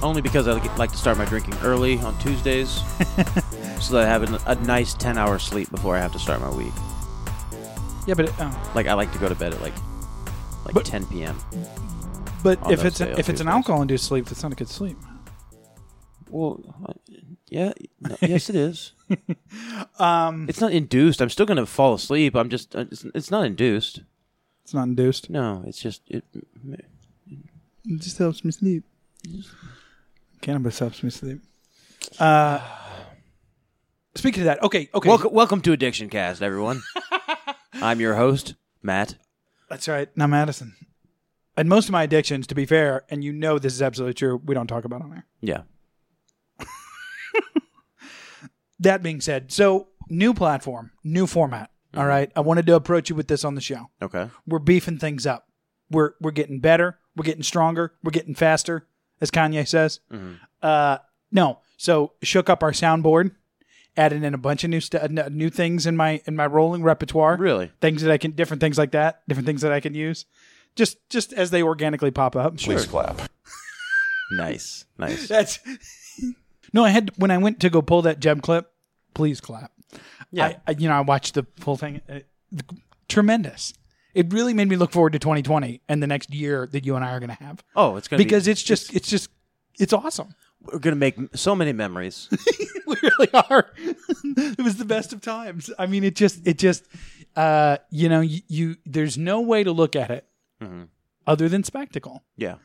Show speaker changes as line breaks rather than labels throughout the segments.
only because I like- like to start my drinking early on Tuesdays, so that I have an, a nice ten hour sleep before I have to start my week.
Yeah, but oh.
Like I like to go to bed at like like
But-
10 p.m.
but
On
if
those
it's
day on
if it's an
Tuesdays.
alcohol induced sleep, that's not a good sleep.
Well, yeah, no, yes, it is. um, it's not induced. I'm still gonna fall asleep. I'm just uh, it's, it's not induced.
It's not induced.
No, it's just it.
It just helps me sleep. Cannabis helps me sleep. Uh, speaking of that, okay, okay,
Welcome, welcome to Addiction Cast, everyone. I'm your host, Matt.
that's right. Now Madison, and most of my addictions, to be fair, and you know this is absolutely true. We don't talk about on there.
Yeah,
That being said, so new platform, new format. All right, I wanted to approach you with this on the show.
okay.
we're beefing things up. We're we're getting better. We're getting stronger. We're getting faster, as Kanye says. Uh, no, so shook up our soundboard, added in a bunch of new stu- n- new things in my in my rolling repertoire.
Really?
things that I can different things like that, different things that I can use, just just as they organically pop up.
Nice, nice.
That's no. I had when I went to go pull that gem clip. Please clap.
Yeah.
I, I, you know, I watched the full thing. Uh, tremendous. It really made me look forward to 2020 and the next year that you and I are going to have
Oh, it's gonna be-
because it's just it's just it's awesome.
we're gonna make m- so many memories.
we really are. it was the best of times. I mean, it just it just uh, you know you, you there's no way to look at it
Mm-hmm.
other than spectacle.
yeah.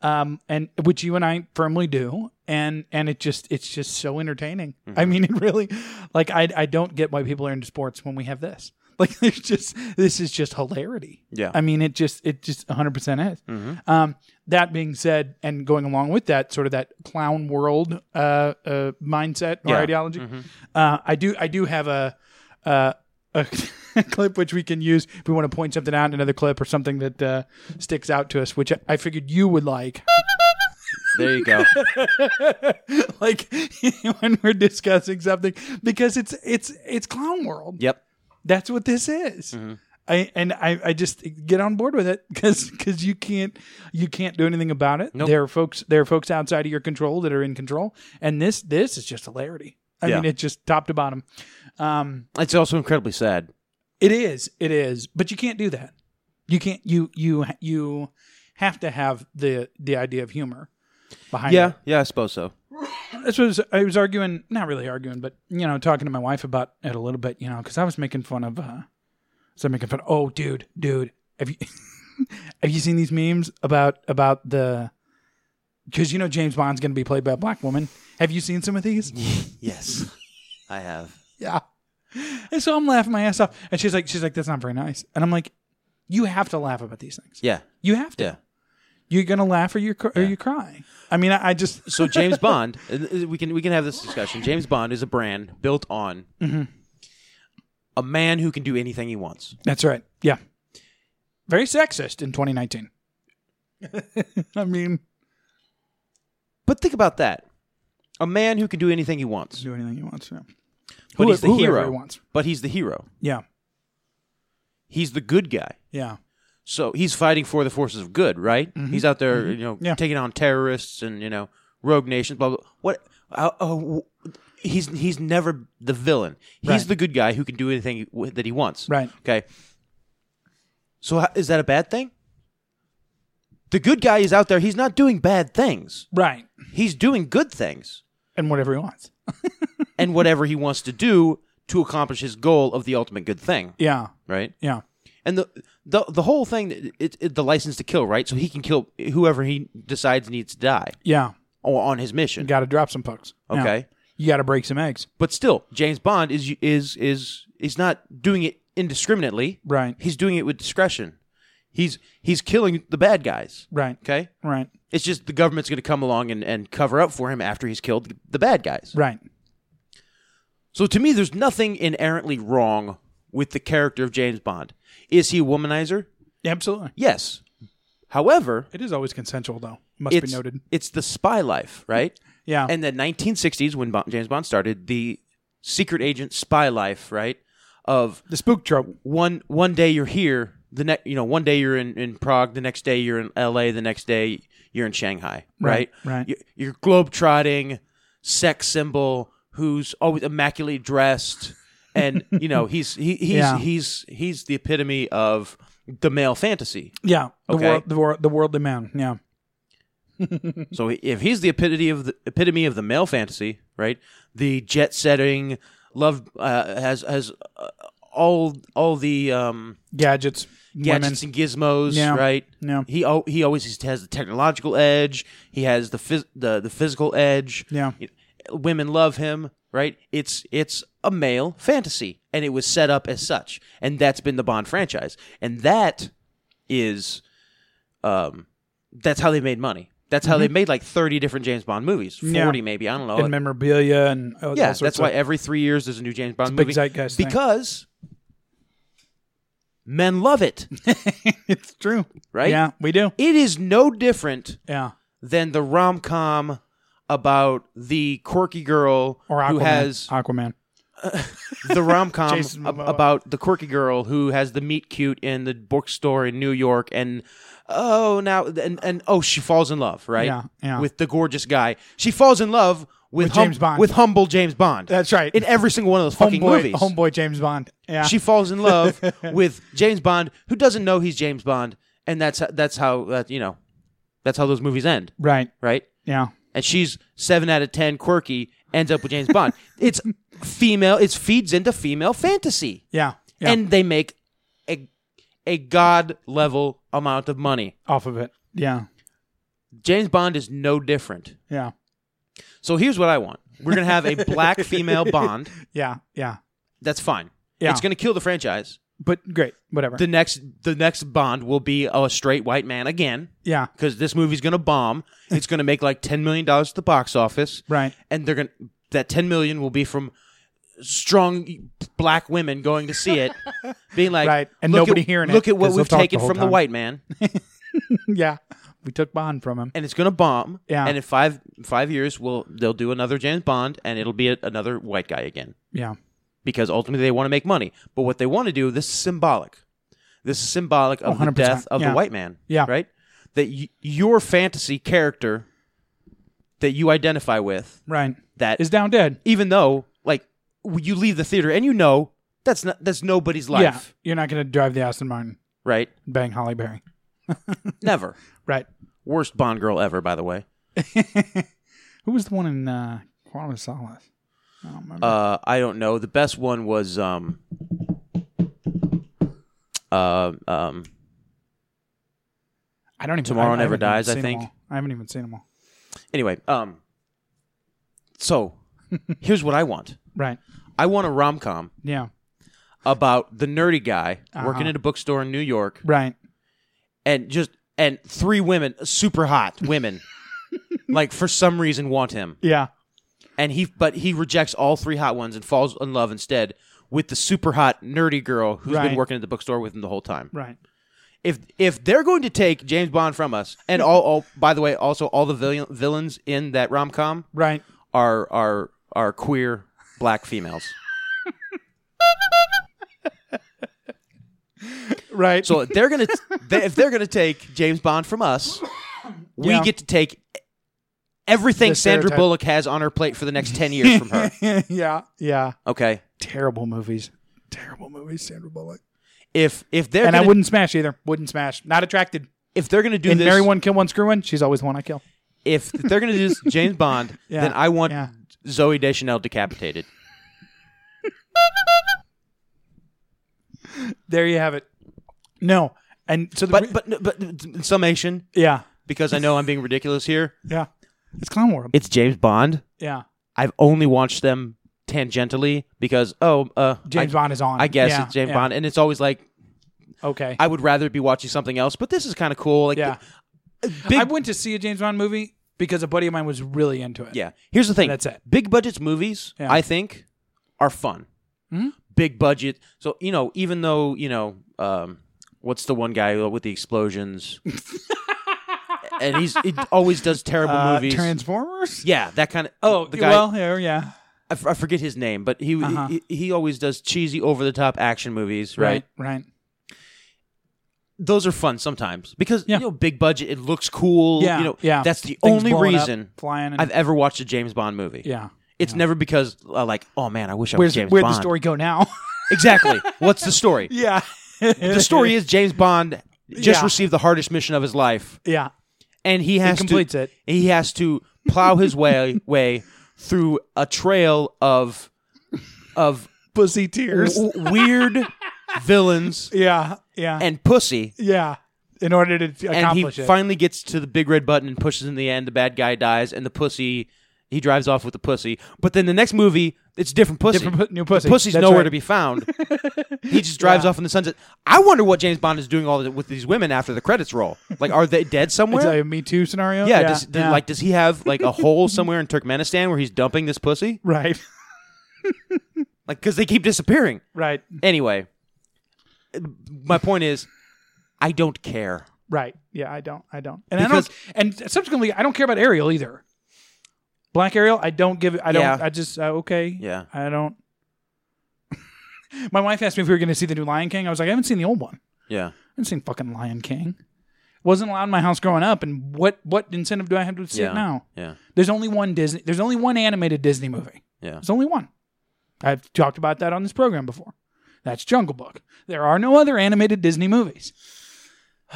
um, and which you and I firmly do, and and it just it's just so entertaining.
Mm-hmm.
I mean, it really, like I I don't get why people are into sports when we have this. Like there's just this is just hilarity.
Yeah. Mm-hmm.
I mean, it just it just 100 percent is. Um, that being said, and going along with that, sort of that clown world uh, uh, mindset or
Yeah. Mm-hmm.
ideology, uh, I do I do have a. Uh, a clip which we can use if we want to point something out in another clip or something that uh, sticks out to us, which I- I figured you would like.
There you go.
like when we're discussing something because it's it's it's clown world
Yep.
that's what this is
Mm-hmm.
I, and I, I just get on board with it because you can't you can't do anything about it.
Nope.
There are folks there are folks outside of your control that are in control, and this this is just hilarity. I
Yeah.
mean, it's just top to bottom. Um,
It's also incredibly sad.
it is it is, but you can't do that. You can't you you you have to have the the idea of humor behind. it.
Yeah, yeah, I suppose so.
This was I was arguing, not really arguing, but you know, talking to my wife about it a little bit, you know, because I was making fun of, uh, so I'm making fun. Oh, dude, dude, have you have you seen these memes about about the? Because you know James Bond's going to be played by a black woman. Have you seen some of these?
Yes, I have.
yeah. And so I'm laughing my ass off, and she's like, she's like, that's not very nice, and I'm like, you have to laugh about these things.
Yeah,
You have to.
yeah.
You're gonna laugh or you are or you cry. I mean, I, I just
So James Bond, uh, uh, we can we can have this discussion. James Bond is a brand built on
Mm-hmm.
a man who can do anything he wants.
That's right. Yeah. Very sexist in 2019. I mean,
But think about that: a man who can do anything he wants,
do anything he wants. Yeah.
but
Who-
he's the
whoever
hero.
he wants.
But he's the hero.
Yeah.
He's the good guy.
Yeah.
So he's fighting for the forces of good, right? He's out there, you know,
Mm-hmm. Yeah.
taking on terrorists and you know, rogue nations. Blah blah. blah. What? Uh, oh, he's he's never the villain. He's
Right.
the good guy who can do anything he- w- that he wants.
Right.
Okay. So ho- is that a bad thing? The good guy is out there. He's not doing bad things.
Right.
He's doing good things
And whatever he wants.
and whatever he wants to do to accomplish his goal of the ultimate good thing.
Yeah.
Right.
Yeah.
And the the the whole thing, it, it, the license to kill, right? So he can kill whoever he decides needs to die
Yeah.
or on his mission.
You got to drop some pucks. Yeah.
Okay.
You got to break some eggs.
But still, James Bond is is is is not doing it indiscriminately.
Right.
He's doing it with discretion. He's he's killing the bad guys.
Right.
Okay.
Right.
It's just the government's going to come along and, and cover up for him after he's killed the bad guys.
Right.
So to me, there's nothing inherently wrong with the character of James Bond. Is he a womanizer?
Absolutely.
Yes. However,
It is always consensual, though. Must
it's,
be noted.
it's the spy life, right?
Yeah.
And the 1960s, when Bond, James Bond started, the secret agent spy life, right? Of
the spook trope.
one one day you're here, the next you know one day you're in, in Prague, the next day you're in L.A., the next day you're in Shanghai, right?
Right, right.
You, you're globetrotting, sex symbol who's always immaculately dressed, and you know he's he, he's
Yeah.
he's he's the epitome of the male fantasy.
Yeah. The,
Okay.
wor- the, wor- the worldly man. Yeah.
So if he's the epitome of the epitome of the male fantasy, right? The jet setting, love uh, has has uh, all all the um,
Gadgets.
gadgets and
Women.
gizmos,
Yeah.
right?
Yeah.
He al- he always has the technological edge. He has the phys- the the physical edge.
Yeah.
You know, women love him, right? It's it's a male fantasy, and it was set up as such, and that's been the Bond franchise, and that is, um, that's how they made money. That's how they made like thirty different James Bond movies,
Mm-hmm. Yeah.
forty maybe. I don't know.
and memorabilia and oh,
yeah,
all sorts
that's why
of-
every three years there's a new James Bond
a big
movie
zeitgeist thing.
because men love it,
it's true,
right?
Yeah, we do.
It is no different
Yeah,
than the rom com about the quirky girl
or Aquaman.
who has
Aquaman?
the rom com
Jason Momoa.
about the quirky girl who has the meet cute in the bookstore in New York and oh now and, and oh she falls in love right
Yeah, yeah.
with the gorgeous guy she falls in love with,
With
hum-
James Bond.
with humble James Bond
That's right.
in every single one of those fucking
homeboy,
movies
homeboy James Bond. Yeah,
she falls in love with James Bond who doesn't know he's James Bond and that's that's how that you know that's how those movies end
right.
right
Yeah,
and she's seven out of ten quirky, ends up with James Bond. it's female. It feeds into female fantasy,
yeah, yeah.
and they make a a god level amount of money.
off of it. Yeah,
James Bond is no different.
yeah,
So here's what I want: we're gonna have a black female Bond.
yeah, yeah.
That's fine.
Yeah.
It's gonna kill the franchise.
But great, whatever.
The next the next Bond will be a straight white man again.
yeah,
Because this movie's gonna bomb. It's gonna make like ten million dollars at the box office.
right.
and they're gonna that 10 million will be from strong black women going to see it being like
Right, and
"Look
nobody
at,
hearing it,
look at what
'cause
we've
they'll talk
taken
the whole
from the
time."
white man
Yeah, we took Bond from him.
and it's gonna bomb
Yeah.
and in five five years we'll they'll do another james bond and it'll be a, another white guy again
Yeah,
because ultimately they want to make money but what they want to do this is symbolic this is symbolic of the
Oh, 100%,
death of
yeah.
the white man
Yeah.
right that y- your fantasy character that you identify with
right.
that
Is down dead.
even though like w- you leave the theater and you know that's not that's nobody's life,
Yeah, you're not going to drive the Aston Martin,
right?
bang Holly Berry.
Never.
Right.
Worst Bond girl ever, by the way.
Who was the one in uh, Quantum of Solace? I don't remember.
Uh, I don't know. The best one was um, uh, um,
I don't even.
Tomorrow
I- I
Never
haven't even
Dies, I
seen 'em
think.
all. I haven't even seen them all.
anyway, um, so here's what I want.
Right.
I want a rom com
Yeah.
about the nerdy guy working
Uh-huh.
at a bookstore in New York
Right.
and just and three women, super hot women, like for some reason want him.
Yeah.
and he but he rejects all three hot ones and falls in love instead with the super hot nerdy girl who's
Right.
been working at the bookstore with him the whole time.
Right.
If if they're going to take James Bond from us, and all, all by the way, also all the villain, villains in that rom com
Right.
are are are queer black females.
Right.
So if they're gonna they, if they're gonna take James Bond from us, we
Yeah.
get to take everything
The
Sandra
stereotype.
Bullock has on her plate for the next ten years from her.
yeah. Yeah.
Okay,
Terrible movies. Terrible movies. Sandra Bullock.
if if they're
And
gonna,
I wouldn't smash either. Wouldn't smash. Not attracted.
if they're gonna do
and
this,
marry one, kill one, screw one. She's always the one I kill.
if they're going to do this James Bond,
Yeah,
then I want
yeah.
Zoe Deschanel decapitated.
There you have it. No. And so the re-
But but but in summation,
yeah.
because I know I'm being ridiculous here,
Yeah. It's Clown World.
it's James Bond.
yeah.
I've only watched them tangentially because oh, uh,
James
I,
Bond is on.
I guess
Yeah,
it's James
yeah.
Bond, and it's always like
Okay.
I would rather be watching something else, but this is kind of cool. Like,
yeah.
big-
I went to see a James Bond movie because a buddy of mine was really into it.
Yeah. Here's the thing.
That's it.
Big budgets movies,
Yeah. Hmm?
I think, are fun. Big budget. So you know, even though you know, um, what's the one guy with the explosions? and he's he always does terrible
Uh,
movies.
Transformers.
yeah, that kind of.
Oh,
the guy.
well, yeah, yeah.
I, f- I forget his name, but he,
Uh-huh.
he he always does cheesy, over the top action movies, right?
Right, right.
Those are fun sometimes because
Yeah.
you know, big budget. It looks cool.
Yeah,
you know,
yeah.
That's the
Things
only
blowing up,
reason
flying and-
I've ever watched a James Bond movie.
Yeah.
It's never because uh, like, oh man, I wish I was
Where's
James
where'd
Bond.
the story go now?
Exactly. What's the story?
yeah.
The story is James Bond just
Yeah.
received the hardest mission of his life,
Yeah.
and he has
completes
to
it.
he has to plow his way way through a trail of of
Pussy tears.
w- weird villains
Yeah. Yeah.
and pussy.
yeah. In order to
And he
accomplish it.
finally gets to the big red button and pushes in the end. The bad guy dies, and the pussy he drives off with the pussy. But then the next movie, it's different pussy.
Different pu- new pussy.
The pussy's
That's
nowhere
right.
to be found. he just drives off in the sunset. I wonder what James Bond is doing all the, with these women after the credits roll. Like, are they dead
It's
somewhere?
a Me Too scenario.
yeah, does, does- like does he have like a hole somewhere in Turkmenistan where he's dumping this pussy?
right,
Like, because they keep disappearing.
right,
Anyway, my point is, I don't care.
right. Yeah, I don't, I don't, and
Because-
I don't, and subsequently, I don't care about Ariel either. Black Ariel, I don't give. I don't.
Yeah.
I just uh, okay.
Yeah.
I don't. My wife asked me if we were going to see the new Lion King. I was like, I haven't seen the old one.
Yeah,
I haven't seen fucking Lion King. Wasn't allowed in my house growing up. And what what incentive do I have to see
Yeah.
it now?
yeah,
There's only one Disney. There's only one animated Disney movie.
yeah.
There's only one. I've talked about that on this program before. That's Jungle Book. There are no other animated Disney movies.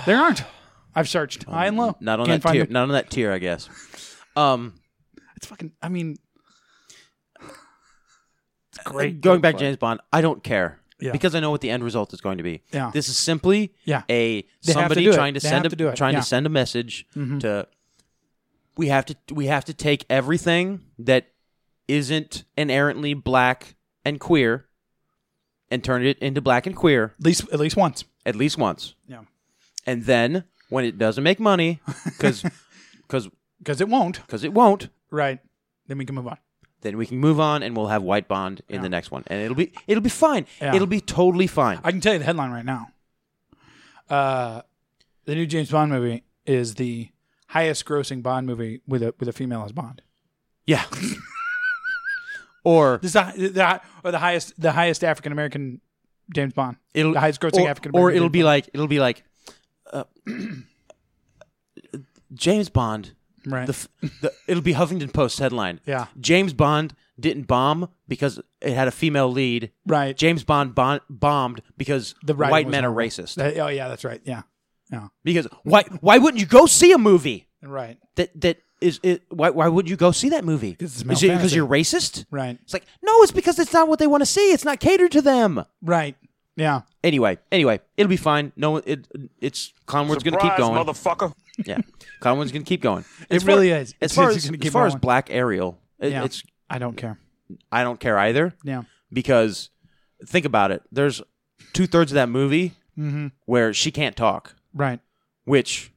There aren't. I've searched high and low.
Not on
Can't
that
find
tier.
them.
Not on that tier, I guess. Um,
It's fucking. I mean, it's great.
going back to James Bond, I don't care.
Yeah.
Because I know what the end result is going to be.
Yeah.
This is simply
Yeah.
a
to
somebody
do it.
trying to
They
send
have
a
to do it.
trying
Yeah. Mm-hmm.
to send a message to we have to we have to take everything that isn't inerrantly black and queer and turn it into black and queer
At least at least once.
at least once.
Yeah.
And then when it doesn't make money cuz cuz
Because it won't.
cuz it won't,
Right. Then we can move on.
then we can move on and we'll have white bond in the next one. And it'll be it'll be fine.
Yeah.
It'll be totally fine.
I can tell you the headline right now. Uh, the new James Bond movie is the highest grossing Bond movie with a with a female as Bond.
Yeah. or
This is the, the, or the highest the highest African American James Bond.
it'll
the highest grossing
or-
African
Or
American.
it'll be like it'll be like uh, James Bond.
right.
The, f- the it'll be Huffington Post headline.
Yeah.
James Bond didn't bomb because it had a female lead.
right.
James Bond bon- bombed because
The writing
white
was
men are
horrible.
racist.
That- oh yeah, that's right. Yeah.
because why why wouldn't you go see a movie
Right.
that that is it, why why would you go see that movie?
Because it's
is it because
malfantasy.
you're racist?
Right.
It's like no, it's because it's not what they want to see. It's not catered to them.
Right. Yeah.
Anyway, anyway, it'll be fine. No, it it's Conward's going to keep going.
motherfucker.
yeah, Conward's going to keep going.
It really is.
As
It's-
far
it's
as,
gonna
as
keep
far as
going.
Black Ariel, it-
Yeah.
it's
I don't care.
I don't care either
Yeah.
because think about it. There's two thirds of that movie
Mm-hmm.
where she can't talk,
Right.
which,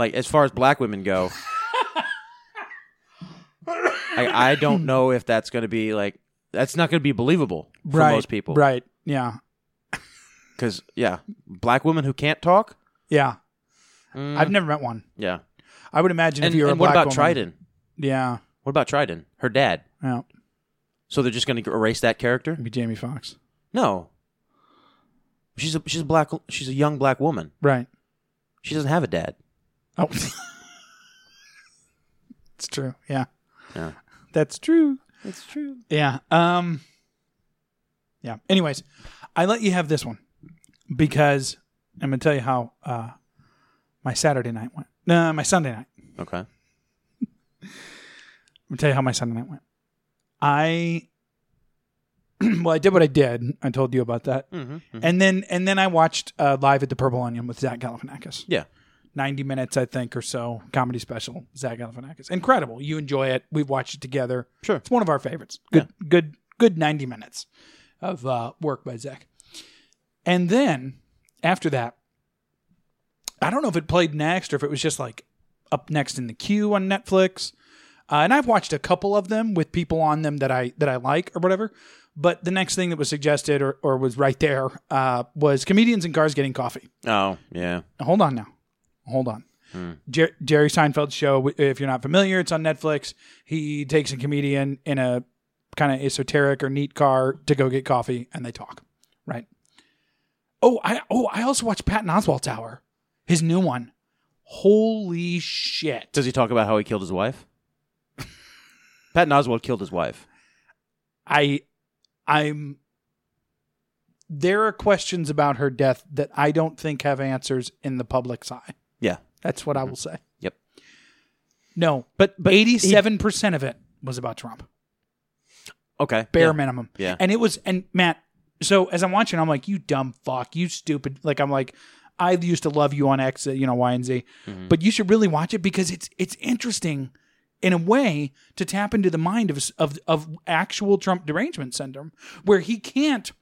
like, as far as black women go, I, I don't know if that's going to be like that's not going to be believable for
right.
most people.
Right. Yeah.
Because yeah, black women who can't talk.
Yeah. I've never met one.
Yeah.
I would imagine
Mm. And,
if you were
and
a
what
black
about
woman-
Trident?
Yeah.
What about Trident? Her dad.
Yeah.
So they're just going to erase that character?
It'd be Jamie Foxx.
No. She's a she's a black she's a young black woman.
Right.
She doesn't have a dad.
Oh. it's true. Yeah.
Yeah.
That's true. That's true. Yeah. Um Yeah. Anyways, I let you have this one because I'm going to tell you how uh my Saturday night went. No, my Sunday night.
Okay.
I'm going to tell you how my Sunday night went. I well, I did what I did. I told you about that. And then and then I watched uh, Live at the Purple Onion with Zach Galifianakis.
Yeah.
90 minutes, I think, or so, comedy special, Zach Galifianakis. Incredible. You enjoy it. We've watched it together.
Sure.
It's one of our favorites. Good, good, good 90 minutes of uh, work by Zach. And then after that, I don't know if it played next or if it was just like up next in the queue on Netflix. Uh, and I've watched a couple of them with people on them that I that I like or whatever. But the next thing that was suggested or, or was right there uh, was comedians in cars getting coffee.
Oh, yeah.
Now, hold on now. Hold on.
Hmm.
Jer- Jerry Seinfeld's show, w- if you're not familiar, it's on Netflix. He takes a comedian in a kind of esoteric or neat car to go get coffee and they talk, right? Oh, I oh, I also watched Patton Oswalt's hour, his new one. Holy shit.
Does he talk about how he killed his wife? Patton Oswald killed his wife.
I I'm there are questions about her death that I don't think have answers in the public's eye.
Yeah.
That's what I will say.
Yep.
No,
But but he-
87% of it was about Trump.
okay.
bare
yeah.
minimum.
Yeah.
And it was, and Matt, so as I'm watching, I'm like, you dumb fuck, you stupid. Like, I'm like, I used to love you on X, uh, you know, Y and Z,
Mm-hmm.
but you should really watch it because it's, it's interesting in a way to tap into the mind of, of, of actual Trump derangement syndrome where he can't,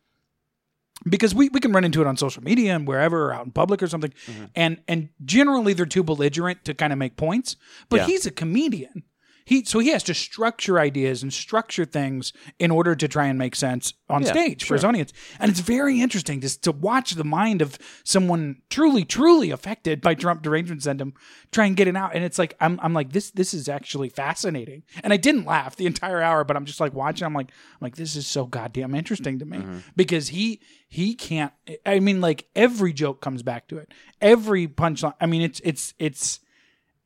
because we, we can run into it on social media and wherever or out in public or something.
Mm-hmm.
And, and generally they're too belligerent to kind of make points, but
Yeah.
he's a comedian he so he has to structure ideas and structure things in order to try and make sense on
Yeah,
stage for his audience and it's very interesting to, to watch the mind of someone truly truly affected by trump derangement syndrome try and get it out and it's like i'm, I'm like this this is actually fascinating and i didn't laugh the entire hour but i'm just like watching i'm like i'm like this is so goddamn interesting to me because he he can't i mean like every joke comes back to it every punchline i mean it's it's it's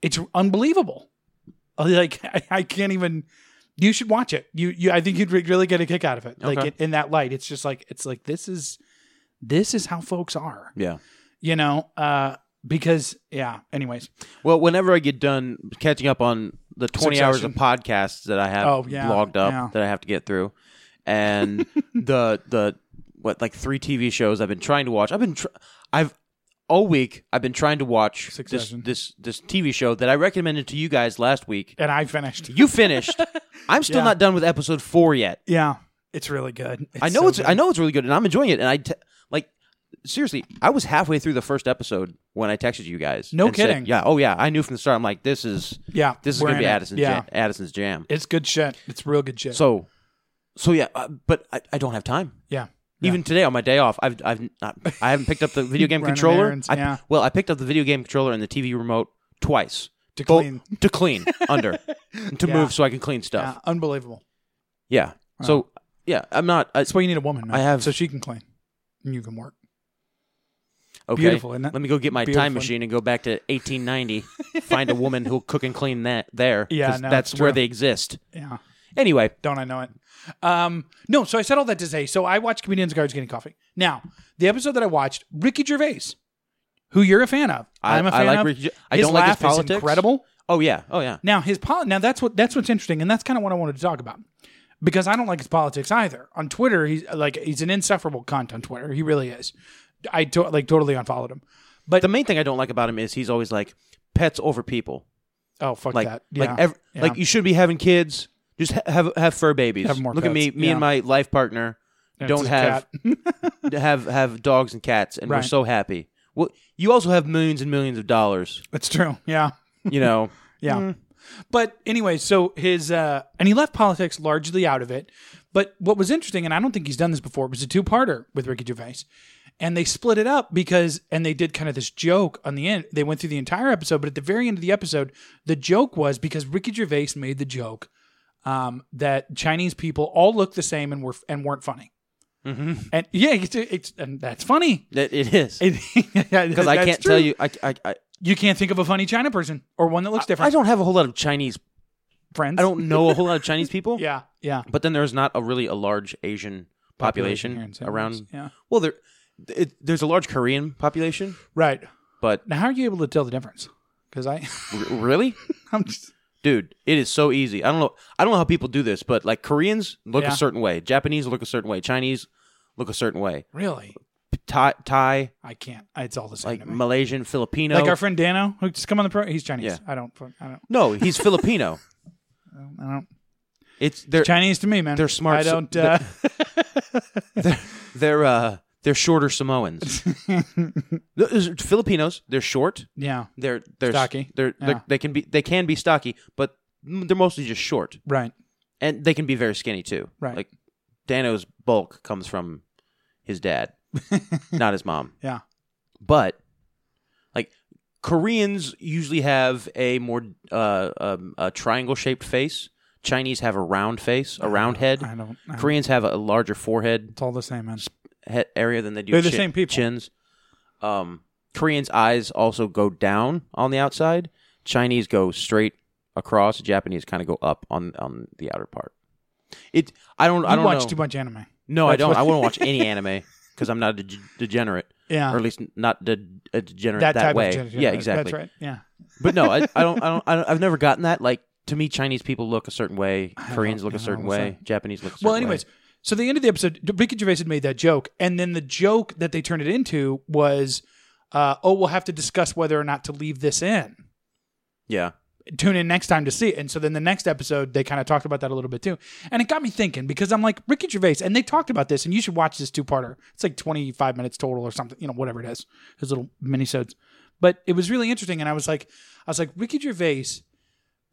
it's unbelievable like I, I can't even you should watch it you, you i think you'd re- really get a kick out of it like
Okay.
it, in that light it's just like it's like this is this is how folks are
Yeah.
you know uh because yeah anyways
Well, whenever I get done catching up on the 20 hours of podcasts that I have
Oh, yeah,
logged up
yeah.
that I have to get through and the the what like 3 TV shows I've been trying to watch. I've been tr- I've all week I've been trying to watch this,
Succession.
this this TV show that I recommended to you guys last week.
and i finished
You finished. I'm still
Yeah.
not done with episode 4 yet.
yeah it's really good
I know
so
it's
good.
I know it's really good, and I'm enjoying it. And I te- like seriously, I was halfway through the first episode when I texted you guys.
No
and said-
kidding.
yeah. Oh yeah. I knew from the start. I'm like, this is
yeah
this is
we're
gonna be
in it.
Addison's
yeah
jam, Addison's jam.
it's good shit it's real good shit
So, so yeah. Uh, but I, I don't have time.
yeah
Even today on my day off, I've I've not, I haven't picked up the video game
Running
controller.
errands,
I-
yeah.
well, I picked up the video game controller and the TV remote twice
to
Bo-
clean
to clean under and to
Yeah.
move so I can clean
yeah,
stuff.
unbelievable
Yeah. So yeah, I'm not. I,
that's why you need a woman man,
I have-
so she can clean and you can work
Okay.
Beautiful, isn't it?
Let me go get my
Beautiful.
time machine and go back to 1890. find a woman who'll cook and clean that there.
Yeah,
'cause
no,
that's
it's
where
true.
they exist.
yeah
Anyway,
Don't I know it? Um, no, so I said all that to say, so I watched Comedians and Guards Getting Coffee. Now, the episode that I watched, Ricky Gervais, who you're a fan of.
I-
I'm a
I
fan
like
of.
Ricky Ge- I
his
don't like his
laugh is
politics.
incredible.
oh yeah, oh yeah,
Now his poli- now that's what that's what's interesting, and that's kind of what I wanted to talk about because I don't like his politics either. On Twitter, he's like he's an insufferable cunt on Twitter. He really is. I to- like totally unfollowed him. But
the main thing I don't like about him is he's always like pets over people.
oh fuck
Like
that! Yeah,
like ev-
yeah.
like you should be having kids. Just ha- have have fur babies.
Have more
Look at me,
pets,
me
yeah.
and my life partner
That's
don't
his
have
cat.
have have dogs and cats, and we're
Right.
so happy. Well, you also have millions and millions of dollars.
That's true. Yeah.
You know,
Yeah.
Mm.
But anyway, so his uh and he left politics largely out of it. But what was interesting, and I don't think he's done this before, was a two-parter with Ricky Gervais. And they split it up because and they did kind of this joke on the end. They went through the entire episode, but at the very end of the episode, the joke was because Ricky Gervais made the joke um, that Chinese people all looked the same and were and weren't funny.
Mm-hmm.
And yeah, it's, it's and that's funny.
it, it is
Because
because I can't tell you. I, I, I,
you can't think of a funny China person or one that looks different.
I don't have a whole lot of Chinese
friends.
I don't know a whole lot of Chinese people.
Yeah, yeah.
But then there's not a really a large Asian population,
here in St.
around.
Louis, yeah.
Well, there it, there's a large Korean population,
Right.
but
Now, how are you able to tell the difference? Because I,
r- really,
I'm just,
dude, it is so easy. I don't know. I don't know how people do this, but like Koreans look
Yeah.
a certain way, Japanese look a certain way, Chinese look a certain way,
really,
Thai, Thai
I can't. It's all the same.
like
to me.
Malaysian, Filipino.
like our friend Dano, who just come on the pro. He's Chinese.
Yeah.
I don't. I don't.
no, he's Filipino.
I don't.
It's they're
Chinese to me, man. uh,
They're smart,
I
so-
don't. Uh,
they're uh They're shorter Samoans. No, it's Filipinos, they're short.
Yeah.
They're they're
Stocky.
They're,
Yeah.
they're they can be they can be stocky, but they're mostly just short,
Right.
and they can be very skinny too.
Right.
Like Dano's bulk comes from his dad, not his mom.
Yeah.
But like Koreans usually have a more uh, um, a triangle shaped face. Chinese have a round face, a round head.
I don't. I don't-
Koreans have a larger forehead
It's all the same, man.
he- area than they do.
They're the
chin-
same people.
Chins. Um, Koreans' eyes also go down on the outside. Chinese go straight across. Japanese kind of go up on on the outer part. It. I don't. I
You
don't
watch
know.
too much anime.
no, I
That's
don't.
what-
I wouldn't watch any anime because I'm not a de- degenerate,
Yeah.
or at least not de- a degenerate
that,
that,
type
way.
of gender.
yeah, exactly.
That's right. Yeah.
But no, I, I, don't, I don't. I don't. I've never gotten that. Like to me, Chinese people look a certain way.
don't
Koreans look
know
a certain
what's
way.
that.
Japanese look. A certain
Well, anyways,
way.
so the end of the episode, Ricky Gervais had made that joke, and then the joke that they turned it into was, uh, "Oh, we'll have to discuss whether or not to leave this in."
yeah.
Tune in next time to see it. And so then the next episode, they kind of talked about that a little bit too, and it got me thinking because I'm like Ricky Gervais, and they talked about this, and you should watch this two parter. It's like 25 minutes total or something, you know, whatever it is, his little minisodes. But it was really interesting, and I was like, I was like Ricky Gervais,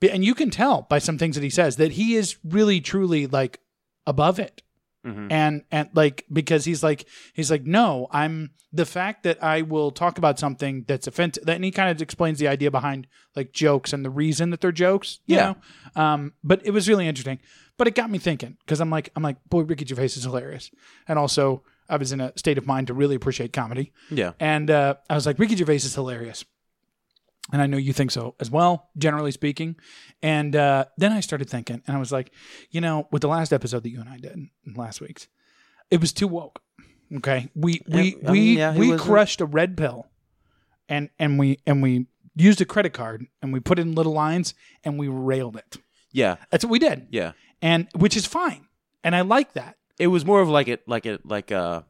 and you can tell by some things that he says that he is really truly like above it and and like because he's like he's like no i'm the fact that i will talk about something that's offensive and he kind of explains the idea behind like jokes and the reason that they're jokes you
Yeah.
know? um but it was really interesting but it got me thinking because i'm like i'm like boy ricky gervais is hilarious and also i was in a state of mind to really appreciate comedy
Yeah.
and uh, I was like, Ricky Gervais is hilarious. And I know you think so as well, generally speaking. And uh, then I started thinking, and I was like, you know, with the last episode that you and I did last week's, it was too woke. Okay, we we
Yeah, I
we
mean, yeah, he
we
wasn't-
crushed a red pill, and and we and we used a credit card, and we put in little lines, and we railed it.
Yeah.
That's what we did,
Yeah.
and which is fine, and I like that.
It was more of like it, like it, like uh,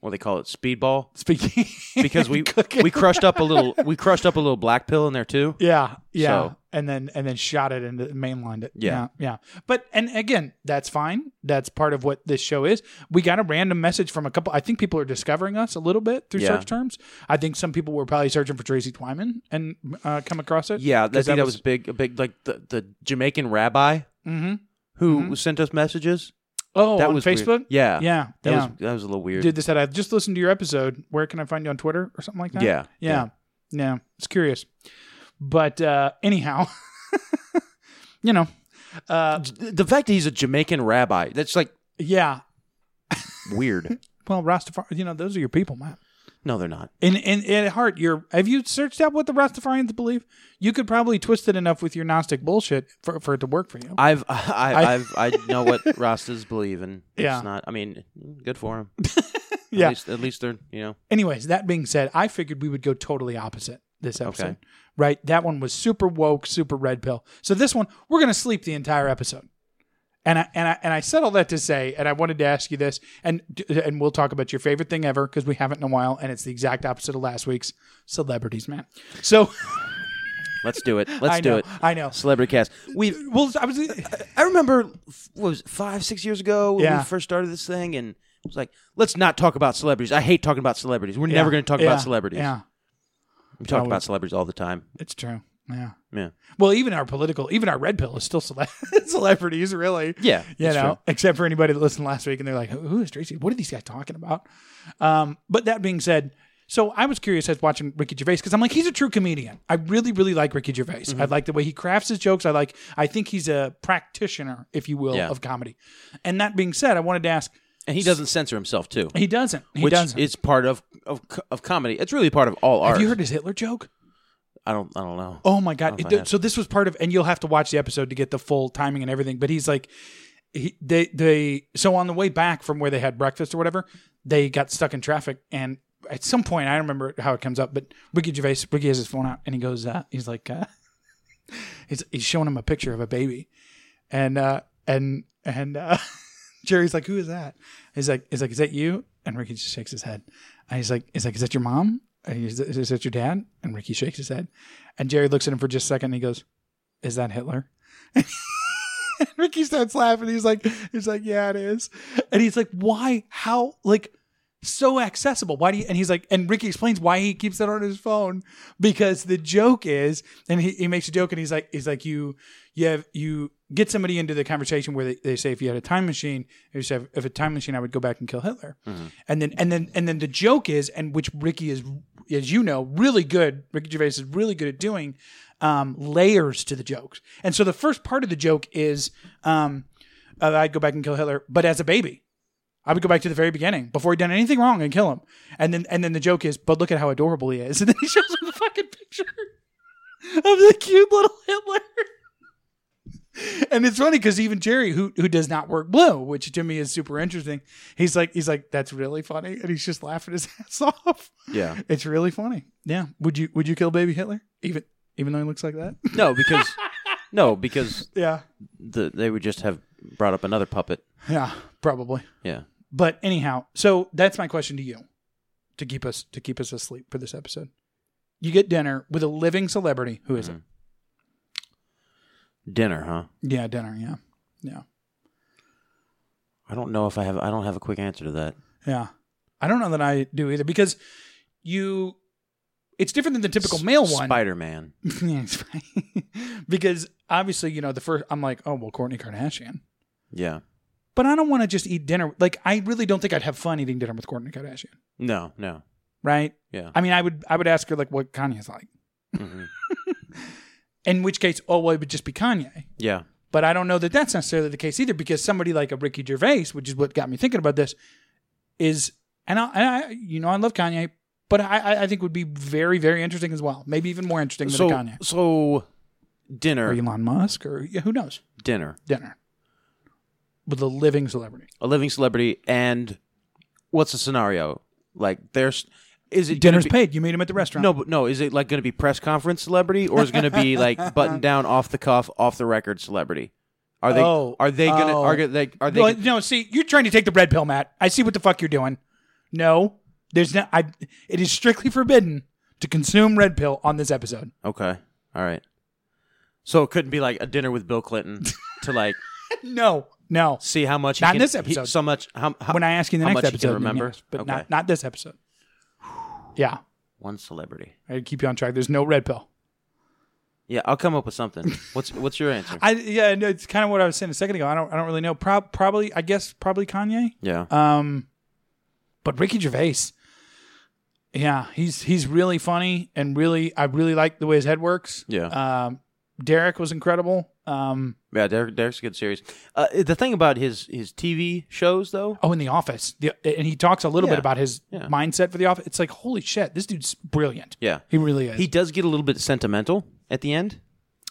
what do they call it, speedball,
Speaking
because we we crushed up a little, we crushed up a little black pill in there too.
Yeah, yeah.
So-
And then and then shot it and mainlined it.
Yeah.
yeah, yeah. But and again, that's fine. That's part of what this show is. We got a random message from a couple. I think people are discovering us a little bit through
Yeah.
search terms. I think some people were probably searching for Tracy Twyman and uh, come across it.
Yeah, I
'Cause
think that, was, big, a big like the, the Jamaican rabbi
mhm.
who sent us messages.
Oh,
that
on
was weird.
Facebook.
Yeah,
yeah,
that
yeah.
was that was a little weird.
Dude, this said I just listened to your episode. Where can I find you on Twitter or something like that?
Yeah,
yeah, yeah. It's curious, but uh, anyhow, you know, uh,
the fact that he's a Jamaican rabbi, that's like
yeah.
weird.
Well, Rastafari, you know, those are your people, man.
no, they're not.
And and and at heart, you're. Have you searched out what the Rastafarians believe? You could probably twist it enough with your Gnostic bullshit for, for it to work for you.
I've I,
I-
I, I've I know what Rastas believe, and
Yeah.
it's not. I mean, good for him.
Yeah.
at least, at least they're you know
Anyways, that being said, I figured we would go totally opposite this episode.
Okay.
Right? That one was super woke, super red pill. So this one, we're gonna sleep the entire episode. And I and I and I said all that to say, and I wanted to ask you this, and and we'll talk about your favorite thing ever because we haven't in a while, and it's the exact opposite of last week's celebrities, man. So
let's do it. Let's
I
do
know,
it.
I know.
Celebrity cast. We've
Well, I was
I remember f- what was it, five, six years ago when
Yeah.
we first started this thing, and it was like, let's not talk about celebrities. I hate talking about celebrities. We're never going to talk
Yeah,
about celebrities.
Yeah,
We talk
No, we-
about celebrities all the time.
it's true. Yeah.
Yeah,
Well, even our political, even our red pill is still cele- celebrities, really.
yeah,
You
it's
know,
true.
except for anybody that listened last week and they're like, who is Tracy? What are these guys talking about? Um, but that being said, so I was curious as watching Ricky Gervais because I'm like, he's a true comedian. I really, really like Ricky Gervais.
Mm-hmm.
I like the way he crafts his jokes. I like, I think he's a practitioner, if you will,
Yeah.
of comedy. And that being said, I wanted to ask,
and he doesn't censor himself too,
he doesn't. He
which
doesn't.
is part of, of co- of comedy. It's really part of all art.
Have you heard his Hitler joke?
I don't I don't know.
Oh my god!
if I
It-
have.
so this was part of, and you'll have to watch the episode to get the full timing and everything. But he's like, he, they they so on the way back from where they had breakfast or whatever, they got stuck in traffic, and at some point I don't remember how it comes up, but Ricky Gervais, Ricky has his phone out, and he goes, uh, he's like, uh, he's he's showing him a picture of a baby, and uh, and and uh, Jerry's like, who is that? He's like, he's like, is that you? And Ricky just shakes his head. And he's like, he's like, is that your mom? And he's- Is, that your dad? And Ricky shakes his head. And Jerry looks at him for just a second and he goes, Is that Hitler? And Ricky starts laughing. He's like, he's like, yeah, it is. And he's like, why? How? Like, so accessible. Why do you? And he's like, and Ricky explains why he keeps it on his phone because the joke is, and he, he makes a joke, and he's like, he's like, you, you have you get somebody into the conversation where they, they say if you had a time machine, if you have if a time machine, I would go back and kill Hitler, and then and then and then the joke is, and which Ricky is, as you know, really good. Ricky Gervais is really good at doing um, layers to the jokes, and so the first part of the joke is. Um, uh, I'd go back and kill Hitler, but as a baby. I would go back to the very beginning before he'd done anything wrong and kill him. And then and then the joke is, but look at how adorable he is. And then he shows him the fucking picture of the cute little Hitler. And it's funny because even Jerry, who who does not work blue, which to me is super interesting, he's like he's like that's really funny, and he's just laughing his ass off.
Yeah.
It's really funny. Yeah. Would you would you kill baby Hitler even even though he looks like that?
No, because no, because
yeah.
the, they would just have brought up another puppet.
Yeah. Probably.
Yeah.
But anyhow, so that's my question to you, to keep us to keep us asleep for this episode. You get dinner with a living celebrity. Who is
Dinner, huh?
it? Yeah, dinner. Yeah, yeah,
I don't know if I have. I don't have a quick answer to that.
yeah. I don't know that I do either because you. It's different than the typical male one.
Spider Man.
Yeah, it's fine. because obviously, you know, the first I'm like, oh well, Courtney Kardashian.
Yeah.
But I don't want to just eat dinner. Like I really don't think I'd have fun eating dinner with Courtney Kardashian.
No. No.
Right?
Yeah.
I mean, I would I would ask her like what Kanye's like.
Mhm.
In which case, oh well, it would just be Kanye.
Yeah.
But I don't know that that's necessarily the case either, because somebody like a Ricky Gervais, which is what got me thinking about this, is and I, and I you know I love Kanye, but I, I- I think would be very very interesting as well, maybe even more interesting than a
So
Kanye
so
or
dinner
Elon Musk or yeah, who knows
dinner
dinner with a living celebrity.
a living celebrity and what's the scenario like? There's is it gonna
Dinner's
be-
paid. You meet him at the restaurant.
No, but no. Is it like going to be press conference celebrity, or is it going to be like button down, off the cuff, off the record celebrity? Are they?
Oh,
are they going to?
oh.
Are they? Are they?
Well,
gonna-
no, see, you're trying to take the red pill, Matt. I see what the fuck you're doing. No, there's no. I. It is strictly forbidden to consume red pill on this episode.
okay, all right. So it couldn't be like a dinner with Bill Clinton to like
No, no.
see how much. he
Not
can-
in this
he-
episode.
so much. How, how
When I ask you in the
how
next
much he
episode,
can
then
remember,
yes, but
Okay.
not not this episode. Yeah,
one celebrity.
I keep you on track. There's no red pill.
Yeah, I'll come up with something. What's what's your answer?
I yeah, no, it's kind of what I was saying a second ago. I don't I don't really know. Pro- probably I guess probably Kanye.
yeah,
Um, but Ricky Gervais, yeah, he's he's really funny and really I really like the way his head works.
Yeah.
Um, Derek was incredible. Um,
yeah. Derek, Derek's a good series. Uh, the thing about his his TV shows though,
oh, in the office, the, and he talks a little
Yeah.
bit about his
Yeah.
mindset for the office. It's like holy shit, this dude's brilliant.
yeah,
He really is.
he does get a little bit sentimental at the end.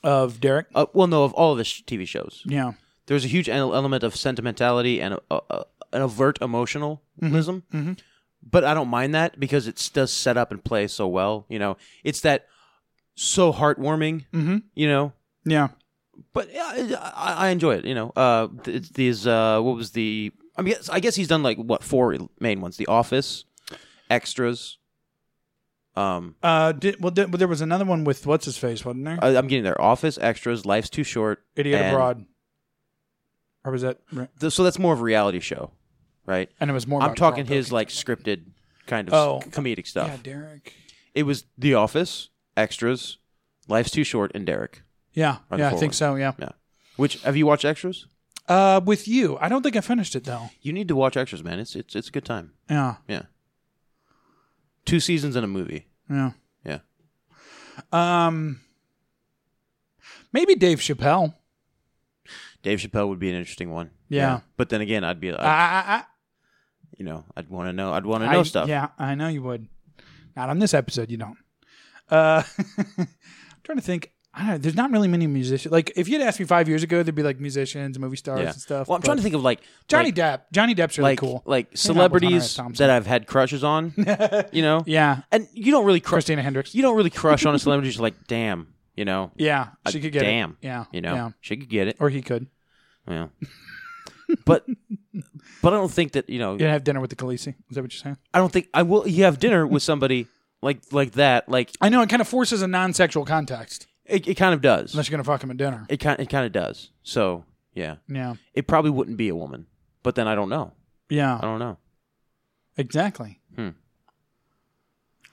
of Derek.
Uh, well, no, of all of his sh- TV shows.
Yeah.
there's a huge ele- element of sentimentality and a, a, a- an overt emotionalism. But I don't mind that because it does set up and play so well. You know, it's that so heartwarming. You know,
Mm-hmm. Yeah.
but I, I, I enjoy it. You know, uh, th- it's these uh, what was the? I mean, I guess he's done like what four main ones: The Office, Extras. Um,
Uh, did, well, did, well, there was another one with what's his face, wasn't there?
I, I'm getting there. Office, Extras, Life's Too Short,
Idiot
and-
Abroad. Or was that? right?
th- so that's more of a reality show, right?
And it was more.
I'm
about
talking
Carl
his
Perkins.
like scripted kind of
Oh.
s- comedic stuff.
Yeah, Derek.
It was The Office, Extras, Life's Too Short, and Derek.
Yeah,
Or the
yeah, I
full
think
one.
so. Yeah.
Yeah. Which have you watched Extras?
Uh, with you, I don't think I finished it though.
You need to watch Extras, man. It's it's it's a good time.
Yeah,
Yeah. Two seasons and a movie.
yeah.
Yeah.
Um, maybe Dave Chappelle.
Dave Chappelle would be an interesting one.
Yeah.
But then again, I'd be
I,
I,
I,
you know, I'd want to know. I'd want to
I,
know
I-
stuff.
Yeah, I know you would. Not on this episode, you don't. Uh, I'm trying to think. I don't know. There's not really many musicians. Like, if you'd asked me five years ago, there'd be like musicians, movie stars,
Yeah.
and stuff.
well, I'm
but-
trying to think of like
Johnny
like,
Depp. Johnny Depp's really
like
cool.
like
Hang on, Walter Harris
celebrities
Thompson.
that I've had crushes on. you know.
yeah,
And you don't really crush
Christina Hendricks.
you don't really crush on a celebrity. You're just like, damn, you know.
Yeah,
Uh,
she could get
damn,
it. Yeah,
you know,
yeah.
she could get it.
or he could.
Yeah, but but I don't think that you know.
You'd have dinner with the Khaleesi. Is that what you're saying?
I don't think I will. You have dinner with somebody like like that. Like
I know it kind of forces a non-sexual context
it, it kind of does.
unless you're gonna fuck him at dinner.
It kind it kind of does. So yeah,
Yeah,
it probably wouldn't be a woman. But then I don't know.
yeah.
I don't know.
Exactly.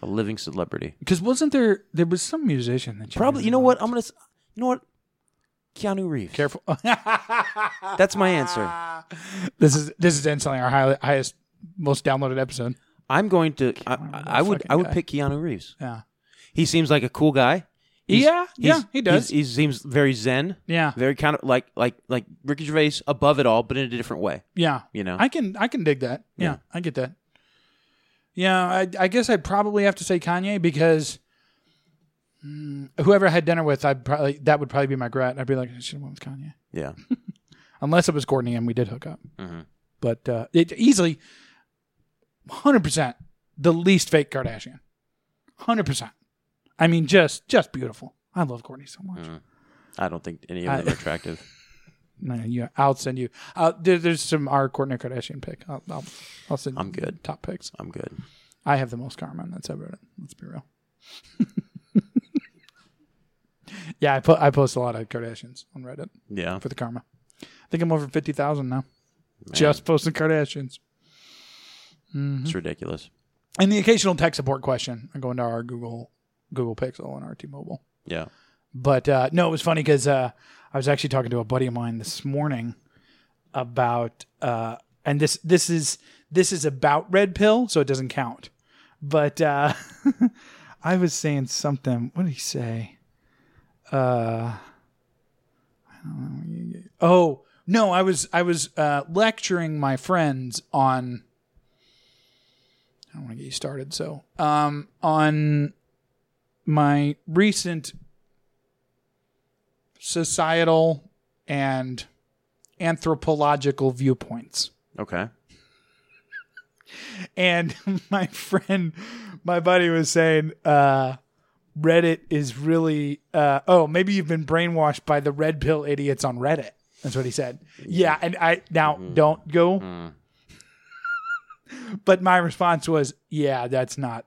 A living celebrity.
Because wasn't there there was some musician that you
Probably. You know what? I'm gonna. s- You know what? Keanu Reeves.
Careful.
That's my answer.
this is this is instantly our high, highest, most downloaded episode.
I'm going to. I, I- I would. I would
guy.
pick Keanu Reeves.
Yeah.
He seems like a cool guy. He's-
Yeah,
he's-
yeah, he does.
he's- he seems very zen.
Yeah.
Very kind of like like like Ricky Gervais above it all, but in a different way.
Yeah.
You know?
I can I can dig that. Yeah,
Yeah.
I get that. Yeah, I I guess I'd probably have to say Kanye because mm, whoever I had dinner with, I'd probably that would probably be my grat. I'd be like, I should have went with Kanye.
Yeah.
Unless it was Courtney and we did hook up.
Mm-hmm.
But uh, it easily 100% the least fake Kardashian. 100%. I mean just just beautiful. I love Courtney so much.
Mm-hmm. I don't think any of them are attractive.
No, no, you. I'll send you. Uh, there, there's some our Courtney Kardashian pick. I'll, I'll, I'll send.
I'm
you
good.
Top picks.
I'm good.
I have the most karma that's ever. written. Let's be real. yeah, I put I post a lot of Kardashians on Reddit
Yeah.
for the karma. I think I'm over fifty thousand now. Just posting Kardashians
It's ridiculous.
and the occasional tech support question. I go into our Google Google Pixel and our T-Mobile.
Yeah.
But uh, no, it was funny because uh, I was actually talking to a buddy of mine this morning about, uh, and this this is this is about red pill, so it doesn't count. But uh, I was saying something. What did he say? Uh, I don't know. Oh no, I was I was uh, lecturing my friends on. I don't want to get you started. So um, on my recent societal and anthropological viewpoints.
Okay.
And my friend, my buddy was saying, uh, Reddit is really, uh, oh, maybe you've been brainwashed by the red pill idiots on Reddit. That's what he said. Yeah. And I, now don't go. But my response was, yeah, that's not.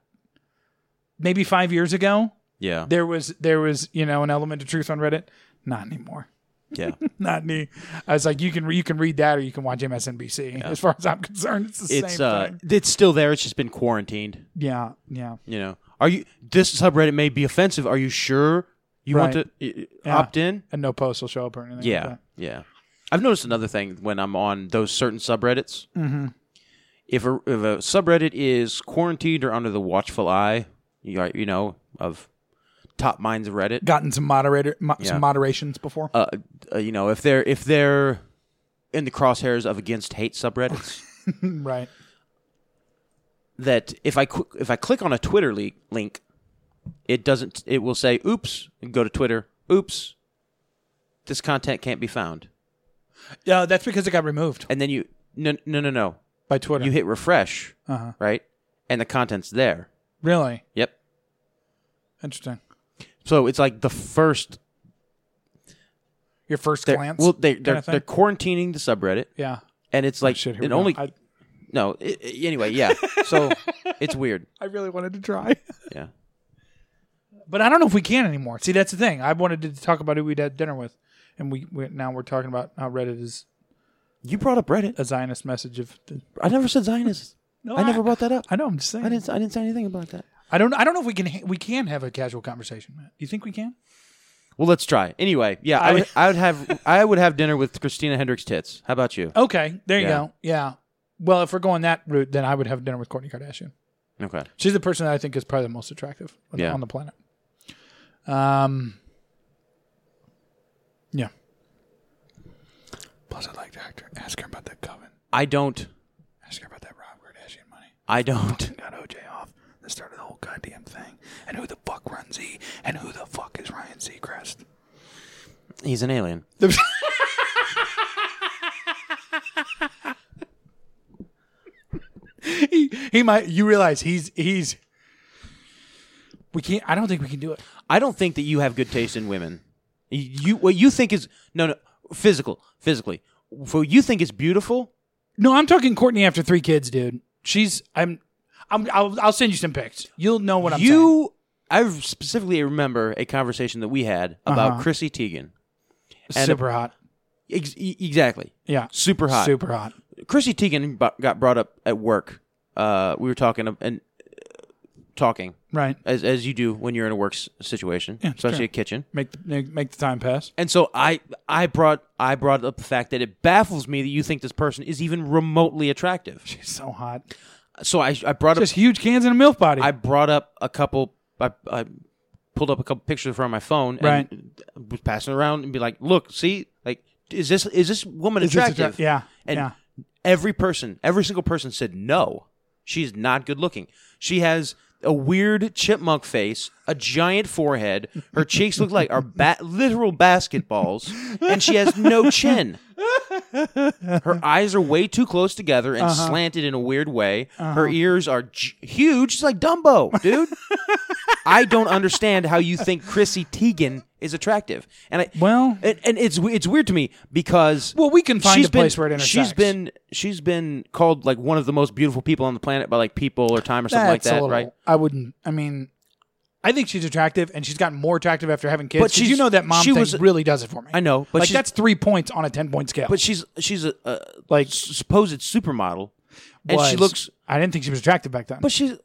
Maybe five years ago,
Yeah.
there was, there was, you know, an element of truth on Reddit. Not anymore.
Yeah.
not me. I was like, you can you can read that or you can watch MSNBC. As far as I'm concerned, it's the
It's
same
uh
thing.
it's still there, it's just been quarantined.
Yeah, yeah,
You know. Are you this subreddit may be offensive. Are you sure you want
Right.
to uh,
Yeah.
opt in?
and no posts will show up or anything. like
Yeah,
that.
yeah. I've noticed another thing when I'm on those certain subreddits. Mm-hmm. If a if a subreddit is quarantined or under the watchful eye, you are- you know of top minds of Reddit.
gotten some moderator mo-
Yeah.
some moderations before.
Uh, uh, you know if they're if they're in the crosshairs of against hate subreddits.
right.
that if I qu- if I click on a Twitter le- link, it doesn't. It will say, "Oops," and go to Twitter. Oops, this content can't be found.
Yeah, that's because it got removed
And then you no no no no.
by Twitter.
You hit refresh,
Uh-huh.
right? And the content's there.
really
Yep.
interesting.
So it's like the first.
Your first
They're,
glance.
well, they,
kinda
they're
thing?
they're quarantining the subreddit,
yeah.
and it's like
Shit, here
it
we go.
only
I,
no. It, it- anyway, yeah. So it's weird.
I really wanted to try,
Yeah.
but I don't know if we can anymore. See, that's the thing. I wanted to talk about who we'd had dinner with, and we, we now we're talking about how Reddit is
You brought up Reddit.
a Zionist message of. The,
I never said Zionists.
no,
I never brought that up.
I know. I'm just saying.
I didn't. I didn't say anything about that.
I don't. I don't know if we can. ha- We can have a casual conversation, Matt. Do you think we can?
Well, let's try. Anyway, yeah, I would, I would have I would have dinner with Christina Hendricks tits. How about you?
Okay, there you
Yeah.
go. Yeah. Well, if we're going that route, then I would have dinner with Courtney Kardashian.
Okay.
She's the person that I think is probably the most attractive on,
Yeah.
on the planet. Um. Yeah. Plus, I like the actor. Ask her about that coven.
I don't.
Ask her about that Rob Kardashian money.
I don't.
Got OJ off. That started the whole goddamn thing. And who the fuck runs E? And who the fuck is Ryan Seacrest?
He's an alien.
he, he might. You realize he's he's. We can't. I don't think we can do it.
I don't think that you have good taste in women. You what you think is no no physical physically. For what you think is beautiful.
No, I'm talking Courtney after three kids, dude. She's. I'm. I'm. I'll, I'll send you some pics. You'll know what I'm. saying. Uh-huh.
you I specifically remember a conversation that we had about Chrissy Teigen. and-
super hot.
Ex- e- exactly.
Yeah.
Super hot.
Super hot.
Chrissy Teigen bu- got brought up at work uh, we were talking ab- and uh, talking
Right.
as as you do when you're in a work s- situation,
Yeah,
especially
sure.
a kitchen.
Make the, make- make the time pass.
And so I I brought I brought up the fact that it baffles me that you think this person is even remotely attractive.
She's so hot.
So I I brought up
Just huge cans and a milk body.
I brought up a couple. I, I pulled up a couple pictures from my phone and
Right.
was passing around and be like, "Look, see, like, is this is this woman
It's just
attractive?"
attra- yeah.
And
yeah.
every person, every single person said, "No, she's not good looking. She has." A weird chipmunk face, a giant forehead. Her cheeks look like are ba- literal basketballs, and she has no chin. Her eyes are way too close together and
Uh-huh.
slanted in a weird way. Her ears are j- huge. She's like Dumbo, dude. I don't understand how you think Chrissy Teigen is attractive. And I
Well-
and, and it's it's weird to me because
Well, we can find
she's
a place
been-
where it
She's
intersects.
been she's been called like one of the most beautiful people on the planet by like People or Time or something
That's
like that,
a little,
right?
I wouldn't. I mean, I think she's attractive, and she's gotten more attractive after having kids.
But
'cause
she's-
you know that mom
she
thing
was-
really does it for me.
I know, but
like
she's-
that's three points on a ten point scale.
But she's she's a, a
Like-
s- supposed supermodel, and she
Was-
looks.
I didn't think she was attractive back then.
But she's.
know.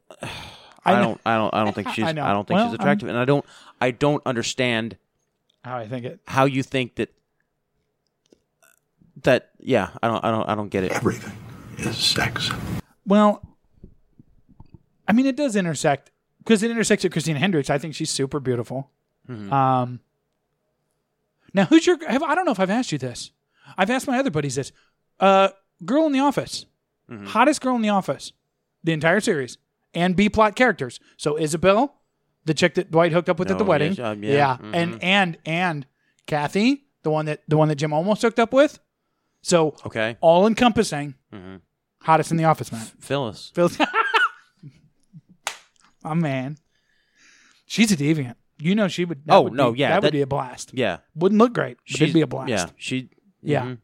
I don't. I don't. I don't think she's. I,
know.
don't think
Well,
she's
I'm-
attractive, and I don't. I don't understand
how I think it.
how you think that that yeah i don't i don't i don't get it
Everything is sex.
Well, I mean, it does intersect because it intersects with Christina Hendricks. I think she's super beautiful.
Mm-hmm.
Um, now, who's your? Have, I don't know if I've asked you this. I've asked my other buddies this. Uh, girl in the office,
Mm-hmm.
hottest girl in the office, the entire series, and B plot characters. So Isabel, the chick that Dwight hooked up with at the
Oh,
wedding,
yes, um, yeah,
and and and Kathy, the one that the one that Jim almost hooked up with. So
okay
all encompassing,
Mm-hmm.
hottest in the office, man.
phyllis
Phil's my man. She's a deviant. You know she would. that
Oh,
would
no,
be-
yeah,
that, would
that-
be a blast.
yeah
Wouldn't look great. But
she'd
it'd be a blast.
yeah she
Yeah.
mhm.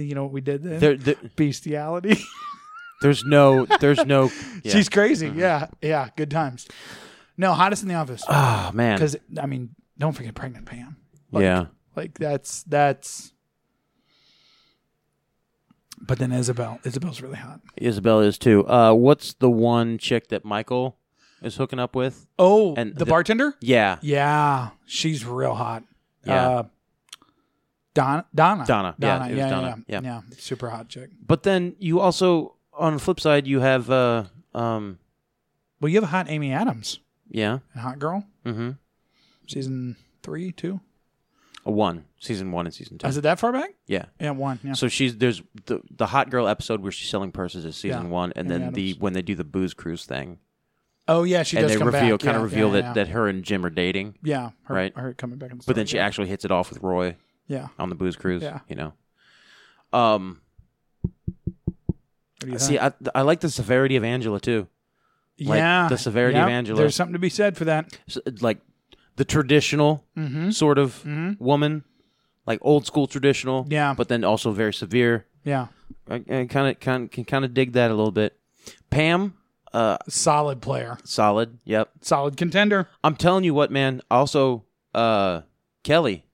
You know what we did then?
there, there
Bestiality.
there's no there's no yeah. Mm-hmm.
She's crazy. Yeah, yeah. Good times. No, hottest in the office.
oh man
Because I mean, don't forget pregnant Pam.
yeah
Like that's that's. But then Isabel. Isabel's really hot.
isabella is too uh what's the one chick that michael is hooking up with
Oh,
And
the
the-
bartender.
yeah
Yeah, she's real hot.
Yeah.
Uh, Don, Donna.
Donna. Yeah,
Donna.
it was
yeah,
Donna.
Yeah,
Yeah.
yeah. Super hot chick.
but then you also on the flip side you have uh um
Well, you have a hot Amy Adams,
yeah
a hot girl,
mm-hmm
season three, two.
a one season one and season two
Is it that far back?
yeah
Yeah, one. Yeah.
So she's there's the the hot girl episode where she's selling purses is season
Yeah,
one, and
Amy
then the
Adams.
when they do the booze cruise thing,
oh yeah, she
and
does
they
come
reveal
back.
kind of
yeah,
reveal
yeah,
that
yeah.
that her and Jim are dating,
Yeah, her,
right?
Her coming back. In the
but then she
story,
actually hits it off with Roy
yeah. Yeah.
on the booze cruise.
Yeah.
you know. Um,
What do you
see,
think?
I I like the severity of Angela too, like,
yeah,
the severity of
yeah,
Angela.
There's something to be said for that.
S- like the traditional
Mm-hmm.
sort of woman, like old school traditional,
Yeah.
but then also very severe.
Yeah,
I kind of kind can kind of dig that a little bit. Pam, uh,
solid player,
solid. Yep.
solid contender.
I'm telling you what, man. Also, uh, Kelly.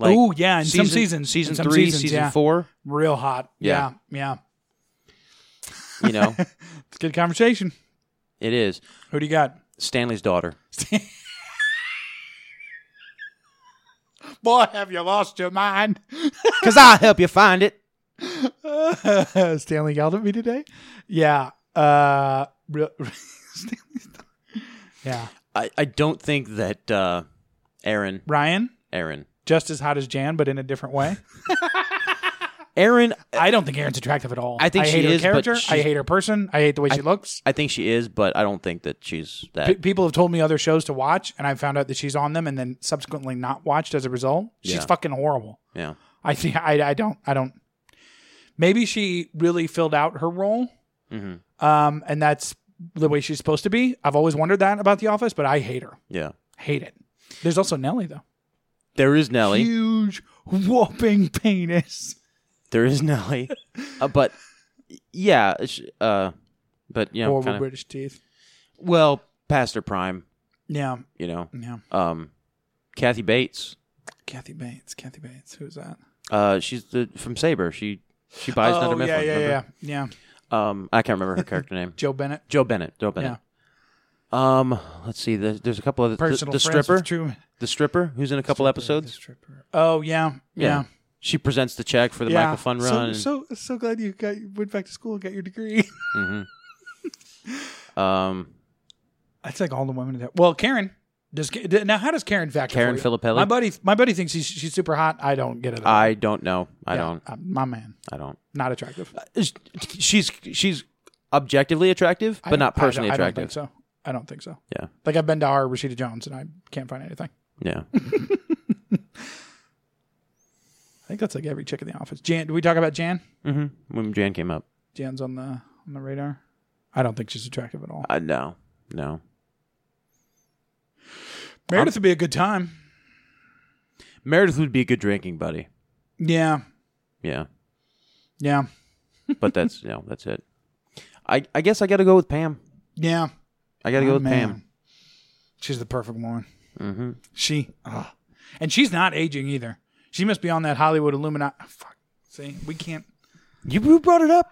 Ooh, yeah, in some seasons, in
season
some
three,
seasons,
season
yeah.
four.
Real hot.
Yeah.
yeah. yeah.
You know,
It's a good conversation.
it is
Who do you got?
Stanley's daughter.
Boy, have you lost your mind?
Cause I'll help you find it.
Stanley yelled at me today. Yeah. Uh, real, Stanley's- yeah.
I, I don't think that uh, Aaron,
Ryan,
Aaron,
just as hot as Jan, but in a different way.
Aaron.
I don't think Aaron's attractive at all.
I think
I
she
hate
is,
her
but
character. I
she's-
hate her person. I hate the way she looks.
I think she is, but I don't think that she's that.
P- people have told me other shows to watch, and I found out that she's on them, and then subsequently not watched as a result. She's
Yeah.
fucking horrible.
yeah.
I think I, I don't I don't. Maybe she really filled out her role,
Mm-hmm.
um, and that's the way she's supposed to be. I've always wondered that about The Office, but I hate her.
Yeah.
Hate it. There's also Nelly though.
There is Nelly.
Huge whopping penis.
there is Nelly. Uh, but yeah. it's, Uh, but you know,
Horrible
kinda,
British teeth.
well, past her prime.
Yeah,
You know,
yeah.
um, Kathy Bates.
Kathy Bates. Kathy Bates. Who's that?
Uh, she's the from Saber. She she buys another
oh
Mifflin.
yeah, yeah, yeah,
remember?
yeah.
Um, I can't remember her character name.
Joe Bennett.
Joe Bennett. Joe
Yeah.
Bennett. Um, let's see. There's, there's a couple of the,
Personal
the
friends
stripper.
with Truman.
The stripper who's in a couple episodes.
Stripper. Oh yeah. Yeah.
She presents the check for the
yeah.
Michael Fun
So-
Run.
So, so glad you got you went back to school and got your degree.
um,
That's like all the women in that. Well, Karen does. Ka- d- Now, how does Karen factor?
Karen
for you?
Filippelli? Uh,
My buddy, my buddy thinks she's, she's super hot. I don't get it. at all.
I don't know. I
Yeah,
don't.
uh, my man,
I don't.
not attractive,
She's she's objectively attractive, but
I don't-
not
I don't-
personally
I don't,
attractive.
think so I don't think so.
Yeah.
Like I've been to our Rashida Jones and I can't find anything.
Yeah.
I think that's like every chick in the office. Jan, did we talk about Jan?
Mm-hmm. when Jan came up,
Jan's on the on the radar. I don't think she's attractive at all.
uh, no, no.
Meredith would be a good time.
Meredith would be a good drinking buddy.
Yeah,
Yeah,
yeah,
but that's no, that's it. I I guess I got to go with Pam.
yeah.
I got to
Oh,
go with
man.
Pam. Mm-hmm.
She's the perfect woman. She, ugh. and she's not aging either. She must be on that Hollywood Illuminati. Ah, Fuck. See, we can't.
You, you brought it up.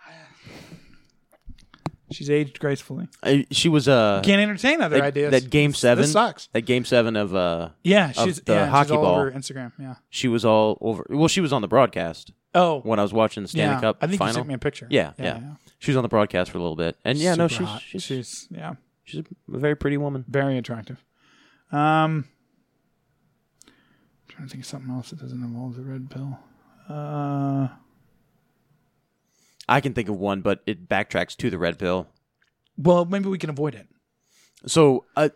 She's aged gracefully.
I, she was uh
Can't entertain other
that,
ideas.
that game seven.
sucks.
That game seven of uh
yeah,
of
she's
the
yeah,
hockey
she's all
ball.
over Instagram. Yeah.
she was all over. Well, she was on the broadcast
Oh,
when I was watching the Stanley
yeah.
Cup
I think
final.
you sent me a picture.
Yeah, yeah, She was on the broadcast for a little bit, and yeah, no,
Super
she's,
hot.
she's she's
she's yeah,
a very pretty woman.
very attractive. Um, trying to think of something else that doesn't involve the red pill. Uh,
I can think of one, but it backtracks to the red pill.
well, maybe we can avoid it.
So, uh,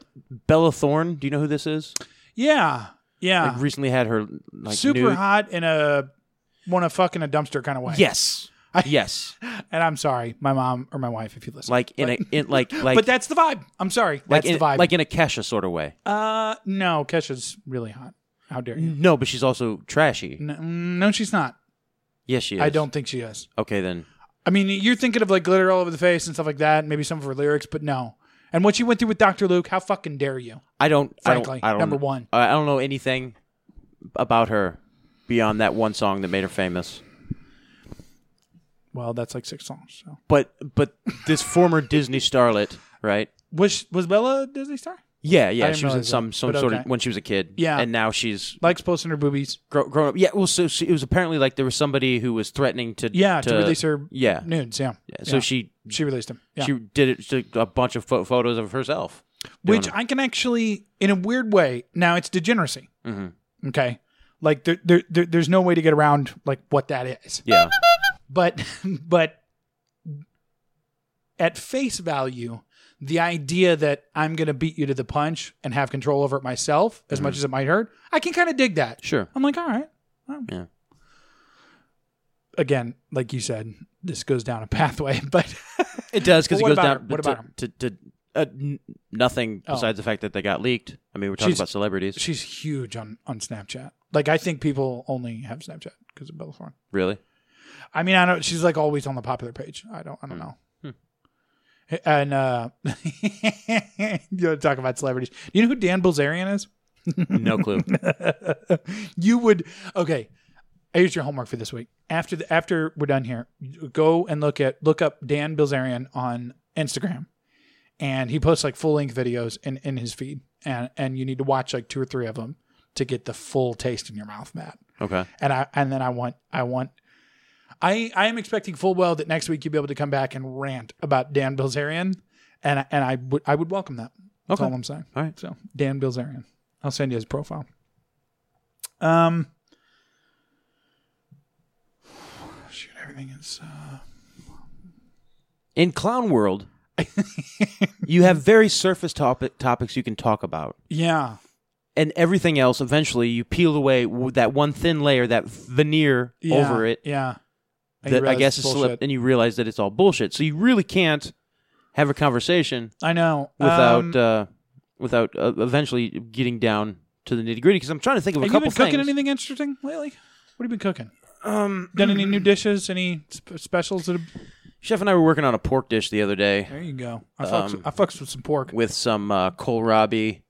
Bella Thorne, do you know who this is?
Yeah, yeah.
Like recently had her like
Ah. Super
nude-
hot in a want to fuck in a dumpster kind of way.
Yes, yes,
and I'm sorry, my mom or my wife, if you listen.
like in a in like like
but that's the vibe. I'm sorry,
like
that's
in,
the vibe.
like in a Kesha sort of way.
uh, no, Kesha's really hot. How dare you?
No, but she's also trashy.
No, no she's not.
Yes, she is.
Mm. I don't think she is.
Okay, then
I mean, you're thinking of like glitter all over the face and stuff like that, and maybe some of her lyrics, but no. And what she went through with Dr. Luke, how fucking dare you?
I don't.
Frankly,
I don't, I don't,
number one.
I I don't know anything about her beyond that one song that made her famous.
Well, that's like six songs. So
But but this former Disney starlet, right?
was was Bella a Disney star?
Yeah, yeah.
didn't
She was in
realize
some
that,
some
but
sort of
okay.
when she was a kid.
Yeah.
and now she's
Likes posting her boobies.
grow, grown up. Yeah. Well, so she, it was apparently like there was somebody who was threatening to
Yeah, to, release her
Yeah.
nudes. Yeah.
Yeah, So
Yeah.
she
she released him. Yeah.
she did it she took a bunch of pho- photos of herself.
which
doing
I can actually, in a weird way, now it's degeneracy. Mm-hmm. Okay, like there, there, there, there's no way to get around like what that is.
Yeah.
But, but at face value, the idea that I'm going to beat you to the punch and have control over it myself, as much as it might hurt, I can kind of dig that.
Sure.
I'm like, all right. well.
Yeah.
Again, like you said, this goes down a pathway, but
It does because
But
it
what
goes
about
down.
her? What
to,
about her?
to, to uh, n- nothing
Oh.
besides the fact that they got leaked. I mean, we're talking
She's-
about celebrities.
she's huge on on Snapchat. Like I think people only have Snapchat because of Bella Thorne.
really?
I mean, I don't. She's like always on the popular page. I don't. I don't know. And uh, you want to talk about celebrities? You know who Dan Bilzerian is?
No clue.
You would. Okay, here's your homework for this week. After the, after we're done here, go and look at look up Dan Bilzerian on Instagram, and he posts like full length videos in in his feed, and and you need to watch like two or three of them to get the full taste in your mouth, Matt
okay.
and I and then I want I want I I am expecting full well that next week you'll be able to come back and rant about Dan Bilzerian, and I- and I would I would welcome that. That's all I'm saying.
All right.
So Dan Bilzerian, I'll send you his profile. Um, shoot, everything is. Uh,
In clown world, you have very surface topic topics you can talk about,
yeah,
and everything else. Eventually, you peel away w- that one thin layer, that veneer
yeah,
over it.
Yeah, And you
That I
realize
guess
it's
is
bullshit.
slipped, and you realize that it's all bullshit. So you really can't have a conversation
I know
without
Um,
uh, without uh, eventually getting down to the nitty gritty. Because I'm trying to think of a
have you
couple
been cooking
things.
anything interesting lately? What have you been cooking? Um, done any new dishes? Any sp- specials that have
Chef and I were working on a pork dish the other day
There you go. I fucks,
Um,
I fucks with some pork.
with some uh, kohlrabi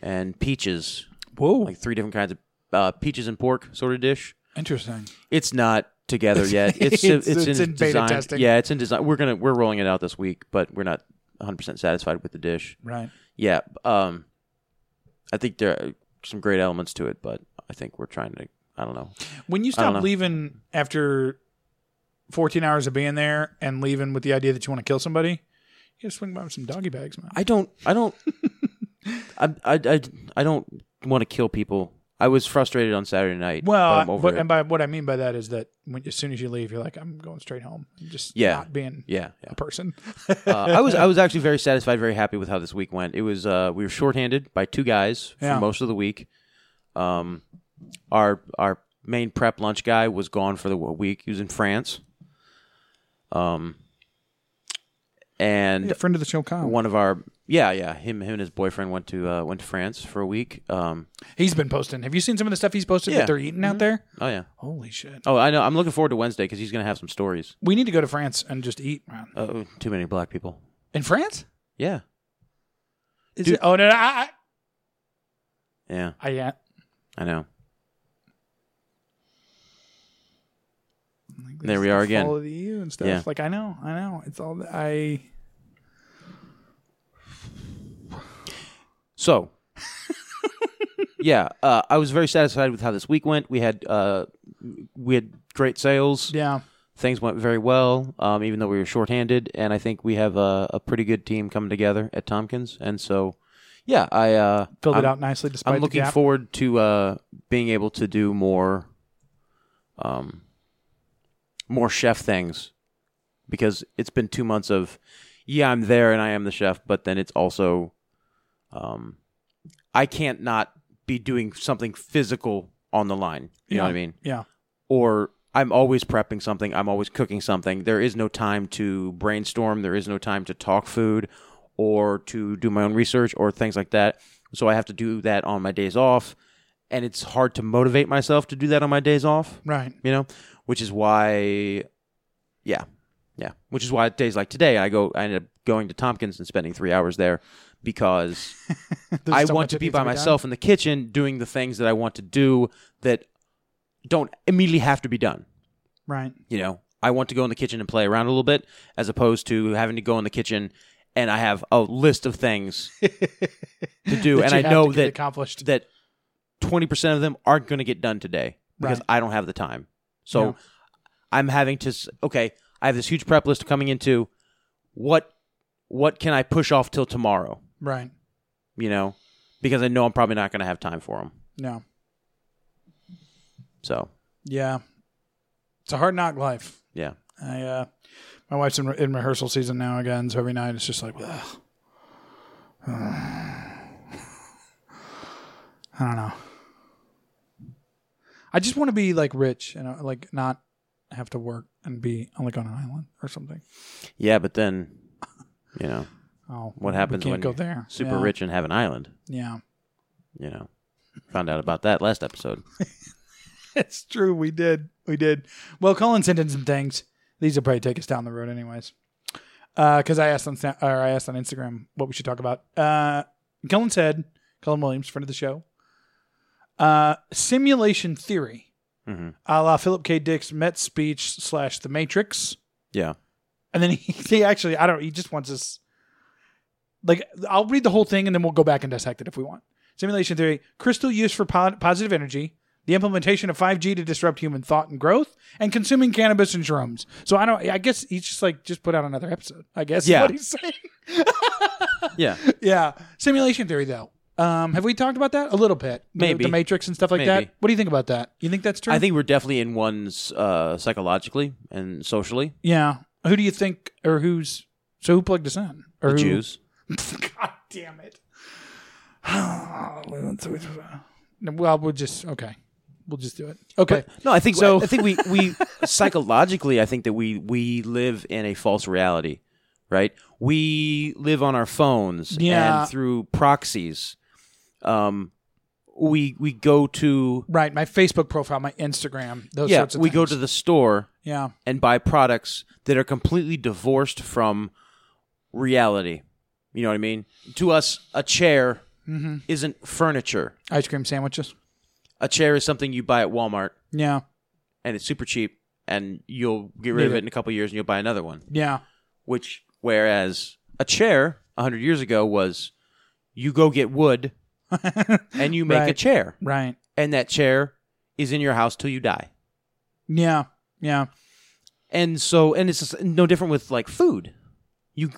and peaches,
Whoa,
like three different kinds of uh, peaches and pork sort of dish.
interesting.
It's not together yet. It's
It's-
it's,
it's
in,
in beta
design.
testing.
Yeah, it's in design. We're gonna we're rolling it out this week, but we're not 100 percent satisfied with the dish.
Right.
Yeah, um, I think there are some great elements to it, but I think we're trying to. I don't know.
When you
I don't
stop
know.
leaving after 14 hours of being there and leaving with the idea that you want to kill somebody, you gotta swing by with some doggy bags, man.
I don't. I don't. I, I, I, I don't want to kill people. I was frustrated on Saturday night.
well,
but
I-
I'm over
but,
it.
and by what I mean by that is that when, as soon as you leave, you're like, I'm going straight home. I'm just
Yeah.
not being
yeah, yeah.
a person.
Uh, I was I was actually very satisfied, very happy with how this week went. It was uh, we were shorthanded by two guys for
Yeah.
most of the week. Um, our our main prep lunch guy was gone for the w- week. He was in France. Um, and
Yeah, friend of the show, Kyle.
one of our yeah yeah him him and his boyfriend went to uh, went to France for a week. Um,
He's been posting. Have you seen some of the stuff he's posted
Yeah.
that they're eating out there?
oh yeah
Holy shit.
oh I know I'm looking forward to Wednesday because he's gonna have some stories.
We need to go to France and just eat, man.
Uh, too many black people.
In France?
Yeah
Is
Dude.
it? Oh, no, no. I,
yeah
I, I, yeah.
I know.
Like,
There
this
we
is
are
the
again.
fall of the EU and stuff.
Yeah.
Like I know, I know. It's all that I.
So, yeah, uh, I was very satisfied with how this week went. We had uh, we had great sales.
Yeah.
Things went very well, um, even though we were shorthanded. And I think we have a, a pretty good team coming together at Tompkins. And so, yeah, I uh,
Filled
I'm,
it out nicely despite
I'm looking
the gap.
forward to uh, being able to do more, um, more chef things, because it's been two months of, yeah, I'm there and I am the chef, but then it's also, um, I can't not be doing something physical on the line. You know what I mean?
Yeah.
Or I'm always prepping something. I'm always cooking something. There is no time to brainstorm. There is no time to talk food or to do my own research or things like that. So I have to do that on my days off. And it's hard to motivate myself to do that on my days off,
Right.
you know, which is why, yeah, yeah, which is why days like today, I go, I ended up going to Tompkins and spending three hours there because
There's
I
so
want
much
to
that
be
needs
by
done.
myself in the kitchen doing the things that I want to do that don't immediately have to be done.
Right.
You know, I want to go in the kitchen and play around a little bit as opposed to having to go in the kitchen and I have a list of things to do
That
and
you
I
have
know
to get
that
accomplished.
that 20% of them aren't going to get done today because
Right.
I don't have the time. So
Yeah.
I'm having to s- okay, I have this huge prep list coming into what what can I push off till tomorrow?
Right.
you know, because I know I'm probably not going to have time for them.
No.
So,
Yeah. It's a hard knock life.
yeah.
I. uh My wife's in, re- in rehearsal season now again, so every night it's just like. Ugh. I don't know. I just want to be like rich and uh, like not have to work and be like on an island or something.
Yeah, but then, you know,
Oh,
what
we
happens
can't
when
go
you're
there?
super
Yeah.
rich and have an island,
Yeah,
you know. Found out about that last episode.
it's true. We did. We did. Well, Colin sent in some things. These will probably take us down the road, anyways. Because I asked on Sna- or I asked on Instagram what we should talk about. Uh, Colin said, Colin Williams, friend of the show, uh, simulation theory,
Mhm.
a la Philip K. Dick's Met speech slash The Matrix.
Yeah.
And then he, he actually, I don't. He just wants us. Like I'll read the whole thing, and then we'll go back and dissect it if we want. Simulation theory: crystal used for po- positive energy, the implementation of 5G to disrupt human thought and growth, and consuming cannabis and shrooms. So I don't. I guess he's just like just put out another episode. I guess is
Yeah.
what he's saying.
Yeah.
yeah. Simulation theory, though. Um, have we talked about that a little bit? The-
Maybe.
the Matrix and stuff like
Maybe.
that. What do you think about that? You think that's true?
I think we're definitely in one's uh, psychologically and socially.
Yeah. Who do you think, or who's so who plugged us in? Or
The
who,
Jews.
God damn it. well, we'll just okay. We'll just do it. Okay.
No, I think
So-
I think we we psychologically I think that we we live in a false reality, right? We live on our phones
Yeah.
and through proxies. Um we we go to
right. My Facebook profile, my Instagram, those
yeah,
sorts of
we go
things.
to the store
Yeah.
and buy products that are completely divorced from reality. You know what I mean? To us, a chair isn't furniture.
Ice cream sandwiches.
A chair is something you buy at Walmart
Yeah.
and it's super cheap and you'll get rid of
Neither.
it in a couple years and you'll buy another one.
Yeah.
Which, whereas a chair 100 years ago was you go get wood and you make a
Right.
chair,
Right.
and that chair is in your house till you die.
Yeah. Yeah.
And so, and it's just no different with like food. You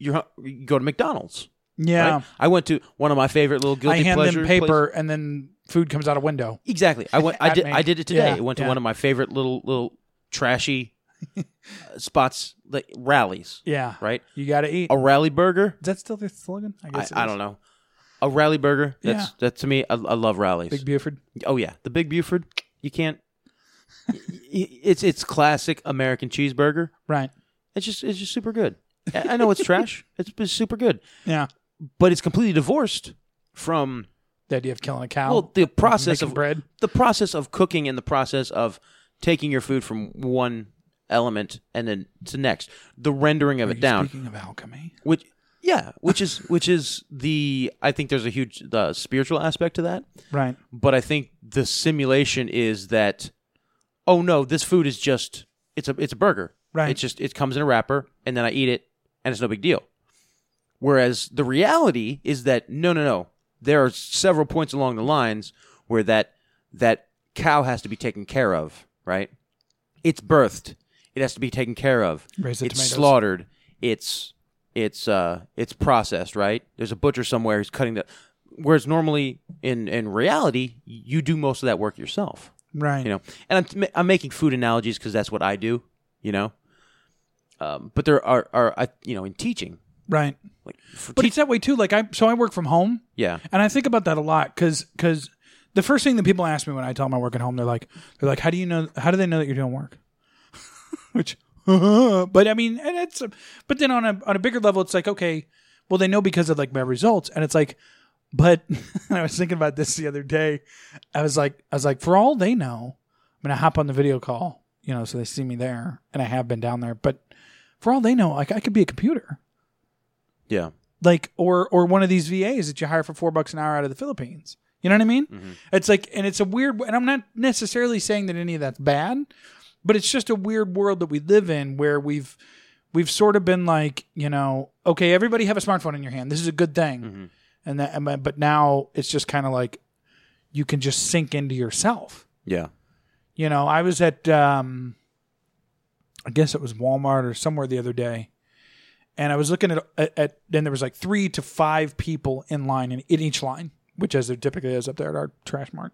you're, hu- you go to McDonald's.
Yeah.
right? I went to one of my favorite little
I
guilty
hand
pleasure
them
places-
paper, and then food comes out a window.
Exactly. I went. I
At
did.
me.
I did it today.
Yeah,
I went to
yeah.
one of my favorite little little trashy uh, spots, like rallies.
Yeah.
Right.
You got to eat.
A rally burger.
Is that still the slogan?
I,
guess it
I
is.
don't know. A rally burger. That's
Yeah.
that to me. I, I love rallies.
Big Buford.
oh yeah, the Big Buford. You can't. y- y- it's it's classic American cheeseburger.
Right.
It's just it's just super good. I I know it's trash. It's, it's super good,
Yeah.
but it's completely divorced from
The idea of killing a cow.
well the process
making
of
bread.
the process of cooking and the process of taking your food from one element and then to next the rendering of it down
Speaking of alchemy.
which yeah which is which is the i think there's a huge the spiritual aspect to that
Right.
but i think the simulation is that oh no this food is just it's a it's a burger
Right.
it's just it comes in a wrapper and then i eat it and it's no big deal whereas the reality is that no no no there are several points along the lines where that that cow has to be taken care of right it's birthed it has to be taken care of
Raise the
it's
tomatoes.
slaughtered it's it's uh it's processed right there's a butcher somewhere who's cutting the whereas normally in in reality you do most of that work yourself
Right.
you know and i'm, I'm making food analogies because that's what i do you know um, but there are, are I, you know in teaching
Right.
like for
But
te-
it's that way too. Like I, so I work from home.
yeah
And I think about that a lot because the first thing that people ask me when I tell them I work at home, they're like, they're like, how do you know? How do they know that you're doing work? Which, but I mean, and it's but then on a on a bigger level, it's like okay, well they know because of like my results, and it's like, but I was thinking about this the other day. I was like, I was like, for all they know, I'm gonna hop on the video call, you know, so they see me there, and I have been down there, but for all they know, like I could be a computer
yeah
like or or one of these VAs that you hire for four bucks an hour out of the Philippines. You know what I mean? It's like, and it's a weird, and I'm not necessarily saying that any of that's bad, but it's just a weird world that we live in where we've we've sort of been like, you know, okay, everybody have a smartphone in your hand. This is a good thing, and that, and but- but now it's just kind of like you can just sink into yourself.
yeah
You know, I was at um I guess it was Walmart or somewhere the other day. And I was looking at at, at then there was like 3 to 5 people in line in, in each line, which as there typically is up there at our trash mart.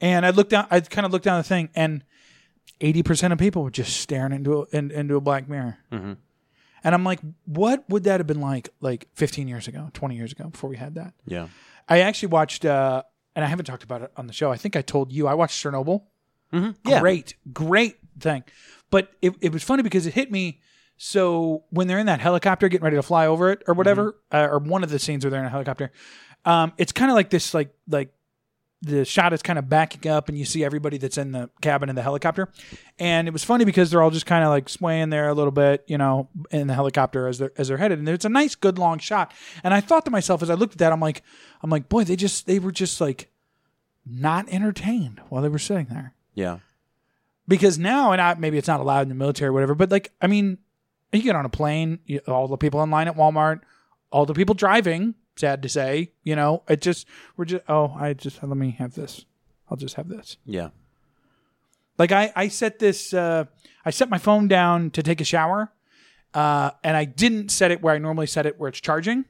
And I looked down I kind of looked down the thing and 80% of people were just staring into a, in, into a black mirror. And I'm like, what would that have been like like 15 years ago, 20 years ago before we had that?
yeah
I actually watched, uh, and I haven't talked about it on the show. I think I told you I watched Chernobyl.
Mm-hmm. Yeah.
Great, great thing. But it, it was funny because it hit me. So when they're in that helicopter getting ready to fly over it or whatever, uh, or one of the scenes where they're in a helicopter, um, it's kind of like this, like like the shot is kind of backing up and you see everybody that's in the cabin in the helicopter. And it was funny because they're all just kind of like swaying there a little bit, you know, in the helicopter as they're as they're headed. And it's a nice good long shot. And I thought to myself as I looked at that, I'm like, I'm like, boy, they just they were just like not entertained while they were sitting there.
yeah
Because now, and I, maybe it's not allowed in the military or whatever, but like, I mean, you get on a plane, you, all the people in line at Walmart, all the people driving, sad to say, you know, it just, we're just, oh, I just, let me have this. I'll just have this.
yeah
Like I, I set this, uh, I set my phone down to take a shower, uh, and I didn't set it where I normally set it, where it's charging.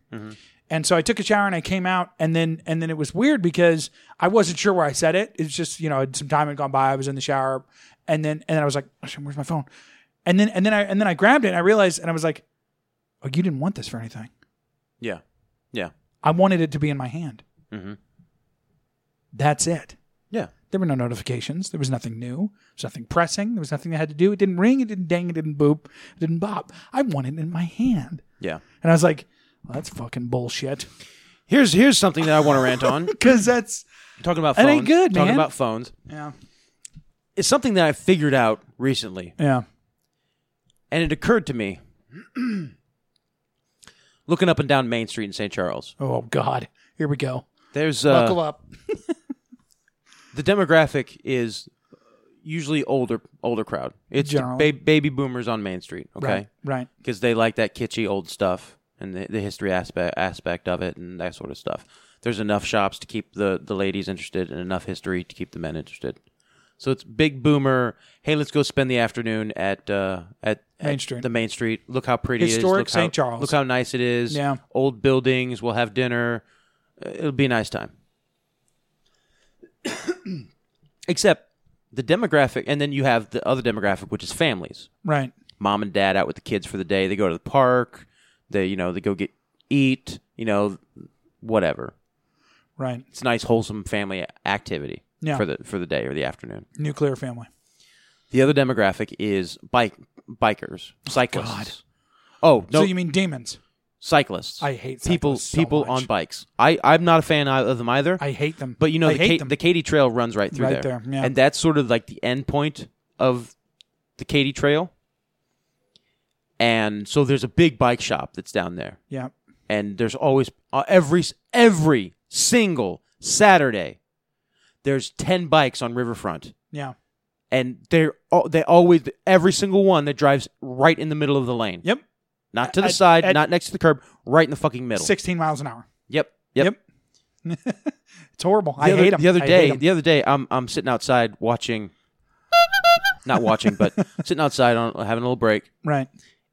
And so I took a shower and I came out, and then and then it was weird because I wasn't sure where I set it. It's just you know some time had gone by. I was in the shower, and then and then I was like, oh, shit, where's my phone? And then and then I and then I grabbed it and I realized and I was like, oh, you didn't want this for anything.
yeah yeah
I wanted it to be in my hand.
Mhm.
That's it.
yeah
There were no notifications. There was nothing new. There was nothing pressing. There was nothing I had to do. It didn't ring. It didn't ding. It didn't boop. It didn't bop. I wanted it in my hand.
yeah
And I was like, well, that's fucking bullshit.
here's here's something that i want to rant on
Because that's.
talking about
That
phones
ain't good,
talking
man.
about phones
Yeah.
it's something that i figured out recently
Yeah.
and it occurred to me looking up and down main street in st charles
Oh, God. Here we go.
there's
Buckle
uh,
up.
the demographic is usually older older crowd. It's the
Generally.
ba- baby boomers on Main Street, okay?
Right. Right.
Because they like that kitschy old stuff and the, the history aspect aspect of it and that sort of stuff. There's enough shops to keep the the ladies interested and enough history to keep the men interested. So it's big boomer. Hey, let's go spend the afternoon at uh, at,
Main
at
Street.
The Main Street. Look how pretty it is. Look
Historic
how-
St. Charles.
Look how nice it is.
Yeah.
Old buildings. We'll have dinner. Uh, It'll be a nice time. Except the demographic, and then you have the other demographic, which is families.
Right.
Mom and dad out with the kids for the day. They go to the park. They you know they go get eat. You know whatever.
Right.
It's a nice wholesome family activity
Yeah.
for the for the day or the afternoon.
Nuclear family.
The other demographic is bike bikers, cyclists. Oh, no,
So you mean demons?
cyclists.
I hate
people
cyclists so
people
much.
on bikes. I I'm not a fan of them either.
I hate them.
but you know
I
the
hate
Ka-
them.
the Katy Trail runs right through
Right
there,
there, yeah.
and that's sort of like the end point of the Katy Trail. And so there's a big bike shop that's down there,
yeah.
and there's always uh, every every single Saturday, there's ten bikes on Riverfront
Yeah.
and they're al- they always every single one that drives right in the middle of the lane.
Yep.
Not to the
At-
side,
at-
not next to the curb, right in the fucking middle.
Sixteen miles an hour.
Yep. Yep.
Yep. It's horrible.
The
I
other,
hate them.
The other
I
day,
hate 'em.
the other day, I'm I'm sitting outside watching, not watching, but sitting outside on having a little break,
right.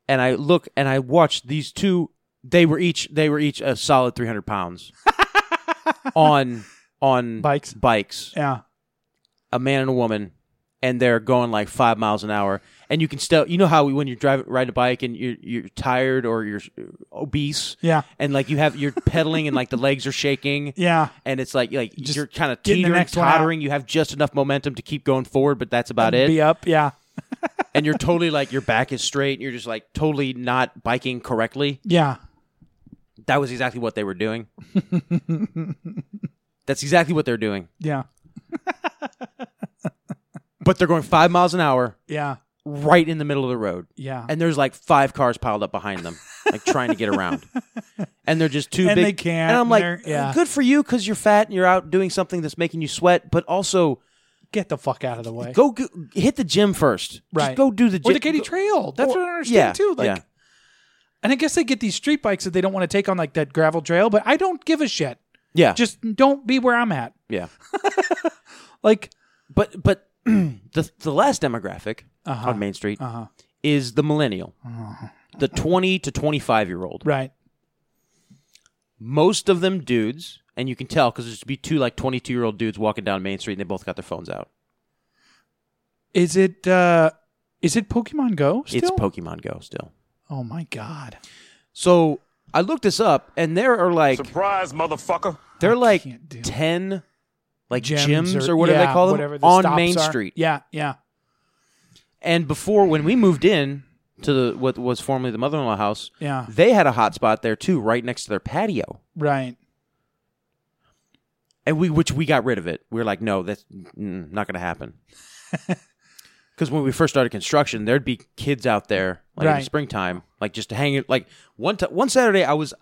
and I look and I watch these two. They were each they were each a solid 300 pounds on on
Bikes.
bikes.
Yeah.
a man and a woman and they're going like five miles an hour and you can still you know how when you're driving riding a bike and you're you're tired or you're obese
Yeah.
and like you have you're pedaling and like the legs are shaking
Yeah.
and it's like like
Just
you're kind of
getting the
teetering
next one out.
tottering you have just enough momentum to keep going forward but that's about it
Be up. Yeah.
and you're totally like your back is straight and you're just like totally not biking correctly
Yeah.
that was exactly what they were doing that's exactly what they're doing
Yeah.
but they're going five miles an hour
Yeah.
right in the middle of the road
Yeah.
and there's like five cars piled up behind them, like trying to get around. And they're just too
And
big.
they can't,
And I'm
and
like,
they're- yeah.
good for you because you're fat and you're out doing something that's making you sweat, but also
Get the fuck out of the way.
go, go hit the gym first. Just
Right.
go do the gym.
or the Katy Trail. That's what I don't understand
yeah,
too. Like,
yeah.
and I guess they get these street bikes that they don't want to take on like that gravel trail. But I don't give a shit.
Yeah.
Just don't be where I'm at.
yeah.
Like,
But but the the last demographic
Uh-huh.
on Main Street is the millennial, the 20 to 25 year old.
right?
Most of them dudes, and you can tell because there'd be two like 22 year old dudes walking down Main Street and they both got their phones out.
Is it? uh Is it Pokemon Go? Still?
It's Pokemon Go still.
oh my god!
So I looked this up, and there are like surprise, motherfucker. They're like
can't do-
ten, like gyms, or, whatever
yeah,
they call them
whatever the
on
stops
Main
are.
Street.
Yeah. Yeah.
And before when we moved in to the, what was formerly the mother-in-law house,
Yeah.
they had a hot spot there too, right next to their patio.
Right.
And we, which we got rid of it. We were like, no, that's mm, not going to happen. Because when we first started construction, there'd be kids out there like in the
Right.
springtime, like just hanging. Like one t- one Saturday, I was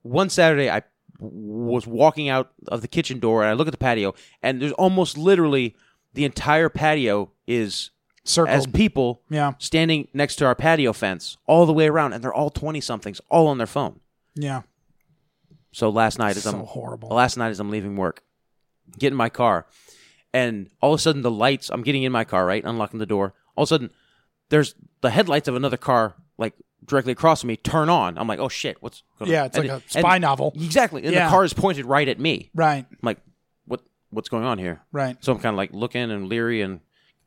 one Saturday I was walking out of the kitchen door, and I look at the patio, and there's almost literally the entire patio is
Circled.
as people
Yeah.
standing next to our patio fence all the way around, and they're all twenty somethings, all on their phone.
yeah.
So last night as
So
I'm
horrible.
Last night as I'm leaving work, get in my car, and all of a sudden the lights. I'm getting in my car, right, unlocking the door. All of a sudden, there's the headlights of another car like directly across from me turn on. I'm like, oh shit, what's going on?
Yeah, it's
And-
like a
and-
spy novel.
Exactly, and
Yeah.
the car is pointed right at me.
Right.
I'm like, what what's going on here?
Right.
So I'm kind of like looking and leery and.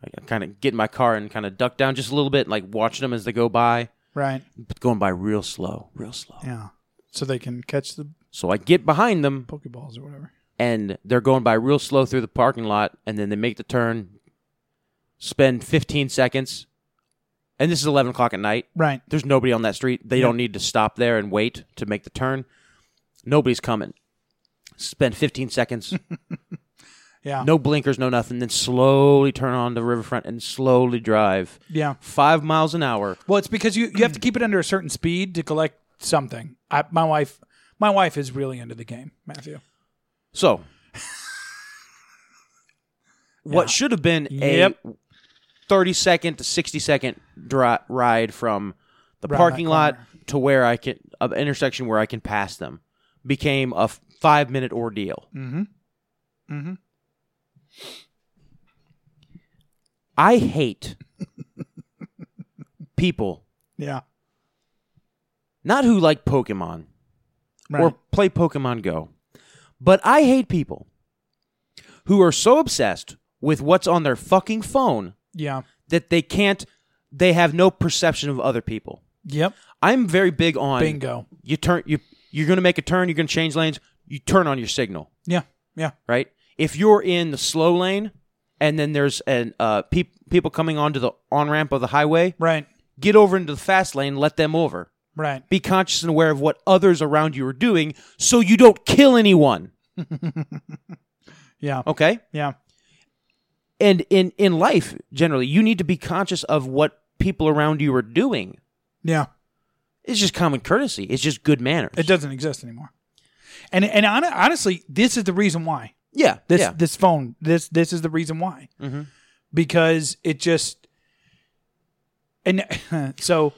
I kind of get in my car and kind of duck down just a little bit, and like watching them as they go by,
Right.
but going by real slow, real slow.
Yeah. So they can catch the
So I get behind them,
Pokeballs or whatever.
and they're going by real slow through the parking lot, and then they make the turn, spend 15 seconds, and this is 11 o'clock at night.
Right.
There's nobody on that street. They don't need to stop there and wait to make the turn. Nobody's coming. Spend 15 seconds,
Yeah.
no blinkers, no nothing, then slowly turn on the riverfront and slowly drive
Yeah.
five miles an hour.
Well, it's because you, you have to keep it under a certain speed to collect something. I, my wife my wife is really into the game, Matthew.
So, what should have been a
Yep.
thirty second to sixty second dri- ride from the
Round that
parking lot to where I can uh, the intersection where I can pass them became a f- five minute ordeal.
Mm-hmm. Mm-hmm.
I hate people
Yeah.
not who like Pokemon
Right.
or play Pokemon Go, but I hate people who are so obsessed with what's on their fucking phone
yeah.
that they can't they have no perception of other people.
Yep.
I'm very big on
Bingo.
You turn you you're going to make a turn, you're going to change lanes, you turn on your signal,
Yeah. Yeah.
right? If you're in the slow lane and then there's an uh peop people coming onto the on-ramp of the highway,
Right.
get over into the fast lane, let them over.
Right.
Be conscious and aware of what others around you are doing so you don't kill anyone,
Yeah.
okay?
Yeah.
And in in life generally, you need to be conscious of what people around you are doing.
Yeah.
It's just common courtesy. It's just good manners.
It doesn't exist anymore. And and hon- honestly, this is the reason why
Yeah.
this
yeah.
this phone this this is the reason why because it just and so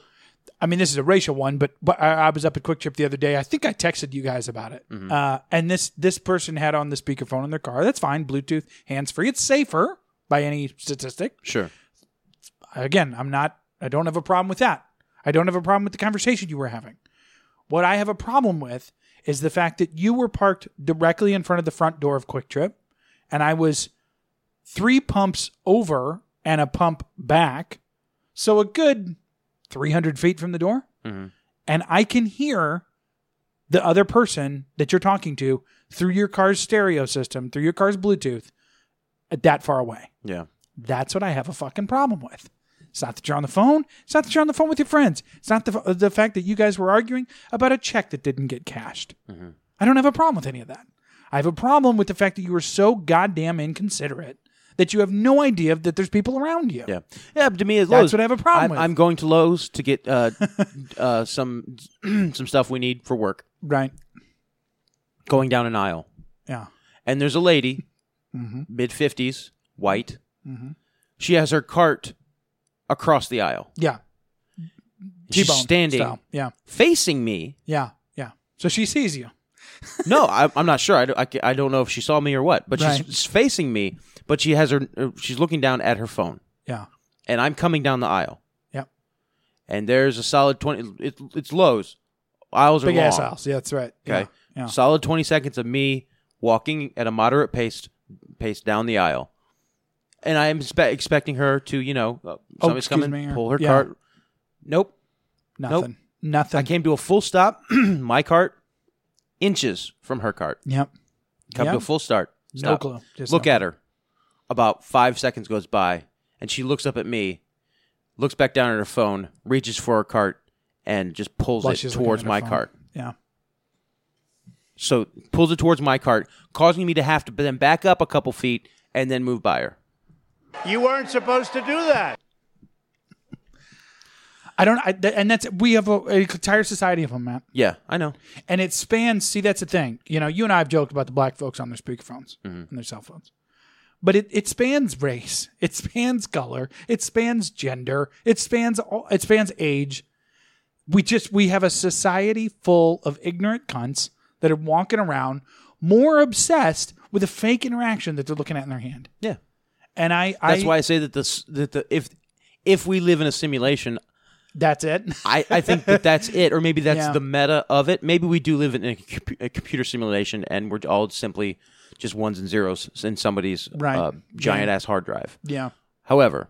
I mean this is a racial one, but but I, I was up at Quick Trip the other day. I think I texted you guys about it. Uh, and this this person had on the speakerphone in their car. That's fine, Bluetooth, hands free. It's safer by any statistic.
sure.
again, I'm not, I don't have a problem with that. I don't have a problem with the conversation you were having. What I have a problem with is the fact that you were parked directly in front of the front door of Quick Trip, and I was three pumps over and a pump back. So a good 300 feet from the door. And I can hear the other person that you're talking to through your car's stereo system, through your car's Bluetooth, at that far away.
Yeah.
That's what I have a fucking problem with. It's not that you're on the phone. It's not that you're on the phone with your friends. It's not the, the fact that you guys were arguing about a check that didn't get cashed.
Mm-hmm.
I don't have a problem with any of that. I have a problem with the fact that you were so goddamn inconsiderate that you have no idea that there's people around you.
Yeah, yeah. But to me, it's
That's
Lowe's.
what I have a problem
I'm,
with.
I'm going to Lowe's to get uh, uh, some some stuff we need for work.
Right.
Going down an aisle,
Yeah.
and there's a lady,
Mm-hmm.
mid fifties, white. She has her cart across the aisle.
Yeah.
She's
T-bone
standing
style. Yeah.
facing me.
Yeah. Yeah. So she sees you.
No, I, I'm not sure. I don't, I ca- I don't know if she saw me or what, but
Right.
she's facing me. But she has her. uh, She's looking down at her phone,
Yeah.
and I'm coming down the aisle.
Yep.
And there's a solid twenty. It, it's Lowe's. Aisles are
Big
long.
ass house. Yeah, that's right.
Okay.
Yeah. Yeah.
Solid 20 seconds of me walking at a moderate pace pace down the aisle. And I am spe- expecting her to, you know, uh, somebody's
Oh, excuse
coming,
me, or-
pull her
yeah.
cart. Nope.
Nothing.
Nope.
Nothing.
I came to a full stop, my cart, inches from her cart.
Yep.
Come to
Yeah.
a full start.
No
Stop.
clue. Just
Look
no
at her. About five seconds goes by, and she looks up at me, looks back down at her phone, reaches for her cart, and just pulls
While
it
she's looking
towards
at her
my
phone.
cart.
Yeah.
So pulls it towards my cart, causing me to have to then back up a couple feet and then move by her.
I don't. I, th- and that's we have a, a entire society of them, Matt.
Yeah, I know.
and it spans. See, that's the thing. You know, you and I have joked about the black folks on their speakerphones
Mm-hmm.
and their cell phones, but it, it spans race, it spans color, it spans gender, it spans all, it spans age. We just we have a society full of ignorant cunts that are walking around more obsessed with a fake interaction that they're looking at in their hand.
Yeah,
And I,
that's
I,
why I say that this that the if if we live in a simulation,
that's it.
I I think that that's it, or maybe that's
Yeah.
the meta of it. Maybe we do live in a, compu- a computer simulation, and we're all simply just ones and zeros in somebody's
Right.
uh, giant ass hard drive.
yeah,
However,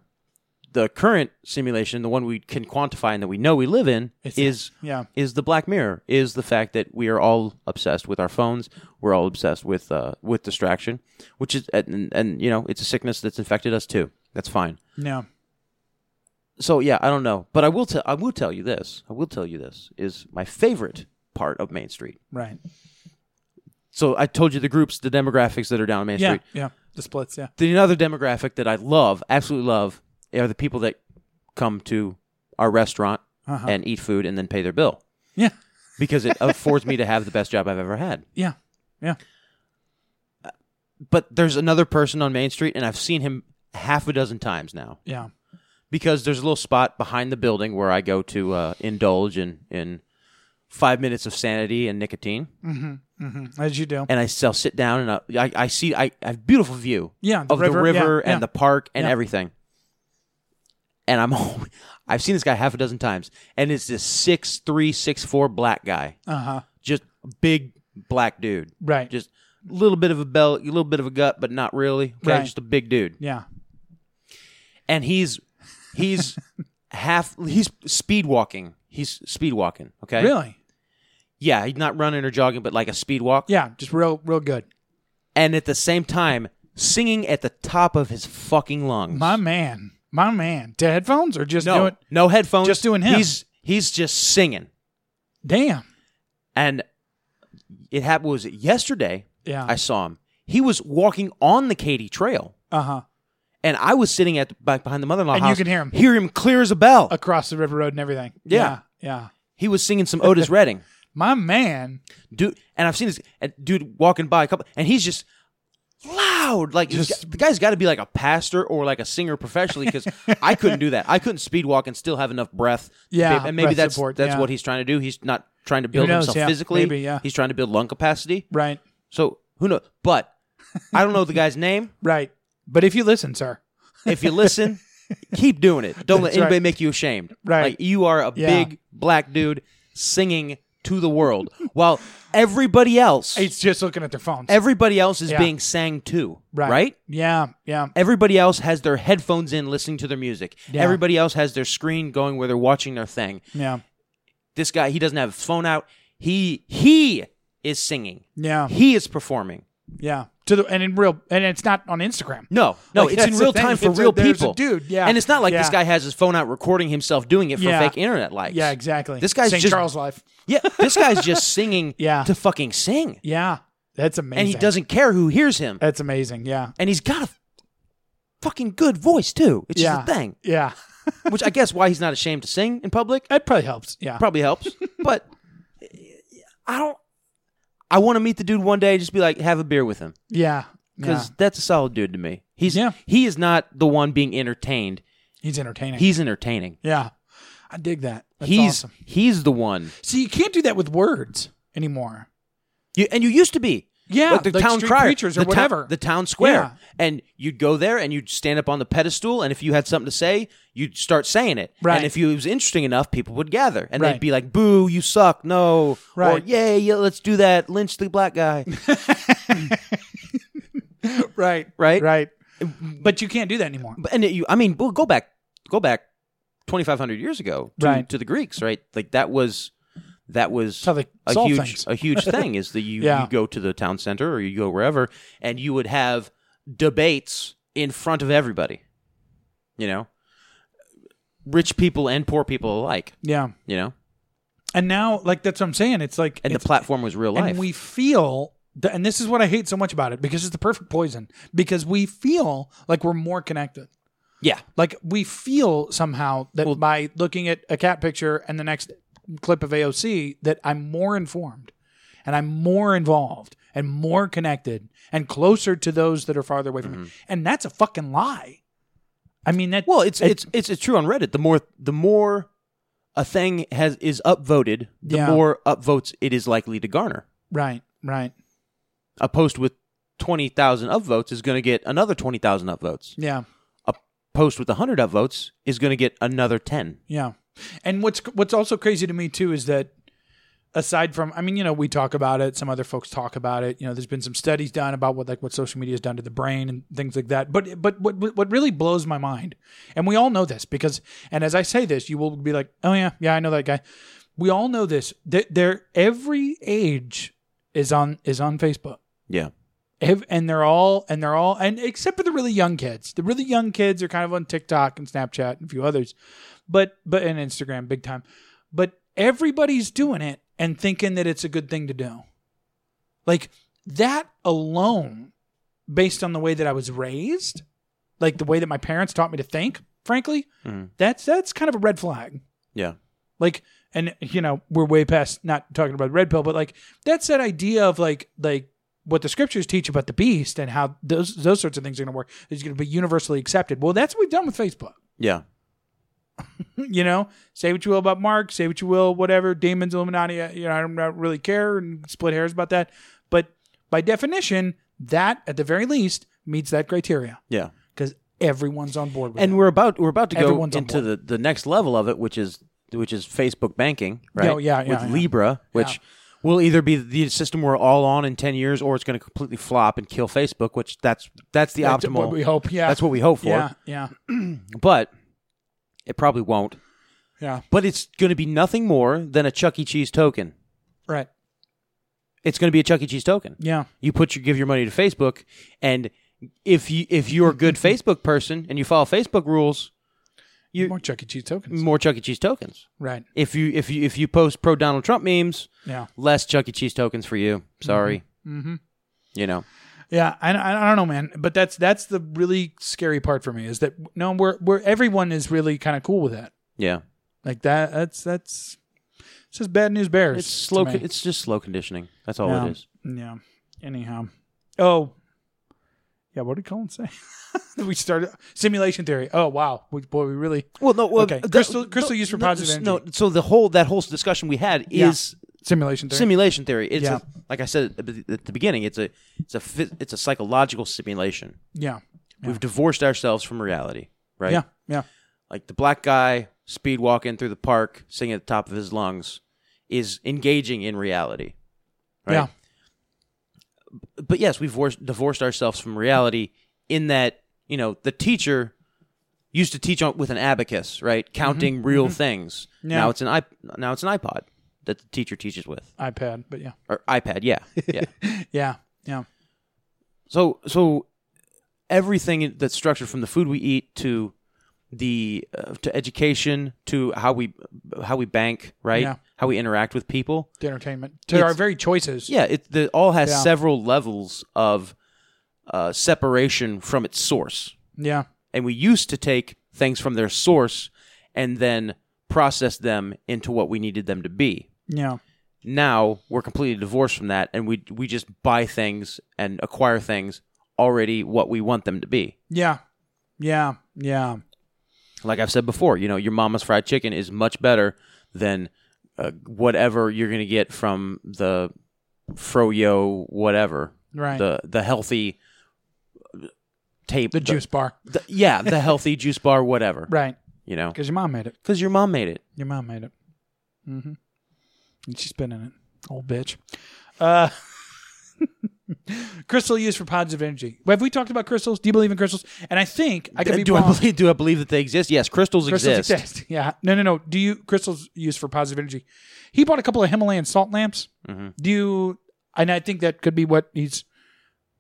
the current simulation, the one we can quantify and that we know we live in, is
yeah.
is the Black Mirror. Is the fact that we are all obsessed with our phones, we're all obsessed with uh, with distraction, which is and, and you know it's a sickness that's infected us too. That's fine.
no,
So yeah, I don't know, but I will tell I will tell you this. I will tell you this is my favorite part of Main Street.
right,
So I told you the groups, the demographics that are down on Main
yeah,
Street.
yeah. The splits, yeah,
the another demographic that I love, absolutely love, are the people that come to our restaurant and eat food and then pay their bill
yeah,
because it affords me to have the best job I've ever had.
yeah, yeah.
But there's another person on Main Street, and I've seen him half a dozen times now
Yeah.
because there's a little spot behind the building where I go to uh, indulge in in five minutes of sanity and nicotine,
Mm-hmm. As you do.
and I still sit down and I I, I see I, I have beautiful view
Yeah, the
of the
river,
river
yeah,
and
yeah.
the park and
Yeah.
everything. And I'm al- I've seen this guy half a dozen times, and it's this six three six four black guy,
Uh huh.
just a big black dude,
Right.
just a little bit of a belt, a little bit of a gut, but not really. Okay,
Right.
just a big dude
yeah.
and he's he's half he's speed walking. He's speed walking. Okay.
Really?
Yeah, he's not running or jogging, but like a speed walk.
Yeah. Just real, real good.
And at the same time, singing at the top of his fucking lungs.
My man. My man. To headphones or just
no,
doing?
no headphones.
just doing him.
He's he's just singing.
Damn.
And it happened was it yesterday?
Yeah.
I saw him. He was walking on the Katy Trail,
Uh huh.
and I was sitting at the, back behind the mother-in-law
And you
house.
could hear him.
Hear him clear as a bell.
Across the river road and everything.
Yeah.
Yeah. yeah.
he was singing some Otis Redding.
My man.
dude and i've seen this uh, dude walking by a couple and he's just loud like this
Just-
guy- the guy's got to be like a pastor or like a singer professionally because i couldn't do that i couldn't speed walk and still have enough breath to be-
Yeah,
and maybe
breath
that's
support,
that's
yeah.
what he's trying to do he's not trying to build
knows,
himself
yeah,
physically
maybe, yeah.
he's trying to build lung capacity
Right.
so who knows but i don't know the guy's name
Right. But if you listen, sir.
if you listen keep doing it don't let
That's
anybody
right.
make you ashamed
Right.
like you are a
Yeah.
big black dude singing to the world while everybody else
It's just looking at their phones.
everybody else is
Yeah.
being sang to, right.
Yeah. Yeah.
Everybody else has their headphones in listening to their music.
Yeah.
Everybody else has their screen going where they're watching their thing.
Yeah.
This guy, he doesn't have his phone out. He he is singing.
Yeah.
He is performing.
Yeah. To the and in real and it's not on Instagram.
No, no,
Like,
it's in
that's the
real
thing.
time for
It's a-
real
there's a
people,
dude, yeah.
And it's not like this
Yeah.
guy has his phone out recording himself doing it for
Yeah.
fake internet likes.
Yeah, exactly.
This guy's
St.
just-
Charles life.
Yeah, this guy's just singing.
Yeah.
to fucking sing,
Yeah. That's amazing.
and he doesn't care who hears him,
That's amazing. Yeah.
and he's got a fucking good voice too. It's
yeah.
just a thing.
Yeah.
which I guess why he's not ashamed to sing in public
That probably helps. Yeah.
probably helps. But I don't. I want to meet the dude one day, just be like, have a beer with him,
yeah.
because
Yeah.
that's a solid dude to me. He's
Yeah.
he is not the one being entertained.
he's entertaining.
He's entertaining.
yeah. I dig that. That's
he's
awesome.
he's the one.
See, you can't do that with words anymore.
You and you used to be.
Yeah,
like the
like
town
street
crier,
preachers or
the town-
whatever.
the town square,
Yeah.
and you'd go there and you'd stand up on the pedestal, and if you had something to say, you'd start saying it.
Right.
And if you, it was interesting enough, people would gather, and
Right.
they'd be like, "Boo, you suck!" No,
Right.
Or, "Yay, yeah, let's do that." Lynch the black guy.
Right.
Right? Mm-hmm.
Right. But you can't do that anymore.
But- and it, you, I mean, well, go back, go back, twenty five hundred years ago, to,
Right.
to the Greeks, right? Like that was that was
how they
a
solve
huge
things.
a huge thing is that you,
Yeah.
you go to the town center or you go wherever, and you would have debates in front of everybody, you know, rich people and poor people alike,
Yeah.
you know,
And now, like that's what I'm saying. It's like
and
it's,
the platform was real life.
and we feel th- and this is what i hate so much about it because it's the perfect poison because we feel like we're more connected
yeah,
like we feel somehow that by looking at a cat picture and the next clip of aoc that i'm more informed and i'm more involved and more connected and closer to those that are farther away from me and that's a fucking lie i mean that
Mm-hmm. Well, it's
it-
it's it's it's true on Reddit. The more the more a thing has is upvoted, the
Yeah.
more upvotes it is likely to garner.
right right
A post with twenty thousand upvotes is going to get another twenty thousand upvotes.
yeah
A post with hundred upvotes is going to get another ten.
Yeah, and what's what's also crazy to me too is that aside from, I mean, you know, we talk about it. Some other folks talk about it. You know, there's been some studies done about what like what social media has done to the brain and things like that. But but what what what really blows my mind, and we all know this because, and as I say this, you will be like, oh yeah, yeah, I know that guy. We all know this. That they're every age is on is on Facebook.
Yeah,
Ev- and they're all and they're all and except for the really young kids the really young kids are kind of on tiktok and snapchat and a few others but but and instagram big time but everybody's doing it and thinking that it's a good thing to do like that alone based on the way that i was raised like the way that my parents taught me to think frankly that's that's kind of a red flag
yeah,
like and you know we're way past not talking about red pill but like that's that idea of like like what the scriptures teach about the beast and how those those sorts of things are going to work is going to be universally accepted well that's what we've done with facebook
yeah.
you know, say what you will about Mark, say what you will, whatever, Damon's Illuminati, uh, you know, I don't I don't really care and split hairs about that. But by definition, that at the very least meets that criteria
Yeah.
because everyone's on board with it.
And we're about we're about to go
Everyone's on
into the, the next level of it, which is which is Facebook banking, right?
Oh, yeah, yeah,
With
yeah.
Libra, which will either be the system we're all on in ten years, or it's going to completely flop and kill Facebook. Which that's that's the
That's
optimal.
what we hope, yeah.
that's what we hope for.
yeah, yeah,
But it probably won't.
yeah,
But it's going to be nothing more than a Chuck E. Cheese token.
right,
It's going to be a Chuck E. Cheese token.
yeah,
You put your give your money to Facebook, and if you if you're a good Facebook person and you follow Facebook rules, You-
more Chuck E. Cheese tokens,
more Chuck E. Cheese tokens.
right?
if you if you if you post pro Donald Trump memes,
Yeah,
less Chuck E. Cheese tokens for you. Sorry. Mm-hmm. You know.
yeah. I, I I don't know, man, but that's that's the really scary part for me is that no, we're we're everyone is really kind of cool with that.
Yeah.
Like that. That's that's. It's just bad news bears.
It's slow.
to
Con-
me.
it's just slow conditioning. That's all
yeah.
it is.
Yeah. Anyhow. Oh. Yeah, what did Colin say? we started simulation theory. Oh wow. We, boy, we really
Well, no. Well,
Okay. Crystal- crystal used for positive
No.
energy.
So the whole that whole discussion we had
Yeah.
is
simulation theory.
simulation theory. It's
Yeah.
a, like I said at the- at the beginning. It's a it's a phys- it's a psychological simulation.
yeah.
We've divorced ourselves from reality. Right.
Yeah. Yeah.
like the black guy speed walking through the park singing at the top of his lungs is engaging in reality right?
Yeah.
but yes we've wor- divorced ourselves from reality in that you know the teacher used to teach on, with an abacus right counting real things
Mm-hmm. Yeah.
now it's an iP- now it's an ipod that the teacher teaches with
iPad, but yeah.
or ipad yeah yeah
Yeah. Yeah.
so so everything that's structured from the food we eat to the uh, to education to how we how we bank, right?
Yeah.
How we interact with people.
To entertainment. To
It's-
our very choices.
Yeah, it the, all has
Yeah.
several levels of uh, separation from its source.
Yeah.
And we used to take things from their source and then process them into what we needed them to be.
Yeah.
Now we're completely divorced from that and we we just buy things and acquire things already what we want them to be.
Yeah. Yeah. Yeah.
like I've said before, you know, your mama's fried chicken is much better than uh, whatever you're going to get from the froyo whatever.
Right.
The the healthy uh, tape
The juice bar.
the- yeah, the healthy juice bar whatever.
Right.
You know.
Because your mom made it.
Cuz your mom made it.
Your mom made it. Mm-hmm. And she's been in it. Old bitch. Uh Crystal used for positive energy. Have we talked about crystals? Do you believe in crystals? And I think I could be
do
wrong.
I believe do I believe that they exist? Yes, crystals,
crystals
exist.
exist. Yeah. No, no, no. Do you crystals used for positive energy? He bought a couple of Himalayan salt lamps.
Mm-hmm.
Do you? And I think that could be what he's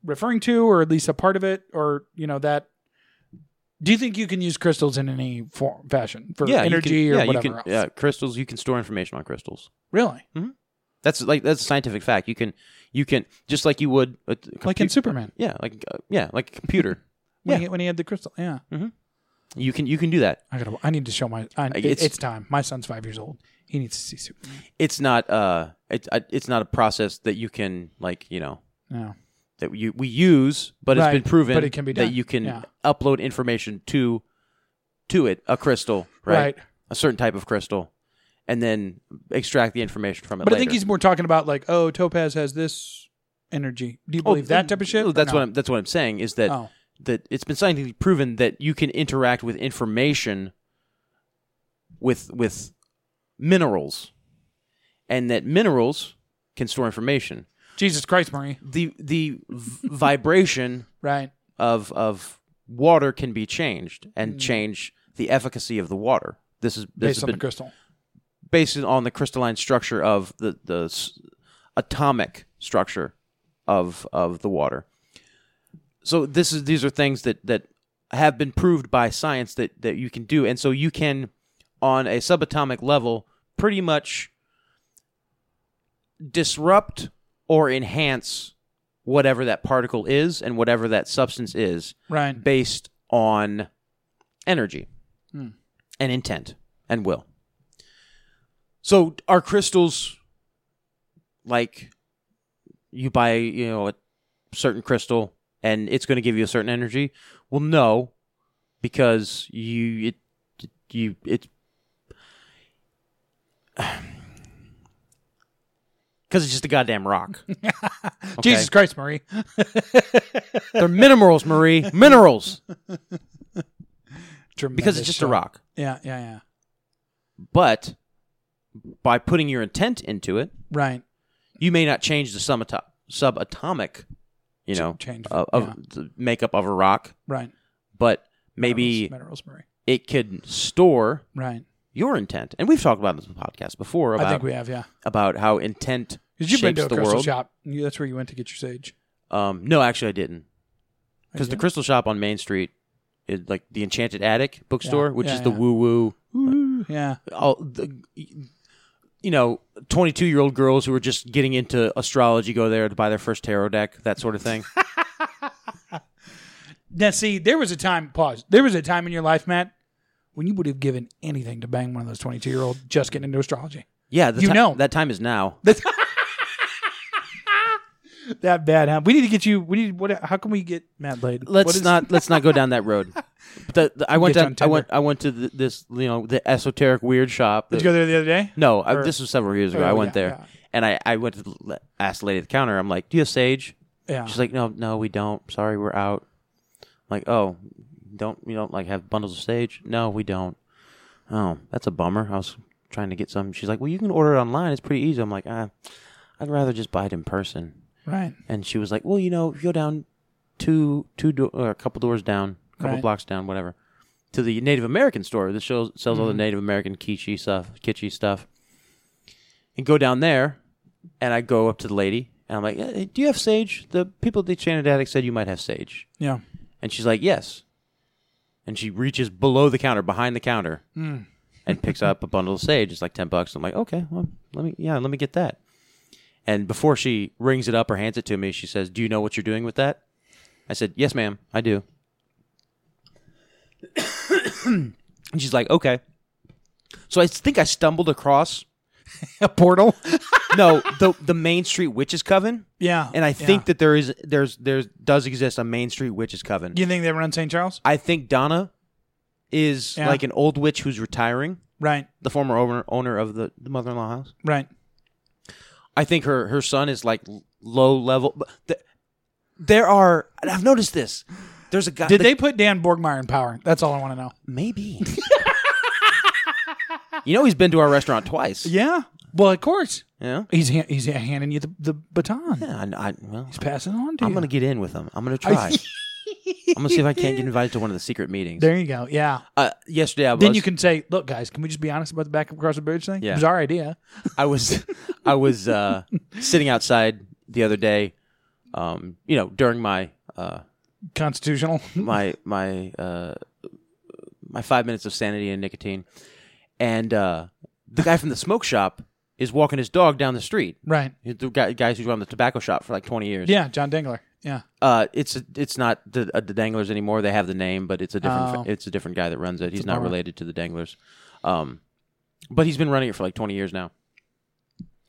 referring to, or at least a part of it, or you know that. Do you think you can use crystals in any form, fashion for
Yeah, you
energy
can-
or
yeah,
whatever
you can,
else?
Yeah, crystals, you can store information on crystals.
Really,
That's like that's a scientific fact. You can you can just like you would with
like in
compu-
Superman
yeah, like uh, yeah, like a computer.
when,
Yeah. Mm.
he, when he had the crystal. Yeah,
You can you can do that.
I gotta. I need to show my. I, it- it's,
it's-
time. My son's five years old. He needs to see Superman.
It's not uh it, I- it's not a process that you can like you know
No.
that you we use, but
Right,
it's been proven
but it can be
that
done.
you can
Yeah.
upload information to to it a crystal right?
Right.
a certain type of crystal, and then extract the information from it.
But I think
later.
he's more talking about like, oh, Topaz has this energy. Do you
Oh,
believe that type of shit?
no,
or
That's
no?
what I'm that's what I'm saying is that
Oh.
that it's been scientifically proven that you can interact with information with with minerals, and that minerals can store information.
Jesus Christ, Marie.
the the v- vibration
Right.
of of water can be changed and change the efficacy of the water. This is this
Mm. Based
has
on
been
the crystal.
based on the crystalline structure of the the s- atomic structure of of the water. So this is these are things that that have been proved by science that that you can do, and so you can on a subatomic level pretty much disrupt or enhance whatever that particle is and whatever that substance is
Right.
based on energy Hmm. and intent and will. So are crystals like you buy, you know, a certain crystal and it's going to give you a certain energy? Well, no, because you it, you it's because it's just a goddamn rock.
Jesus Christ, Marie.
They're minerals, Marie. Minerals, because
Tremendous
it's just a
show.
rock.
Yeah, yeah, yeah.
But by putting your intent into it,
Right.
you may not change the sumato- subatomic, you know,
change,
of, of
yeah.
the makeup of a rock,
Right.
but maybe
Minerals, minerals, Marie.
it could store
Right.
your intent. And we've talked about this on the podcast before
I
about
think we have, yeah.
about how intent
Because you've
shapes
been to a
the
crystal
world.
shop. and you- That's where you went to get your sage.
Um, no, actually, I didn't. Because the
didn't?
crystal shop on Main Street is like the Enchanted Attic bookstore,
Yeah,
which
yeah,
is the
yeah.
woo woo.
Yeah.
All the, you know, twenty-two year old girls who are just getting into astrology go there to buy their first tarot deck, that sort of thing.
Now, see, there was a time, pause. There was a time in your life, Matt, when you would have given anything to bang one of those 22 year olds just getting into astrology.
Yeah, the
You
ti-
know.
that time is now.
That bad, huh? We need to get you. We need, what, how can we get Matt laid? What
Let's
is-
not let's not go down that road. But the, the- I went
Get you
down, I
on
went I went to the, this you know the esoteric weird shop.
Did you go there the other day?
No, I,
Or-
this was several years ago.
Oh,
I went
yeah,
there
yeah.
and I, I went to l- ask the lady at the counter. I'm like, "Do you have sage?"
Yeah.
She's like, "No, no, we don't. Sorry, we're out." I'm like, "Oh, don't you don't like have bundles of sage?" No, we don't. Oh, that's a bummer. I was trying to get some. She's like, "Well, you can order it online. It's pretty easy." I'm like, "Ah, I'd rather just buy it in person."
right.
And she was like, "Well, you know, if you go down two two do- or a couple doors down, a couple
Right.
blocks down, whatever, to the Native American store that shows, sells all the Native American kitschy stuff, kitschy stuff, and go down there." And I go up to the lady and I'm like, "Eh, "Do you have sage?" The people at the Enchanted Attic said you might have sage,
Yeah.
and she's like, "Yes." And she reaches below the counter, behind the counter, and picks up a bundle of sage. It's like ten bucks. I'm like, "Okay, well, let me, yeah, let me get that." And before she rings it up or hands it to me, she says, Do you know what you're doing with that? I said, Yes, ma'am, I do. and she's like, Okay. So I think I stumbled across
A portal?
no the the Main Street Witches Coven,
yeah.
and I
yeah.
think that there is there's there does exist a Main Street Witches Coven.
You think they run St. Charles?
I think Donna is
Yeah.
like an old witch who's retiring,
Right.
the former owner owner of the, the mother in law house.
Right.
I think her her son is like l- low level. But th- there are and I've noticed this. There's a guy.
Did
the-
they put Dan Borgmeyer in power? That's all I want to know.
Uh, maybe? you know he's been to our restaurant twice.
Yeah. Well, of course.
Yeah.
He's ha- he's handing you the, the baton.
Yeah. I, I, well,
He's passing it on to
I'm
you.
gonna get in with him. I'm gonna try. I'm gonna see if I can't get invited to one of the secret meetings.
There you go. Yeah.
Uh, yesterday I was.
Then you can say, "Look, guys, can we just be honest about the back across the bridge thing?
Yeah.
It was our idea."
I was I was uh, sitting outside the other day, um, you know, during my uh,
Constitutional.
my my uh, my five minutes of sanity and nicotine, and uh, the guy from the smoke shop is walking his dog down the street.
right.
The guy, guys who run the tobacco shop for like twenty years.
Yeah, John Dingler. Yeah.
uh, it's it's not the, uh, the Danglers anymore. They have the name, but it's a different
Oh.
it's a different guy that runs it. He's not
bummer.
related to the Danglers, um, but he's been running it for like twenty years now.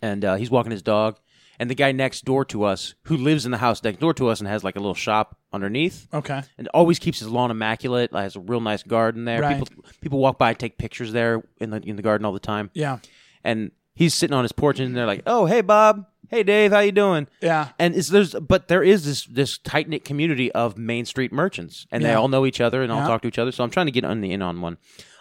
And uh, he's walking his dog, and the guy next door to us, who lives in the house next door to us, and has like a little shop underneath,
Okay.
and always keeps his lawn immaculate. Has a real nice garden there.
Right.
People people walk by, take pictures there in the in the garden all the time.
Yeah.
And he's sitting on his porch, and they're like, "Oh, hey Bob, hey Dave, how you doing?"
Yeah.
and it's, there's but there is this this tight knit community of Main Street merchants, and they
Yeah.
all know each other and all
Yeah.
talk to each other. So I'm trying to get on the in on one.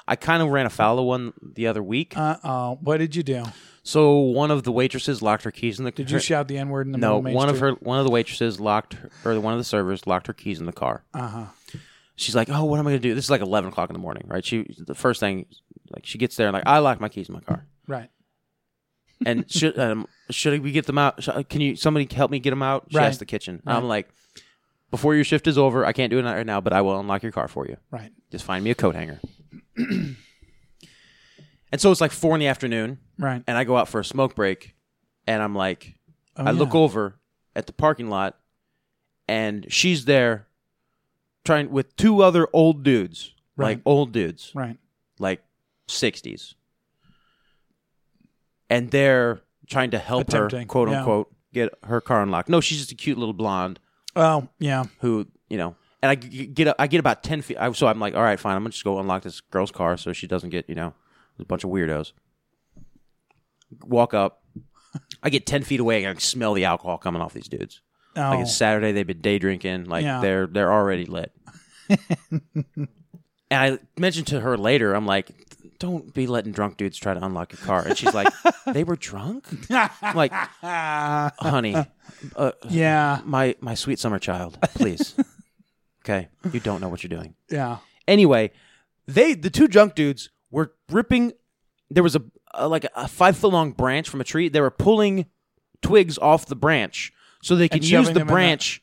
I kind of ran afoul of one the other week.
Uh oh. What did you do?
so one of the waitresses locked her keys in the.
Did you shout the N word in the middle
No,
of Main
one of
Street?
her one of the waitresses locked her, or one of the servers locked her keys in the car. Uh huh.
Uh-huh.
She's like, "Oh, what am I gonna do?" This is like 11 o'clock in the morning, right? She the first thing, like she gets there and like I locked my keys in my car.
Right.
and should um, should we get them out? Sh- Can you somebody help me get them out? She
Right.
asked the kitchen. And I'm like, before your shift is over, I can't do it right now, but I will unlock your car for you.
Right.
Just find me a coat hanger. and so it's like four in the afternoon,
Right.
and I go out for a smoke break, and I'm like,
Oh,
I look
yeah.
over at the parking lot, and she's there, trying with two other old dudes,
Right.
like old dudes,
Right.
like 60s. And they're trying to help her,
Attempting,
quote
yeah.
unquote, get her car unlocked. No, she's just a cute little blonde
Oh yeah.
who, you know, and I g- get I get about ten feet. I, so I'm like, all right, fine. I'm gonna just go unlock this girl's car so she doesn't get you know a bunch of weirdos. Walk up. I get ten feet away and I can smell the alcohol coming off these dudes.
Oh,
Like it's Saturday, they've been day drinking. Like
Yeah.
they're they're already lit. and I mentioned to her later, I'm like, don't be letting drunk dudes try to unlock your car. And she's like, they were drunk. I'm like, honey, uh,
yeah,
my my sweet summer child, please. okay, you don't know what you're doing.
yeah.
Anyway, they the two drunk dudes were ripping. There was a, a like a five foot long branch from a tree. They were pulling twigs off the branch so they could use
shoving
the
them in the-
branch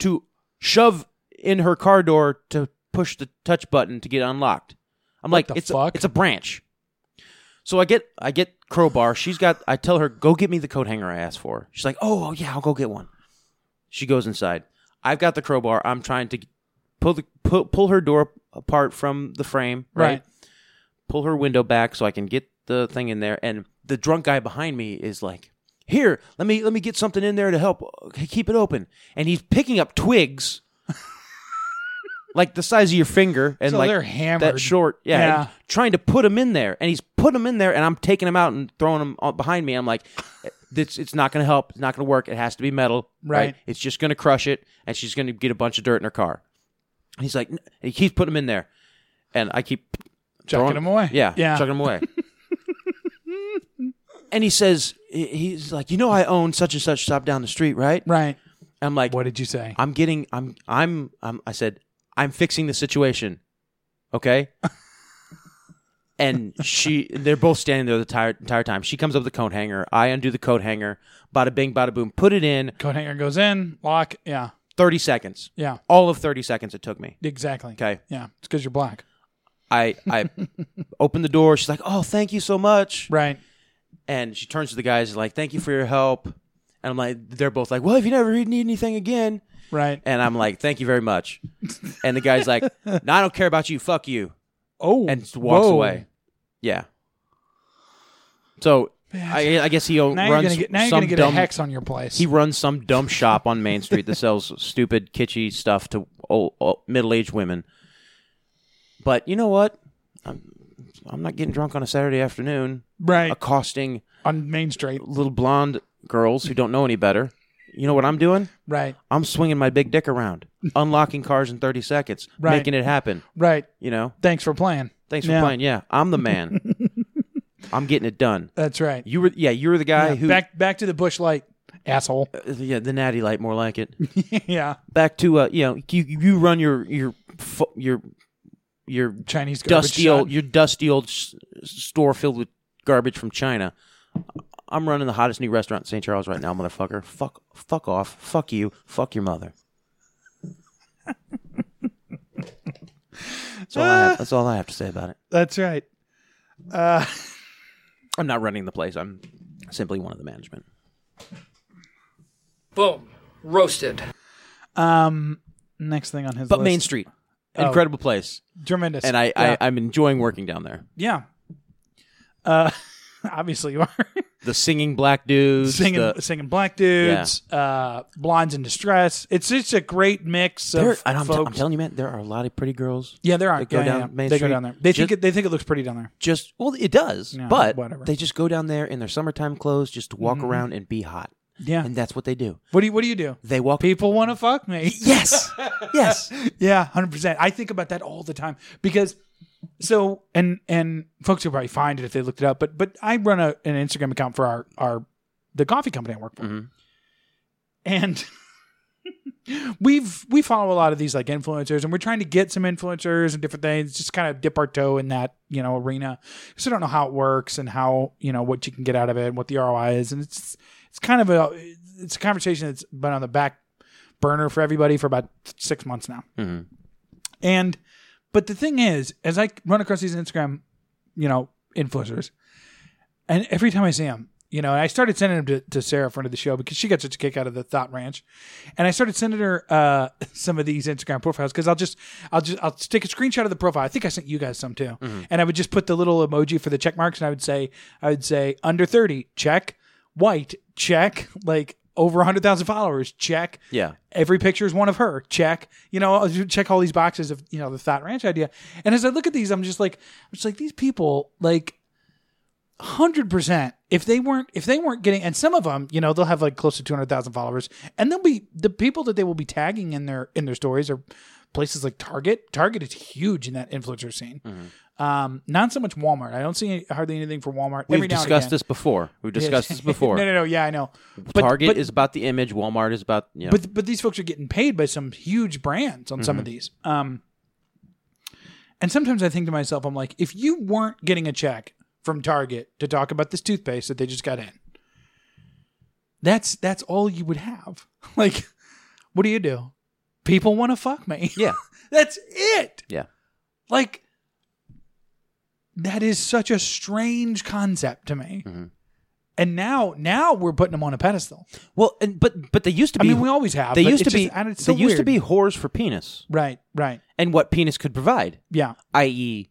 to shove in her car door to push the touch button to get unlocked. I'm like,
the
it's
fuck?
A, it's a branch. So I get I get crowbar. She's got. I tell her go get me the coat hanger I asked for. She's like, oh yeah, I'll go get one. She goes inside. I've got the crowbar. I'm trying to pull the pull, pull her door apart from the frame, right?
Right.
Pull her window back so I can get the thing in there. And the drunk guy behind me is like, "Here, let me let me get something in there to help uh, keep it open." And he's picking up twigs, like the size of your finger, and
So
like
they're hammered.
that short, yeah,
Yeah.
and trying to put them in there. And he's put them in there, and I'm taking them out and throwing them behind me. I'm like. "Eh, It's, it's not going to help. It's not going to work. It has to be metal.
Right.
It's just going to crush it, and she's going to get a bunch of dirt in her car. And he's like, "N-" he keeps putting them in there, and I keep
Chucking
throwing-
them away.
Yeah,
yeah.
chucking them away. and he says, he- he's like, you know, I own such and such shop down the street, right?
Right.
I'm like,
What did you say?
I'm getting, I'm, I'm, I'm, I said, I'm fixing the situation, okay. And she, they're both standing there the entire, entire time. She comes up with the coat hanger. I undo the coat hanger. Bada bing, bada boom. Put it in.
Coat hanger goes in. Lock. Yeah.
30 seconds.
Yeah.
All of 30 seconds it took me.
Exactly.
Okay.
Yeah. It's because you're black.
I I opened the door. She's like, "Oh, thank you so much."
Right.
And she turns to the guys like, "Thank you for your help." And I'm like, they're both like, "Well, if you never need anything again."
Right.
And I'm like, "Thank you very much." And the guy's like, "No, I don't care about you. Fuck you."
oh.
And just walks
whoa.
away. Yeah. So I, I guess he o-
Now you're
runs
gonna get. Now you're
some
gonna get
dumb.
a hex on your place.
He runs some dumb shop on Main Street that sells stupid, kitschy stuff to old, old, middle-aged women. But you know what? I'm, I'm not getting drunk on a Saturday afternoon,
right.
accosting
on Main Street.
little blonde girls who don't know any better. You know what I'm doing?
Right.
I'm swinging my big dick around, unlocking cars in 30 seconds,
Right.
making it happen.
Right.
You know?
Thanks for playing.
Thanks for
Yeah.
playing. Yeah, I'm the man. I'm getting it done.
That's right.
You were, yeah, you were the guy
Yeah,
who, uh,
back back to the bush light, asshole.
yeah, the natty light, more like it.
yeah.
back to uh, you know you you run your your fu- your your
Chinese garbage
dusty
shot.
old your dusty old s- store filled with garbage from China. I'm running the hottest new restaurant in St. Charles right now, motherfucker. Fuck fuck off. Fuck you. Fuck your mother. That's all, I have, that's all I have to say about it.
That's right.
I'm not running the place. I'm simply one of the management.
Boom. Roasted.
Um, next thing on his
But
list.
Main Street, incredible place,
tremendous,
and I,
yeah.
I I'm enjoying working down there.
yeah. Uh, obviously you are
The singing black dudes,
singing
the-
singing black dudes, uh, blondes in distress. It's just a great mix of
There- and I'm, t- I'm
folks.
telling you, man, there are a lot of pretty girls.
yeah, there are.
that go
yeah, yeah,
down
yeah.
Main
they
Street.
go down there. They think
Just-
it, they think it looks pretty down there.
Just well, it does,
Yeah,
but
whatever. Mm-hmm.
they just go down there in their summertime clothes just to walk around and be hot,
Yeah.
and that's what they do.
what do you What do you do?
They walk.
People want to fuck me.
yes, yes.
Yeah, hundred percent. I think about that all the time because so and and folks will probably find it if they looked it up. But but I run a, an Instagram account for our our the coffee company I work for,
Mhm.
and we've we follow a lot of these like influencers, and we're trying to get some influencers and different things, just kind of dip our toe in that you know arena. So I don't know how it works and how you know what you can get out of it and what the ROI is, and it's it's kind of a it's a conversation that's been on the back burner for everybody for about six months now.
Mhm.
And but the thing is, as I run across these Instagram, you know, influencers, and every time I see them, you know, and I started sending them to, to Sarah, friend of the show, because she got such a kick out of the Thought Ranch, and I started sending her uh, some of these Instagram profiles because I'll just I'll just I'll stick a screenshot of the profile. I think I sent you guys some too, and I would just put the little emoji for the check marks, and I would say I would say under thirty check, white check, like over 100,000 followers, check.
Yeah.
Every picture is one of her, check. You know, check all these boxes of, you know, the Thought Ranch idea. And as I look at these, I'm just like, I'm just like, these people, like, hundred percent. If they weren't, if they weren't getting, and some of them, you know, they'll have like close to two hundred thousand followers, and they'll be the people that they will be tagging in their in their stories are places like Target. Target is huge in that influencer scene. Um, not so much Walmart. I don't see any, hardly anything for Walmart. Every
Mm-hmm. We've
now and
discussed
again.
this before. We've discussed this before.
no, no, no. Yeah, I know.
Target
but,
is about the image. Walmart is about you know.
but but these folks are getting paid by some huge brands on
Mm-hmm.
some of these. Um, and sometimes I think to myself, I'm like, if you weren't getting a check from Target to talk about this toothpaste that they just got in, that's that's all you would have. Like, what do you do? People want to fuck me.
yeah,
that's it.
yeah.
Like, that is such a strange concept to me.
Mm-hmm.
And now, now we're putting them on a pedestal.
Well, and but but they used to
I
be.
mean, we always have.
they
but
used to
it's
be.
just- and it's
they
so
used to
weird.
be whores for penis
Right, right.
and what penis could provide,
Yeah.
i.e.,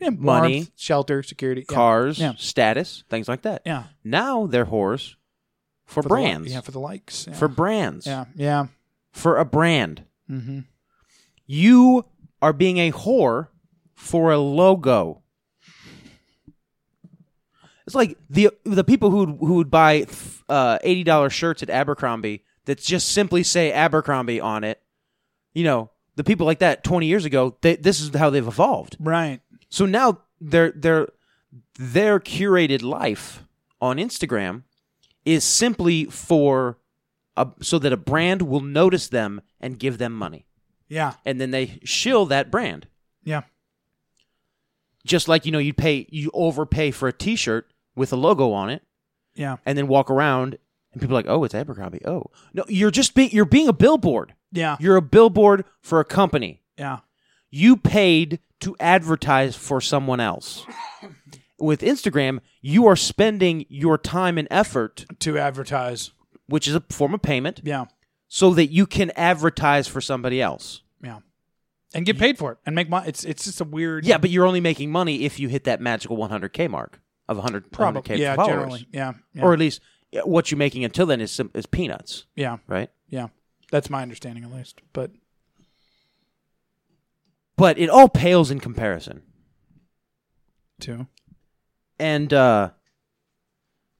Yeah,
Money.
warmth, shelter, security, yeah.
cars,
Yeah.
status, things like that.
Yeah.
Now they're whores for,
For the li-
brands.
yeah, for the likes. Yeah.
for brands.
yeah, yeah.
For a brand.
Mm-hmm.
You are being a whore for a logo. It's like the the people who would- who would buy uh, eighty dollar shirts at Abercrombie that just simply say Abercrombie on it. You know, the people like that twenty years ago. They, this is how they've evolved.
Right.
So now their their their curated life on Instagram is simply for a, so that a brand will notice them and give them money
Yeah,
and then they shill that brand.
yeah.
Just like you know, you pay you overpay for a T-shirt with a logo on it,
Yeah.
and then walk around and people are like, oh, it's Abercrombie. Oh, no, you're just being you're being a billboard.
Yeah.
You're a billboard for a company.
Yeah.
You paid to advertise for someone else. With Instagram, you are spending your time and effort,
To advertise.
which is a form of payment,
Yeah.
so that you can advertise for somebody else.
Yeah. And get paid for it and make money. It's it's just a weird
Yeah, but you're only making money if you hit that magical 100k mark of 100
probably
100K
yeah,
followers,
generally. Yeah. yeah.
or at least yeah, what you're making until then is sim- is peanuts,
yeah.
right?
Yeah. That's my understanding at least. But
But it all pales in comparison.
two.
And uh,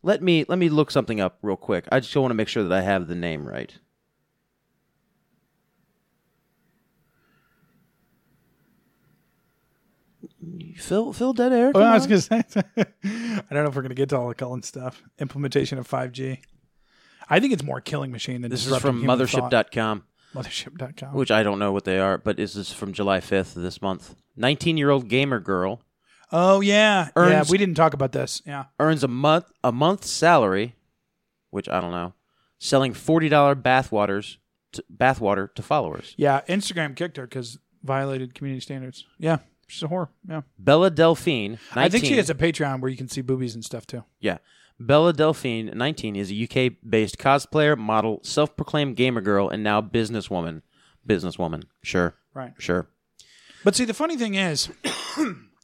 let me let me look something up real quick. I just want to make sure that I have the name right. Phil Phil dead air.
Well,
Come
Oh, I was
on.
gonna say I don't know if we're gonna get to all the Cullen stuff. Implementation of five G. I think it's more killing machine than
this is from
disrupting human thought.
mothership.com.
Mothership.com.
which I don't know what they are, but this is from July 5th of this month. 19 year old gamer girl
Oh yeah. yeah,
Earns-
we didn't talk about this. Yeah.
earns a month a month's salary, which I don't know, selling forty dollar bathwaters to, bathwater to followers.
Yeah, Instagram kicked her because violated community standards. Yeah, she's a whore. Yeah,
Bella Delphine, 19,
I think she has a Patreon where you can see boobies and stuff too.
yeah. Bella Delphine, 19, is a UK based cosplayer, model, self proclaimed gamer girl, and now businesswoman. Businesswoman, sure,
Right.
sure.
But see, the funny thing is,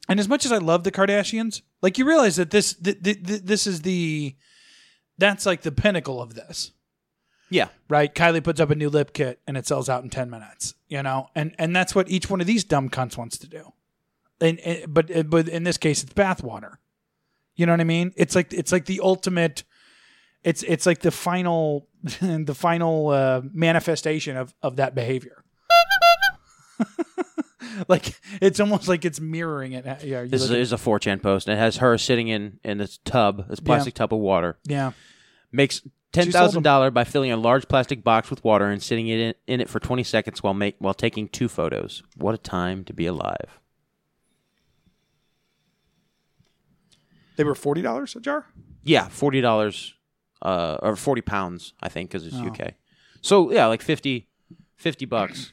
and as much as I love the Kardashians, like you realize that this th- th- th- this is the that's like the pinnacle of this,
Yeah,
right? Kylie puts up a new lip kit and it sells out in ten minutes, you know, and and that's what each one of these dumb cunts wants to do. And, and but but in this case, it's bathwater. You know what I mean? It's like it's like the ultimate. It's it's like the final the final uh, manifestation of of that behavior. like it's almost like it's mirroring it. Yeah, you
this is,
look at-
is a 4chan post, and it has her sitting in in this tub, this plastic tub of water.
yeah,
makes ten
She sold
thousand
them.
dollar by filling a large plastic box with water and sitting in it, in it for twenty seconds while make while taking two photos. What a time to be alive!
they were forty dollars a jar.
Yeah, forty dollars, uh, or forty pounds, I think, because it's
Oh.
UK. So yeah, like 50, 50 bucks.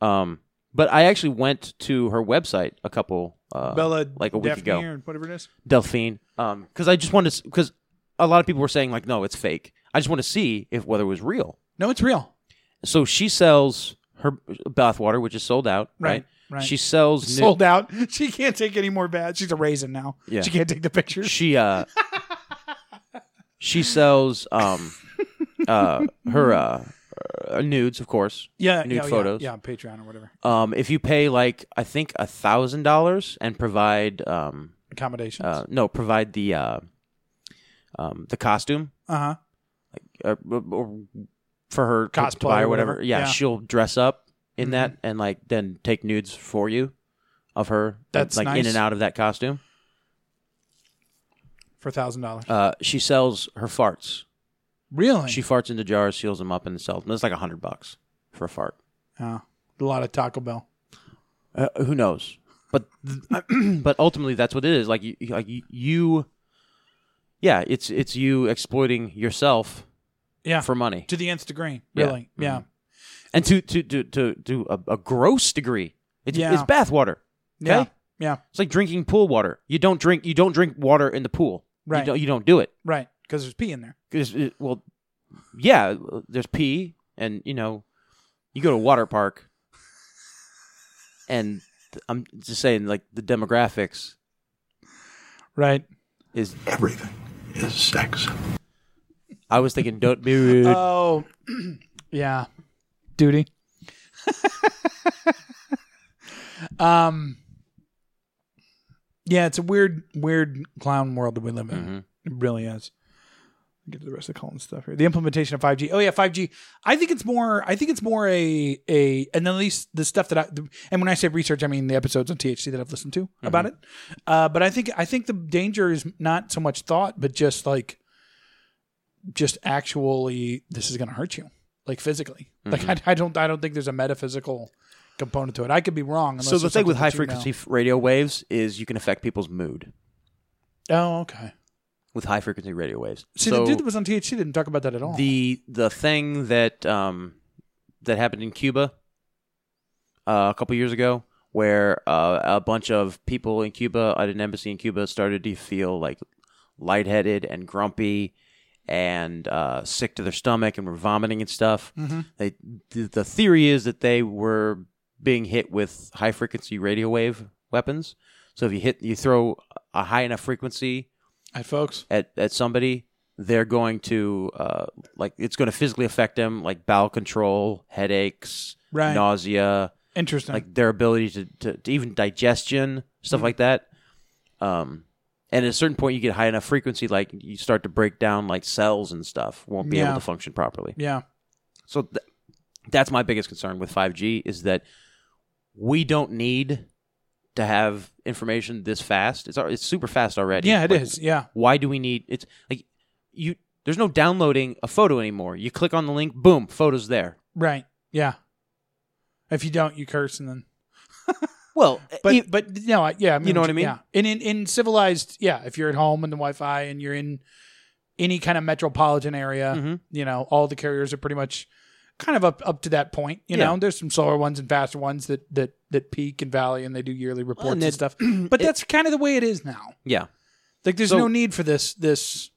Um, but I actually went to her website a couple uh,
Bella,
like a week
Daphne
ago.
or whatever it is.
Delphine, um, because I just wanted because a lot of people were saying like, no, it's fake. I just want to see if whether it was real.
No, it's real.
so she sells her bathwater, which is sold out, right?
Right, right.
She sells new,
Sold out. She can't take any more bad. She's a raisin now.
Yeah. uh,
She can't take the pictures.
She uh, she sells um, uh, her uh, uh, nudes, of course.
Yeah,
Nude
yeah, yeah,
photos.
Yeah, Patreon or whatever.
Um, if you pay like I think a thousand dollars and provide um,
Accommodations.
uh,
Uh
no provide the uh, um, the costume
huh.
uh, or, or for her to- to
Cosplay
buy
or
or whatever.
whatever.
Yeah,
Yeah.
she'll dress up in that and like then take nudes for you of her.
That's
like in
nice.
and out of that costume.
For thousand dollars.
Uh, she sells her farts.
Really?
She farts into jars, seals them up, and sells them. It's like a hundred bucks for a fart.
Oh, a lot of Taco Bell.
Uh, who knows? But th- but ultimately, that's what it is. Like you, you- like you- you, yeah, it's it's you exploiting yourself
Yeah.
for money,
to the nth degree.
Yeah.
Really. Yeah. Mm-hmm.
and to to to to, to a, a gross degree. It's
Yeah.
it's bathwater. Okay,
Yeah. Yeah.
it's like drinking pool water. You don't drink you don't drink water in the pool.
Right.
You don't, you don't do it.
Right. Because there's pee in there.
'Cause it- well, yeah, there's pee, and you know, you go to a water park, and I'm just saying, like the demographics
Right.
is
Everything is sex.
I was thinking, don't be rude.
Oh. yeah. Duty. um. Yeah, it's a weird, weird clown world that we live in. It really is. Get to the rest of the Colin stuff here. The implementation of 5G. Oh yeah, 5G. I think it's more. I think it's more a a and at least the stuff that I and when I say research, I mean the episodes on THC that I've listened to
Mm-hmm.
about it. Uh, but I think I think the danger is not so much thought, but just like just actually this is going to hurt you, like physically.
Mm-hmm.
Like I, I don't I don't think there's a metaphysical component to it. I could be wrong. unless
so the
there's
thing with
something
high
that you know.
frequency f radio waves is you can affect people's mood
Oh okay.
with high frequency radio waves.
See,
so
the dude that was on THC didn't talk about that at all.
the the thing that um that happened in Cuba uh, a couple years ago, where uh, a bunch of people in Cuba at an embassy in Cuba started to feel like lightheaded and grumpy and uh, sick to their stomach and were vomiting and stuff.
Mm-hmm.
They th- the theory is that they were being hit with high frequency radio wave weapons. So if you hit you throw a high enough frequency
Hi, folks.
at, at somebody, they're going to uh, like it's going to physically affect them, like bowel control, headaches,
Right.
nausea,
Interesting.
like their ability to, to, to even digestion, stuff
Mm-hmm.
like that. Um, and at a certain point, you get high enough frequency, like you start to break down like cells and stuff won't be
Yeah.
able to function properly.
yeah.
So th- that's my biggest concern with 5G is that we don't need to have information this fast. It's al- it's super fast already.
Yeah, it
Like,
is. Yeah.
why do we need it's like you there's no downloading a photo anymore. You click on the link, boom, photos there.
Right. Yeah. If you don't, you curse and then.
Well,
But
e-
but no, I- yeah, I mean,
know what I mean?
Yeah. And in in civilized, yeah, if you're at home and the Wi-Fi and you're in any kind of metropolitan area,
Mm-hmm.
you know, all the carriers are pretty much kind of up up to that point. You
Yeah.
know, there's some slower ones and faster ones that that that peak and valley and they do yearly reports and,
it-
stuff. But that's kind of the way it is now.
yeah.
Like, there's
So-
no need for this this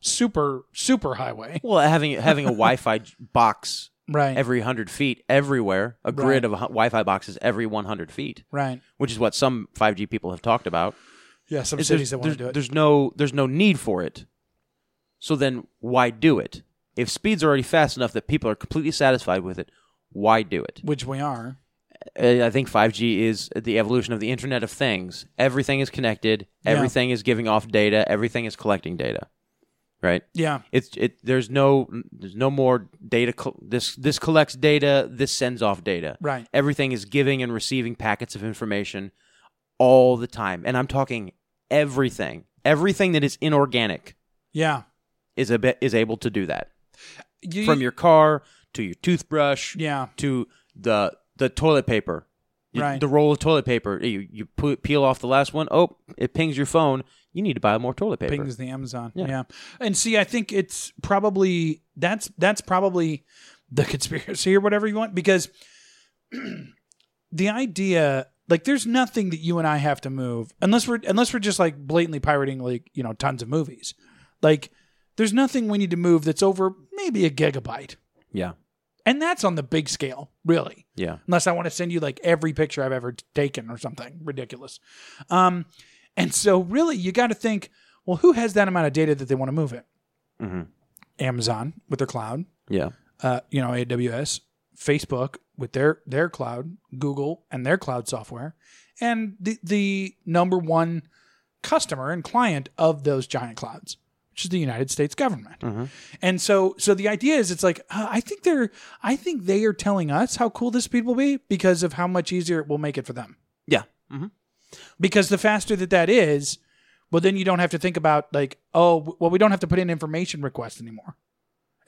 super super highway,
Well, having having a Wi-Fi j- box
right?
every 100 feet everywhere, a grid of hu- Wi-Fi boxes every 100 feet,
right.
which is what some 5G people have talked about.
Yeah, some
Is
cities that
there's,
want to do
there's-
it.
there's no there's no need for it. So then why do it? If speeds are already fast enough that people are completely satisfied with it, why do it?
which we are.
Uh, I think 5G is the evolution of the Internet of Things. Everything is connected.
Yeah.
Everything is giving off data. Everything is collecting data. Right?
Yeah,
It's it. There's no there's no more data. col this this collects data. This sends off data.
Right.
Everything is giving and receiving packets of information all the time, and I'm talking everything. Everything that is inorganic
yeah.
is a bit is able to do that.
You,
From your car to your toothbrush
yeah,
to the the toilet paper, You-
Right.
the roll of toilet paper. You you pu- peel off the last one. Oh, it pings your phone. You need to buy more toilet paper.
pings the Amazon. Yeah.
Yeah.
and see, I think it's probably that's that's probably the conspiracy or whatever you want because the idea like there's nothing that you and I have to move unless we're unless we're just like blatantly pirating like you know tons of movies. Like there's nothing we need to move that's over maybe a gigabyte,
yeah,
and that's on the big scale, really.
yeah.
unless I want to send you like every picture I've ever t- taken or something ridiculous. Um, and so really, you got to think, well, who has that amount of data that they want to move it? Amazon with their cloud,
Yeah.
uh, you know, AWS, Facebook with their their cloud, Google and their cloud software, and the the number one customer and client of those giant clouds, which is the United States government. And so so the idea is it's like uh, I think they're I think they are telling us how cool this speed will be because of how much easier it will make it for them.
Yeah.
Mm-hmm. Because the faster that that is, well then you don't have to think about like oh w- well we don't have to put in information requests anymore.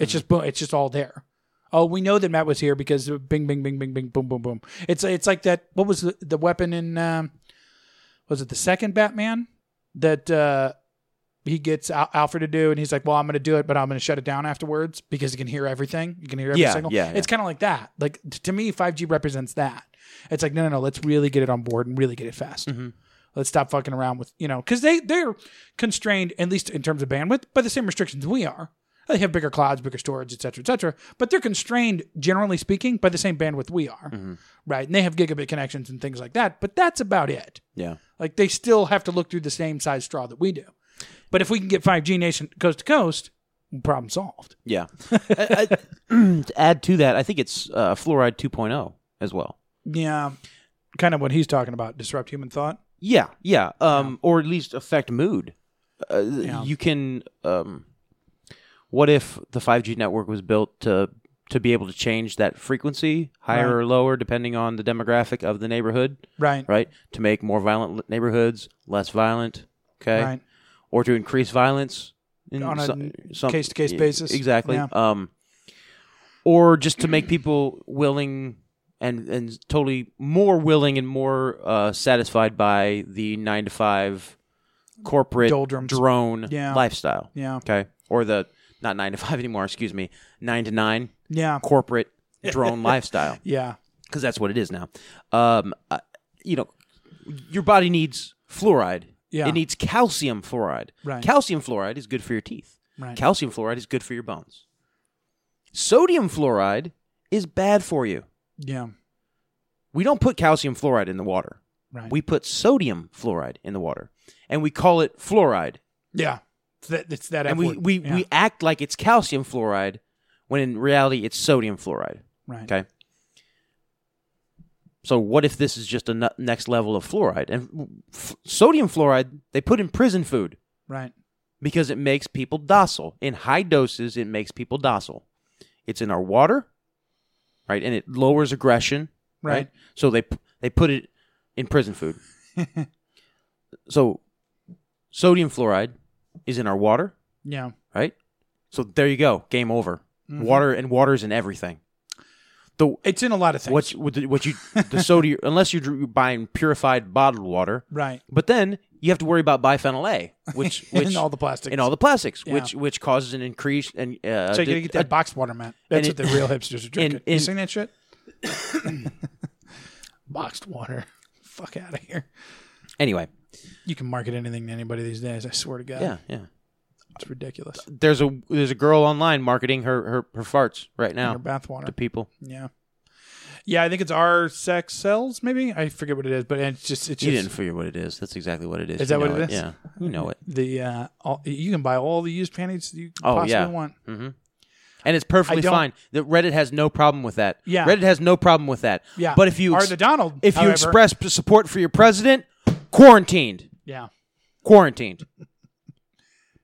It's just boom. It's just all there. Oh, we know that Matt was here because of bing, bing, bing, bing, bing, boom, boom, boom. It's it's like that. What was the, the weapon in? Um, was it the second Batman that uh, he gets Al- Alfred to do, and he's like, "Well, I'm going to do it, but I'm going to shut it down afterwards because you can hear everything. You can hear every
Yeah,
single.
yeah,
It's kind of like that. Like t- to me, 5G represents that. It's like no, no, no. Let's really get it on board and really get it fast.
Mm-hmm.
Let's stop fucking around with you know because they they're constrained at least in terms of bandwidth by the same restrictions we are. They have bigger clouds, bigger storage, et cetera, et cetera. But they're constrained, generally speaking, by the same bandwidth we are,
Mm-hmm.
right? And they have gigabit connections and things like that. But that's about it.
Yeah.
Like they still have to look through the same size straw that we do. But if we can get 5G nation coast to coast, problem solved.
Yeah. I, I, to add to that, I think it's uh, fluoride 2.0 as well.
Yeah. Kind of what he's talking about, disrupt human thought.
Yeah, yeah, um, or at least affect mood. Uh,
Yeah.
You can. Um, what if the five G network was built to to be able to change that frequency higher
Right.
or lower depending on the demographic of the neighborhood,
Right.
right? To make more violent l- neighborhoods less violent, okay,
Right.
or to increase violence in
On a
some-
n-
some-
case-to-case
e-
basis.
exactly.
Yeah.
Um, or just to make people willing and and totally more willing and more uh, satisfied by the nine to five corporate
Doldrums.
drone
Yeah.
lifestyle.
Yeah.
Okay, or the not nine to five anymore. Excuse me, nine to nine
Yeah.
corporate drone lifestyle
Yeah.
because that's what it is now. Um, uh, you know, your body needs fluoride.
Yeah.
It needs calcium fluoride.
Right.
Calcium fluoride is good for your teeth.
Right.
Calcium fluoride is good for your bones. Sodium fluoride is bad for you.
Yeah.
We don't put calcium fluoride in the water.
Right.
We put sodium fluoride in the water, and we call it fluoride.
yeah. It's that, it's that
and
F
we
word.
we,
Yeah.
we act like it's calcium fluoride, when in reality it's sodium fluoride.
right.
Okay. So what if this is just a nu- next level of fluoride and f- sodium fluoride they put in prison food
Right.
because it makes people docile. In high doses, it makes people docile. It's in our water, right, and it lowers aggression, right.
Right.
So they p- they put it in prison food. so sodium fluoride is in our water,
Yeah.
right? So there you go, game over. Water and water's in everything. The
It's in a lot of things.
What's what, the- what you the soda unless you're dr- buying purified bottled water,
right.
but then you have to worry about biphenyl A, which which
in all the plastics.
in all the plastics,
Yeah.
which which causes an increase and uh,
so you gotta
di-
get that
uh,
boxed water, Matt. That's
and
what
it-
the real hipsters are drinking.
and-
you seen that shit? boxed water. Fuck out of here.
uh, anyway.
You can market anything to anybody these days. I swear to God.
Yeah, yeah.
It's ridiculous.
There's a there's a girl online marketing her her, her farts right now
Or bathwater.
to people.
Yeah. Yeah, I think it's our sex cells, maybe. I forget what it is, but it's just it's
You
just
didn't figure what it is. That's exactly what it is.
Is
You
that what
know
it is?
Yeah, you know it.
the uh all, you can buy all the used panties you could
Oh,
possibly
yeah.
want.
And it's perfectly
don't-
fine. The Reddit has no problem with that.
Yeah.
Reddit has no problem with that.
Yeah.
But if you
Or
ex-
the Donald,
if you
however.
express p- support for your president, quarantined,
Yeah.
quarantined.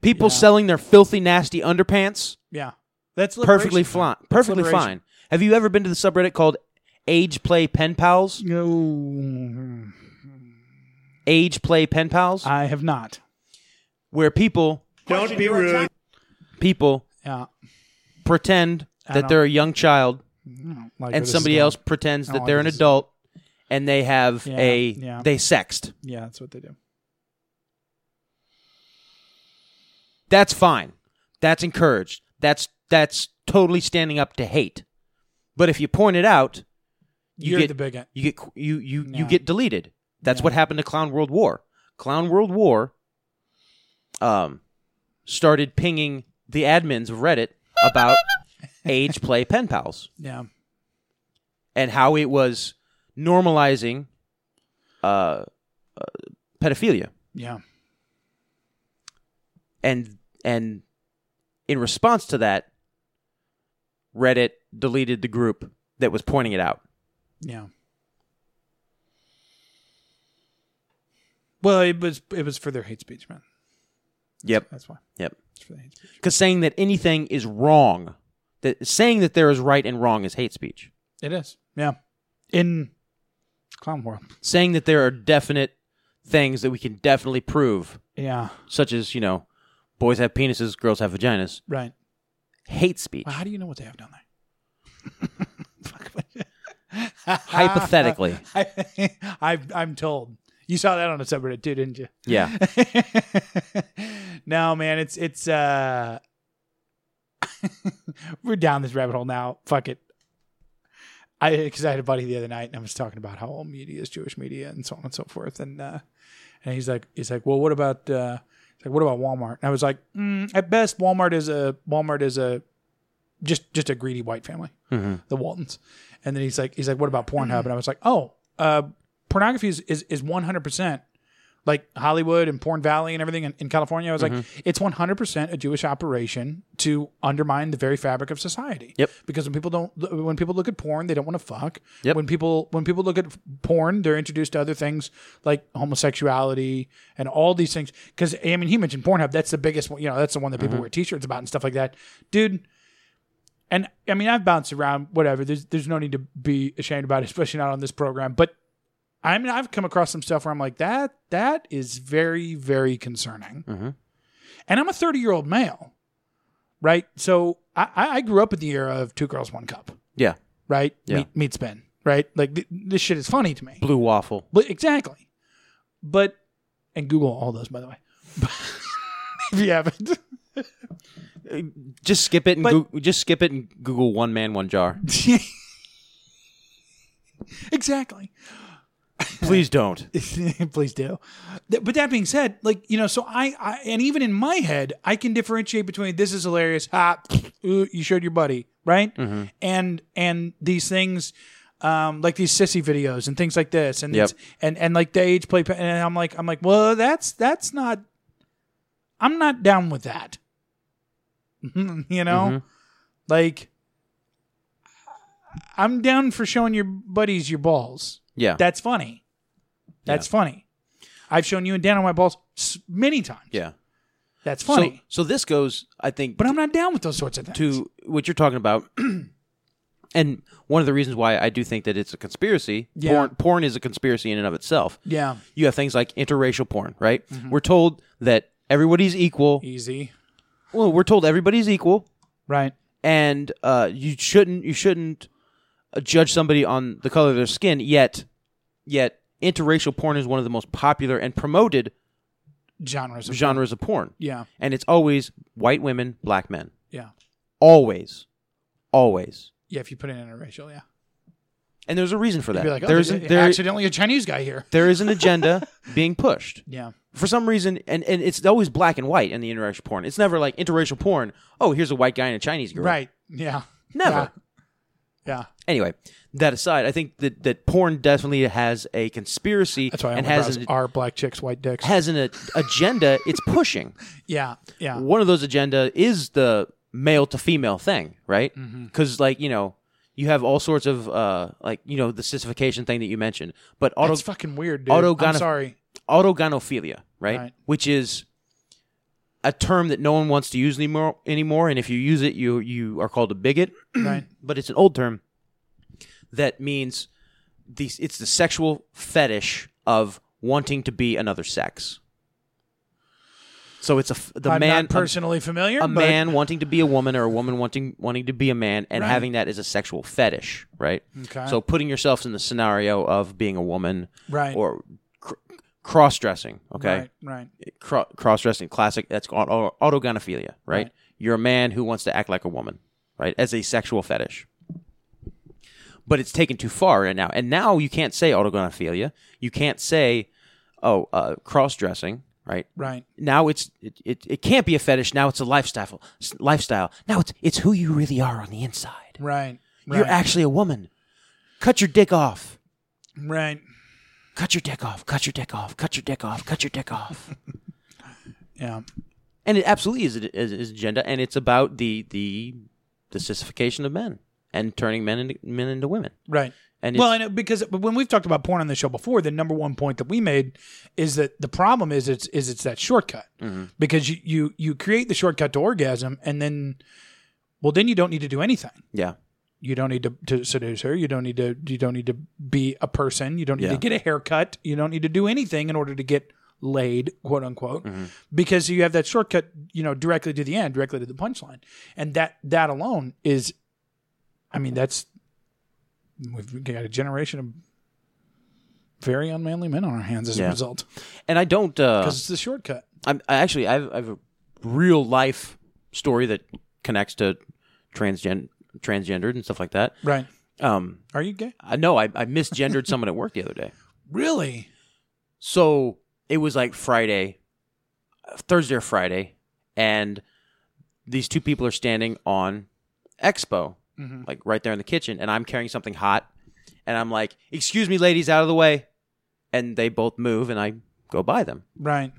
People selling their filthy, nasty underpants,
Yeah. That's
perfectly
liberation, man.
fine. Perfectly
liberation.
fine. Have you ever been to the subreddit called Age Play Pen Pals?
No.
Age Play Pen Pals,
I have not.
where people
Don't be rude.
people
Yeah.
pretend that
don't-
they're a young child
Like where
and
this
somebody
is
else pretends that
like
they're
where
an
this is
adult and they have
Yeah,
a
yeah.
they sexed.
going. Yeah, that's what they do.
That's fine. That's encouraged. That's that's totally standing up to hate. But if you point it out, you
You're
get
the bigot.
you get qu- you you you
Yeah.
get deleted. That's
Yeah.
what happened to Clown World War. Clown World War um started pinging the admins of Reddit about age play pen pals
Yeah.
and how it was normalizing uh, uh pedophilia
Yeah.
and and in response to that, Reddit deleted the group that was pointing it out.
Yeah. Well, it was it was for their hate speech, man.
Yep.
That's why.
Yep.
It's for the hate speech.
Because saying that anything is wrong, that saying that there is right and wrong is hate speech.
It is. Yeah. In clown world.
Saying that there are definite things that we can definitely prove,
Yeah.
such as, you know, boys have penises, girls have vaginas,
Right.
hate speech.
Well, how do you know what they have down there? Fuck.
Hypothetically.
I, I, I'm told. You saw that on a subreddit too, didn't you?
yeah.
no, man, it's it's uh we're down this rabbit hole now. Fuck it. I because I had a buddy the other night and I was talking about how all media is Jewish media and so on and so forth and uh and he's like he's like well what about uh he's like what about Walmart and I was like mm, at best Walmart is a Walmart is a just just a greedy white family the Waltons and then he's like he's like what about Pornhub and I was like oh uh pornography is is, is 100 percent like Hollywood and Porn Valley and everything in, in California. I was like,
Mm-hmm.
it's 100% a Jewish operation to undermine the very fabric of society.
Yep.
Because when people don't, when people look at porn, they don't want to fuck.
Yep.
When people, when people look at porn, they're introduced to other things like homosexuality and all these things. Because I mean, he mentioned Pornhub. That's the biggest one. You know, that's the one that people
Mm-hmm.
wear T-shirts about and stuff like that, dude. And I mean, I've bounced around, whatever. There's there's no need to be ashamed about, it, especially not on this program. But I mean, I've come across some stuff where I'm like, that that is very, very concerning. And I'm a 30 year old male, right? So I, I I grew up in the era of two girls, one cup,
Yeah.
right?
Yeah.
Meat, meat spin, right? Like th- this shit is funny to me.
Blue waffle.
But exactly. But and Google all those, by the way, if you haven't.
Just skip it and
But-
Goo- just skip it and Google one man one jar.
exactly.
Please don't.
please do Th- but that being said like you know so I, I and even in my head i can differentiate between this is hilarious ha ooh, you showed your buddy right and and these things um like these sissy videos and things like this and
Yep.
it's- and and like the age play pa- and i'm like i'm like well that's that's not i'm not down with that you know like i'm down for showing your buddies your balls
Yeah.
Uh, that's funny. That's funny. I've shown you and Dan on my balls s- many times.
yeah.
That's funny.
So so this goes I think
but I'm not down with those sorts of things.
to what you're talking about. and one of the reasons why I do think that it's a conspiracy,
Yeah.
porn, porn is a conspiracy in and of itself.
Yeah.
You have things like interracial porn, right?
Mm-hmm.
We're told that everybody's equal.
Easy.
Well, we're told everybody's equal
Right.
and uh, you shouldn't you shouldn't uh, judge somebody on the color of their skin. Yet, yet interracial porn is one of the most popular and promoted
Genres. Of,
genres of porn.
yeah.
and it's always white women, black men.
Yeah.
Always, always.
Yeah. If you put in interracial, yeah.
And there's a reason for
You'd
that.
be like, oh,
there
there's
is an, there-
accidentally a Chinese guy here.
there is an agenda being pushed
Yeah.
for some reason, and, and it's always black and white in the interracial porn. It's never like interracial porn. Oh, here's a white guy and a Chinese girl.
Right. Yeah.
Never.
Yeah. Yeah.
Anyway, that aside, I think that, that porn definitely has a conspiracy
That's why I
and
only
has
browse
an,
our black chicks, white dicks.
has an a, agenda it's pushing.
Yeah. Yeah.
One of those agenda is the male to female thing, right?
Mm-hmm.
Because like you know, you have all sorts of uh like you know the sissification thing that you mentioned, but auto
That's fucking weird, dude.
auto
I'm
gyne-
sorry.
autogonophilia, right?
Right.
Which is a term that no one wants to use anymore anymore, and if you use it, you you are called a bigot.
Right.
but it's an old term that means the it's the sexual fetish of wanting to be another sex. So it's a f- the
I'm
man um,
not personally familiar.
a,
but
man wanting to be a woman or a woman wanting wanting to be a man and
Right.
having that as a sexual fetish, right?
Okay.
So putting yourself in the scenario of being a woman
Right.
or cr- cross-dressing, okay?
Right. Right.
Cro- cross-dressing classic that's called au- autogonophilia right?
Right.
you're a man who wants to act like a woman right as a sexual fetish but it's taken too far right now and now you can't say autogonophilia you can't say oh uh, cross-dressing right
Right.
now it's it, it, it can't be a fetish now it's a lifestyle s- lifestyle now it's it's who you really are on the inside
Right.
you're
right,
actually a woman cut your dick off
right.
cut your dick off cut your dick off cut your dick off cut your dick off
Yeah.
and it absolutely is, is, is agenda, and it's about the the the sissification of men and turning men into men into women.
Right.
And
well,
it's-
I know because but when we've talked about porn on the show before, the number one point that we made is that the problem is it's is it's that shortcut
Mm-hmm.
because you, you you create the shortcut to orgasm and then well then you don't need to do anything.
Yeah,
You don't need to, to seduce her. You don't need to you don't need to be a person. You don't need
Yeah.
to get a haircut. You don't need to do anything in order to get laid, quote unquote,
Mm-hmm.
because you have that shortcut. You know, directly to the end, directly to the punchline, and that that alone is, I mean, that's we've got a generation of very unmanly men on our hands as a
Yeah.
result
and I don't. Uh,
because it's the shortcut.
I'm, I actually I've, I've a real life story that connects to transgen transgendered and stuff like that.
Right?
Um,
Are you gay?
I know I, I misgendered someone at work the other day.
Really?
So it was like Friday, Thursday or Friday, and these two people are standing on Expo, like right there in the kitchen, and I'm carrying something hot, and I'm like, "Excuse me, ladies, out of the way," and they both move, and I go by them.
Right?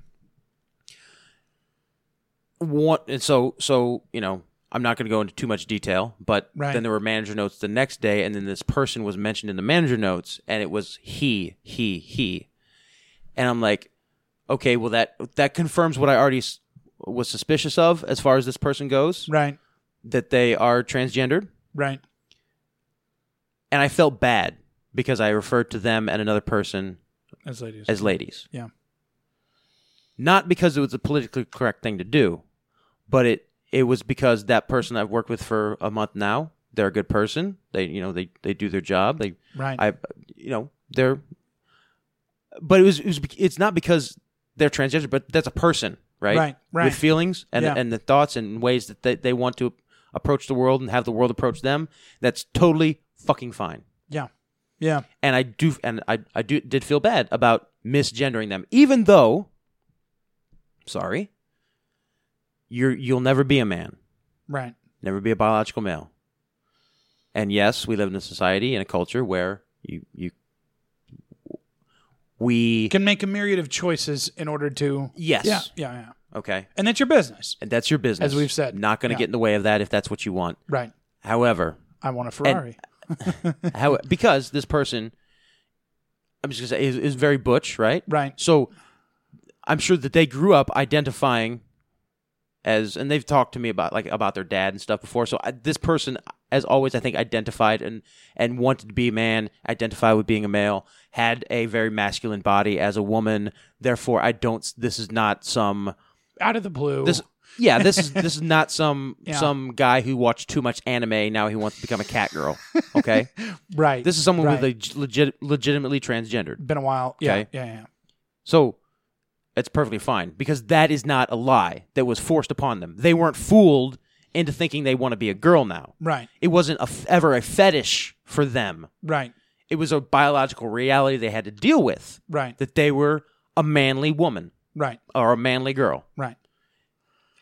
One, and so so you know. I'm not going to go into too much detail, but
Right.
then there were manager notes the next day, and then this person was mentioned in the manager notes, and it was he, he, he, and I'm like, okay, well that that confirms what I already s- was suspicious of as far as this person goes,
Right?
that they are transgendered,
Right?
and I felt bad because I referred to them and another person
As ladies.
as ladies,
yeah.
not because it was a politically correct thing to do, but it it was because that person I've worked with for a month now, they're a good person. They you know they they do their job. They
Right.
I you know they're, but it was it was bec- it's not because they're transgender, but that's a person, right?
Right, right.
With feelings and
Yeah.
and the thoughts and ways that they, they want to approach the world and have the world approach them. That's totally fucking fine.
yeah. Yeah.
And I do and I I do did feel bad about misgendering them, even though. Sorry. You're you'll never be a man
Right.
never be a biological male. And yes, we live in a society and a culture where you you we
can make a myriad of choices in order to
Yes.
yeah yeah yeah
okay,
and that's your business
and that's your business.
As we've said.
not going to
Yeah.
get in the way of that if that's what you want.
right
However,
i want a ferrari
how because this person, I'm just going to say, is, is very butch, right?
Right.
So I'm sure that they grew up identifying as, and they've talked to me about like about their dad and stuff before. So I, this person, as always, I think identified and and wanted to be a man, identified with being a male, had a very masculine body as a woman. Therefore, I don't. This is not some.
out of the blue
This yeah, this is this is not some
Yeah.
some guy who watched too much anime. Now he wants to become a cat girl. Okay,
right
this is someone
right.
with a legit, legitimately transgendered.
been a while yeah
Okay.
yeah yeah
So it's perfectly fine because that is not a lie that was forced upon them. They weren't fooled into thinking they want to be a girl now.
right
It wasn't a f ever a fetish for them.
right
It was a biological reality they had to deal with
right
that they were a manly woman
right
or a manly girl.
right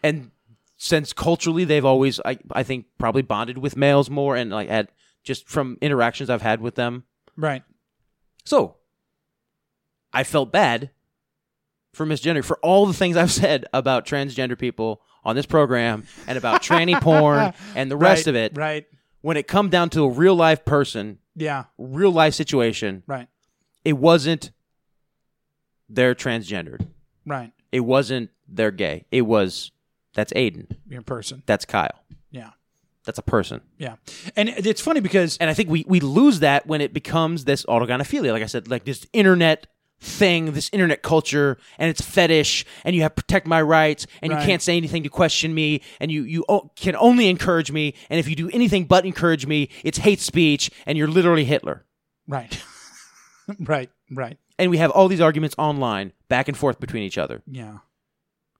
And since culturally they've always I, I think probably bonded with males more and like had just from interactions I've had with them
right
So I felt bad for misgender for all the things I've said about transgender people on this program and about tranny porn and the rest
Right,
of it.
right
When it come down to a real life person,
yeah
real life situation,
right
it wasn't they're transgendered.
right
It wasn't they're gay. It was that's Aiden.
your person
That's Kyle.
yeah
That's a person.
yeah and it- it's funny because
and I think we we lose that when it becomes this autogynephilia, like I said, like this internet thing, this internet culture, and it's fetish, and you have protect my rights, and
Right.
you can't say anything to question me, and you you o- can only encourage me, and if you do anything but encourage me, it's hate speech, and you're literally Hitler.
right right right
And we have all these arguments online, back and forth between each other.
yeah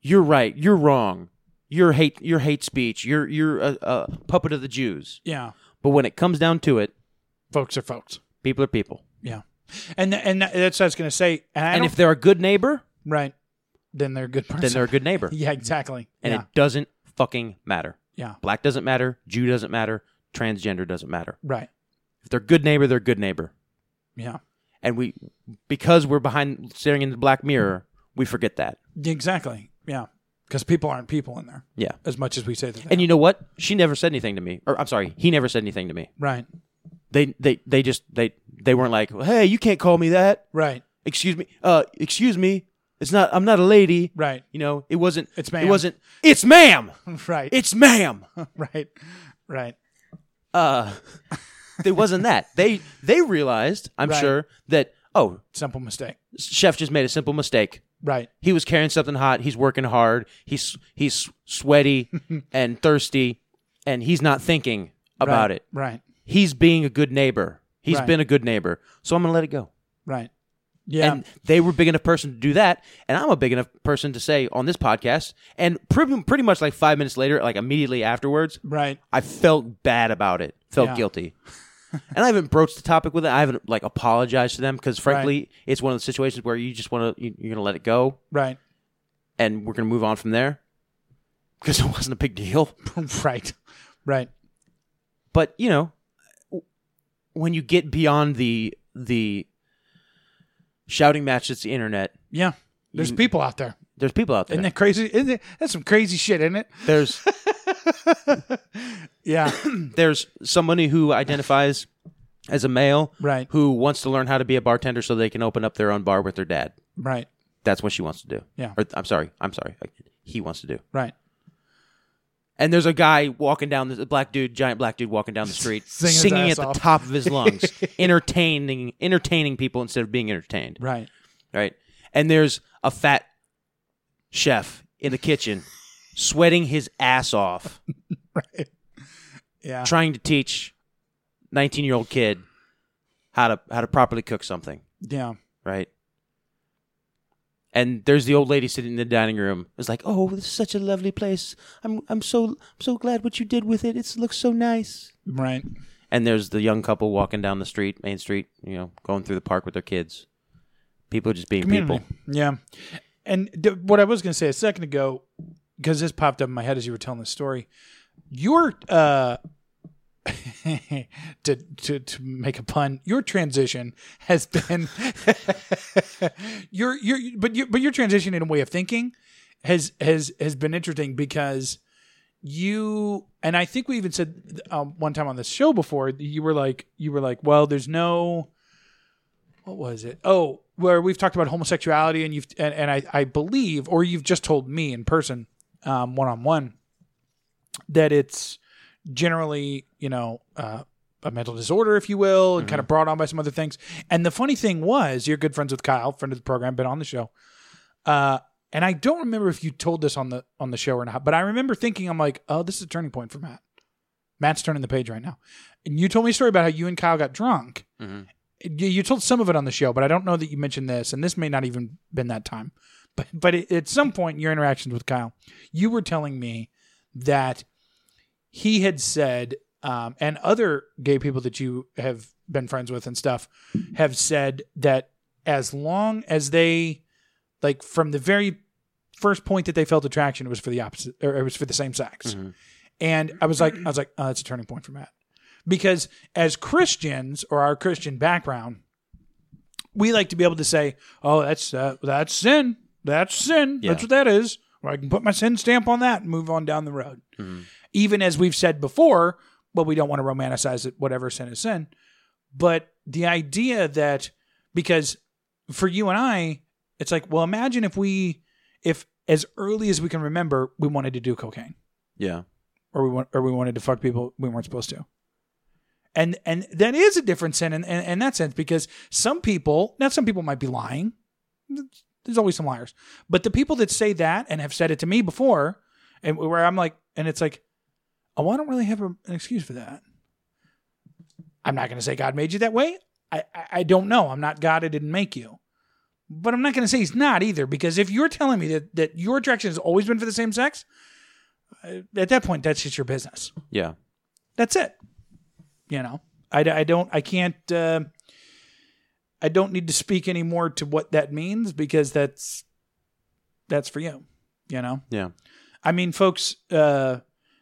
You're right. You're wrong. You're hate. You're hate speech. You're you're a, a puppet of the Jews.
yeah
But when it comes down to it,
folks are folks
people are people.
yeah and th- and that's what I was gonna say and, I
And
don't-
if they're a good neighbor,
right then they're a good person
then they're a good neighbor.
yeah exactly
and
yeah
it doesn't fucking matter.
yeah
Black doesn't matter, Jew doesn't matter, transgender doesn't matter.
right
If they're a good neighbor, they're a good neighbor.
yeah
And we because we're behind staring in the black mirror, we forget that.
Exactly. Yeah. because people aren't people in there.
Yeah.
as much as we say that. They
And
are.
you know what? She never said anything to me. Or I'm sorry, he never said anything to me.
right,
They they they just they they weren't like, "Hey, you can't call me that."
right,
Excuse me. Uh, excuse me. It's not I'm not a lady.
Right.
You know, it wasn't
It's
It
ma'am.
wasn't It's ma'am.
right,
It's ma'am.
right, right.
Uh it wasn't that. They they realized, I'm
Right.
sure, that oh,
Simple mistake.
chef just made a simple mistake.
Right,
He was carrying something hot. He's working hard. He's he's sweaty and thirsty, and he's not thinking about
right,
it.
Right,
He's being a good neighbor. He's
Right.
been a good neighbor. So I'm gonna let it go.
right. Yeah,
And they were big enough person to do that, and I'm a big enough person to say on this podcast. And pretty, pretty much like five minutes later, like immediately afterwards,
right.
I felt bad about it. Felt
Yeah.
guilty. and I haven't broached the topic with it. I haven't like apologized to them because frankly, it's one of the situations where you just want to you, you're gonna let it go,
Right.
and we're gonna move on from there because it wasn't a big deal.
right. Right.
But you know, w- when you get beyond the the shouting match that's the internet,
Yeah. There's people out there.
there's people out there.
Isn't that crazy? Isn't it? That's some crazy shit, isn't it?
there's
Yeah.
there's somebody who identifies as a male
Right.
who wants to learn how to be a bartender so they can open up their own bar with their dad.
right.
That's what she wants to do.
Yeah.
Or I'm sorry. I'm sorry. He wants to do.
Right.
And there's a guy walking down the a black dude, giant black dude walking down the street,
Singing his
singing at
ass
the
off.
top of his lungs, entertaining entertaining people instead of being entertained.
Right.
Right. And there's a fat chef in the kitchen sweating his ass off
Right. Yeah.
trying to teach 19-year-old kid how to how to properly cook something.
yeah.
right? And there's the old lady sitting in the dining room. It's like, oh, this is such a lovely place. I'm I'm so I'm so glad what you did with it. It looks so nice.
Right.
And there's the young couple walking down the street, main street, you know, going through the park with their kids. People just being
Community.
people.
Yeah. And d- what I was going to say a second ago, because this popped up in my head as you were telling this story, your uh, to, to to make a pun, your transition has been your your but your but your transition in a way of thinking has has has been interesting because you and I think we even said um, one time on this show before you were like you were like well there's no what was it oh where we've talked about homosexuality and you've and, and I I believe or you've just told me in person um one on one that it's generally you know uh a mental disorder, if you will, and kind of brought on by some other things. And the funny thing was, you're good friends with Kyle, friend of the program, been on the show. Uh, and I don't remember if you told this on the on the show or not, but I remember thinking, I'm like, oh, this is a turning point for Matt. Matt's turning the page right now. And you told me a story about how you and Kyle got drunk. You, you told some of it on the show, but I don't know that you mentioned this, and this may not even been that time. But but it, at some point, in your interactions with Kyle, you were telling me that he had said, um, and other gay people that you have been friends with and stuff have said that as long as they, like, from the very first point that they felt attraction, it was for the opposite, or it was for the same sex. And I was like, I was like, oh, that's a turning point for Matt. Because as Christians or our Christian background, we like to be able to say, oh, that's, uh, that's sin. That's sin. That's
Yeah.
what that is. Or I can put my sin stamp on that and move on down the road even as we've said before, well, we don't want to romanticize it, whatever sin is sin. But the idea that, because for you and I, it's like, well, imagine if we, if as early as we can remember, we wanted to do cocaine
Yeah.
or we want, or we wanted to fuck people we weren't supposed to. And and that is a different sin in, in, in that sense because some people, now some people might be lying. There's always some liars, but the people that say that and have said it to me before, and where I'm like, and it's like, oh, I don't really have a, an excuse for that. I'm not going to say God made you that way. I, I I don't know. I'm not God. I didn't make you. But I'm not going to say he's not either, because if you're telling me that, that your attraction has always been for the same sex, at that point, that's just your business.
Yeah.
That's it. You know, I, I don't, I can't, uh, I don't need to speak anymore to what that means because that's, that's for you, you know?
Yeah.
I mean, folks, uh,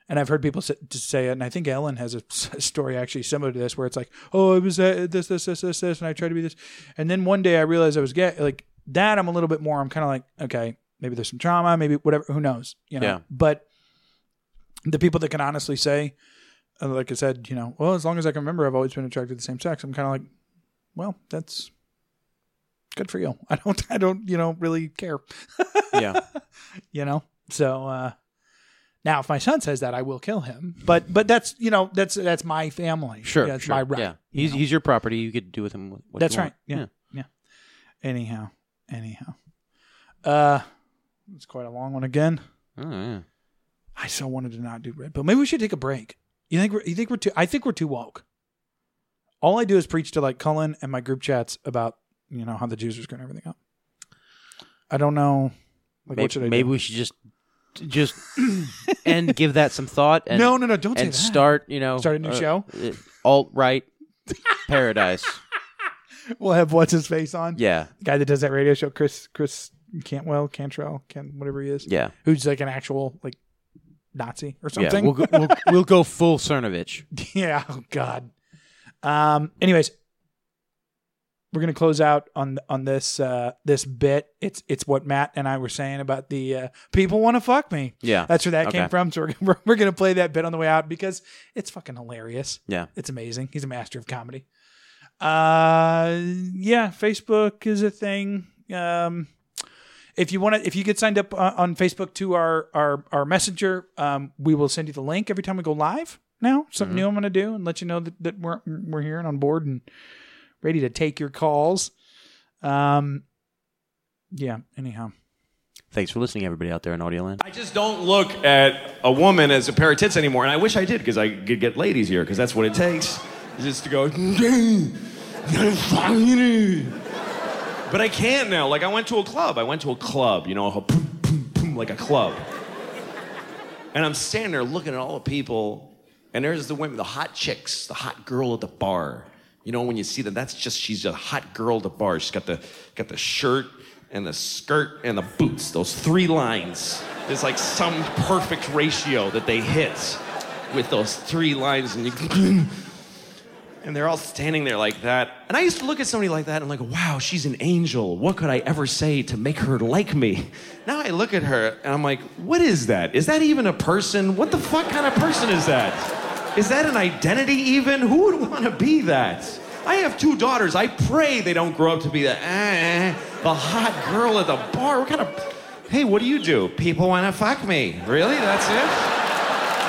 and I've heard people say, to say it, and I think Ellen has a s- story actually similar to this, where it's like, "Oh, it was that, this, this, this, this, this," and I tried to be this, and then one day I realized I was gay. Like that, I'm a little bit more. I'm kind of like, okay, Maybe there's some trauma, maybe whatever, who knows, you know.
Yeah.
But the people that can honestly say, uh, like I said, you know, well, as long as I can remember, I've always been attracted to the same sex. I'm kind of like, well, that's good for you. I don't, I don't, you know, really care,
yeah.
you know. So uh, now, if my son says that, I will kill him. But, but that's, you know, that's that's my family.
Sure.
that's
sure.
my right.
Yeah. He's, he's your property. You could do with him what you
That's
want.
right. Yeah. yeah. Anyhow. Anyhow. Uh it's quite a long one again.
Oh, yeah.
I so wanted to not do red pill. Maybe we should take a break. You think we're you think we're too I think we're too woke. All I do is preach to like Cullen and my group chats about, you know, how the Jews are screwing everything up. I don't know like what should I
maybe
do?
we should just just and give that some thought and
no, no, no, don't say
and
that.
start you know uh,
Start a new show?
alt right paradise
we'll have what's his face on.
yeah
The guy that does that radio show, Chris Chris Cantwell, Cantrell, Can whatever he is.
yeah
Who's like an actual like Nazi or
yeah
something.
we'll go, we'll, we'll go full Cernovich
Yeah. Oh God. Um. Anyways, we're gonna close out on on this uh this bit. It's it's what Matt and I were saying about the uh, people want to fuck me.
yeah
That's where that came
Okay.
from. So we're- we're we're gonna play that bit on the way out because it's fucking hilarious.
yeah
It's amazing. He's a master of comedy. Uh, yeah, Facebook is a thing. Um, if you want to, if you get signed up uh, on Facebook to our our our messenger, um, we will send you the link every time we go live. Now, something new I'm going to do and let you know that, that we're we're here and on board and ready to take your calls. Um, yeah. Anyhow,
thanks for listening everybody out there in audio land
I just don't look at a woman as a pair of tits anymore, and I wish I did because I could get laid easier because that's what it takes, is just to go. But I can't now. Like I went to a club. I went to a club, you know, a boom, boom, boom, like a club. And I'm standing there looking at all the people, and there's the women, the hot chicks, the hot girl at the bar. You know, when you see them, that's just she's a hot girl at the bar. She's got the got the shirt and the skirt and the boots. Those three lines. There's like some perfect ratio that they hit with those three lines, and you. And they're all standing there like that. And I used to look at somebody like that and I'm like, wow, she's an angel. What could I ever say to make her like me? Now I look at her and I'm like, what is that? Is that even a person? What the fuck kind of person is that? Is that an identity even? Who would want to be that? I have two daughters. I pray they don't grow up to be the, eh, the hot girl at the bar. What kind of, hey, what do you do? People want to fuck me. Really? That's it?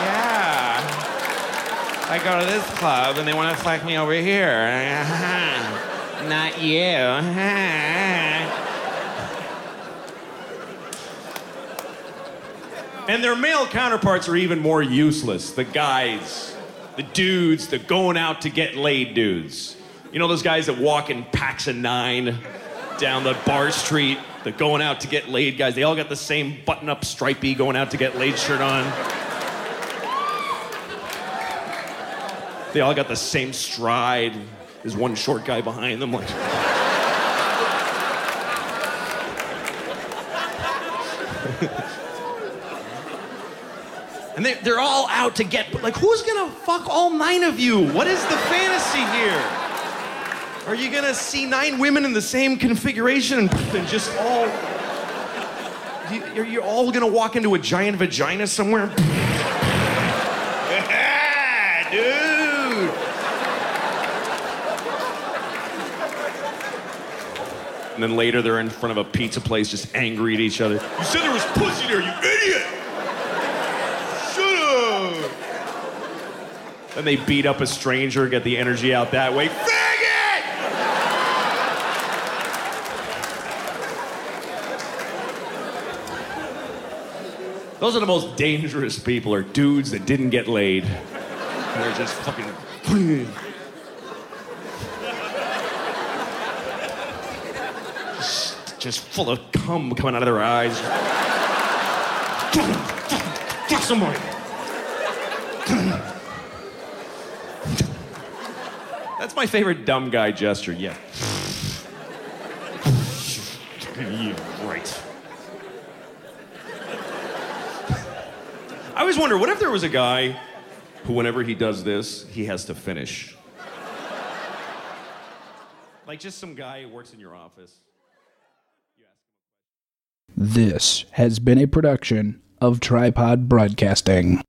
Yeah. I go to this club and they want to fuck me over here. Not you. and their male counterparts are even more useless. The guys, the dudes, the going out to get laid dudes. You know those guys that walk in packs of nine down the bar street, the going out to get laid guys. They all got the same button up stripey going out to get laid shirt on. They all got the same stride. There's one short guy behind them, like. and they, they're all out to get, but like, who's gonna fuck all nine of you? What is the fantasy here? Are you gonna see nine women in the same configuration and, and just all. You, you're, you're all gonna walk into a giant vagina somewhere? Yeah, dude. And then later they're in front of a pizza place just angry at each other. You said there was pussy there, you idiot! Shut up! Then they beat up a stranger, get the energy out that way. Faggot! Those are the most dangerous people, are dudes that didn't get laid. And they're just fucking. just, just full of cum coming out of their eyes. Fuck somebody. That's my favorite dumb guy gesture, yeah. yeah right. I always wonder what if there was a guy who, whenever he does this, he has to finish? like just some guy who works in your office.
This has been a production of Tripod Broadcasting.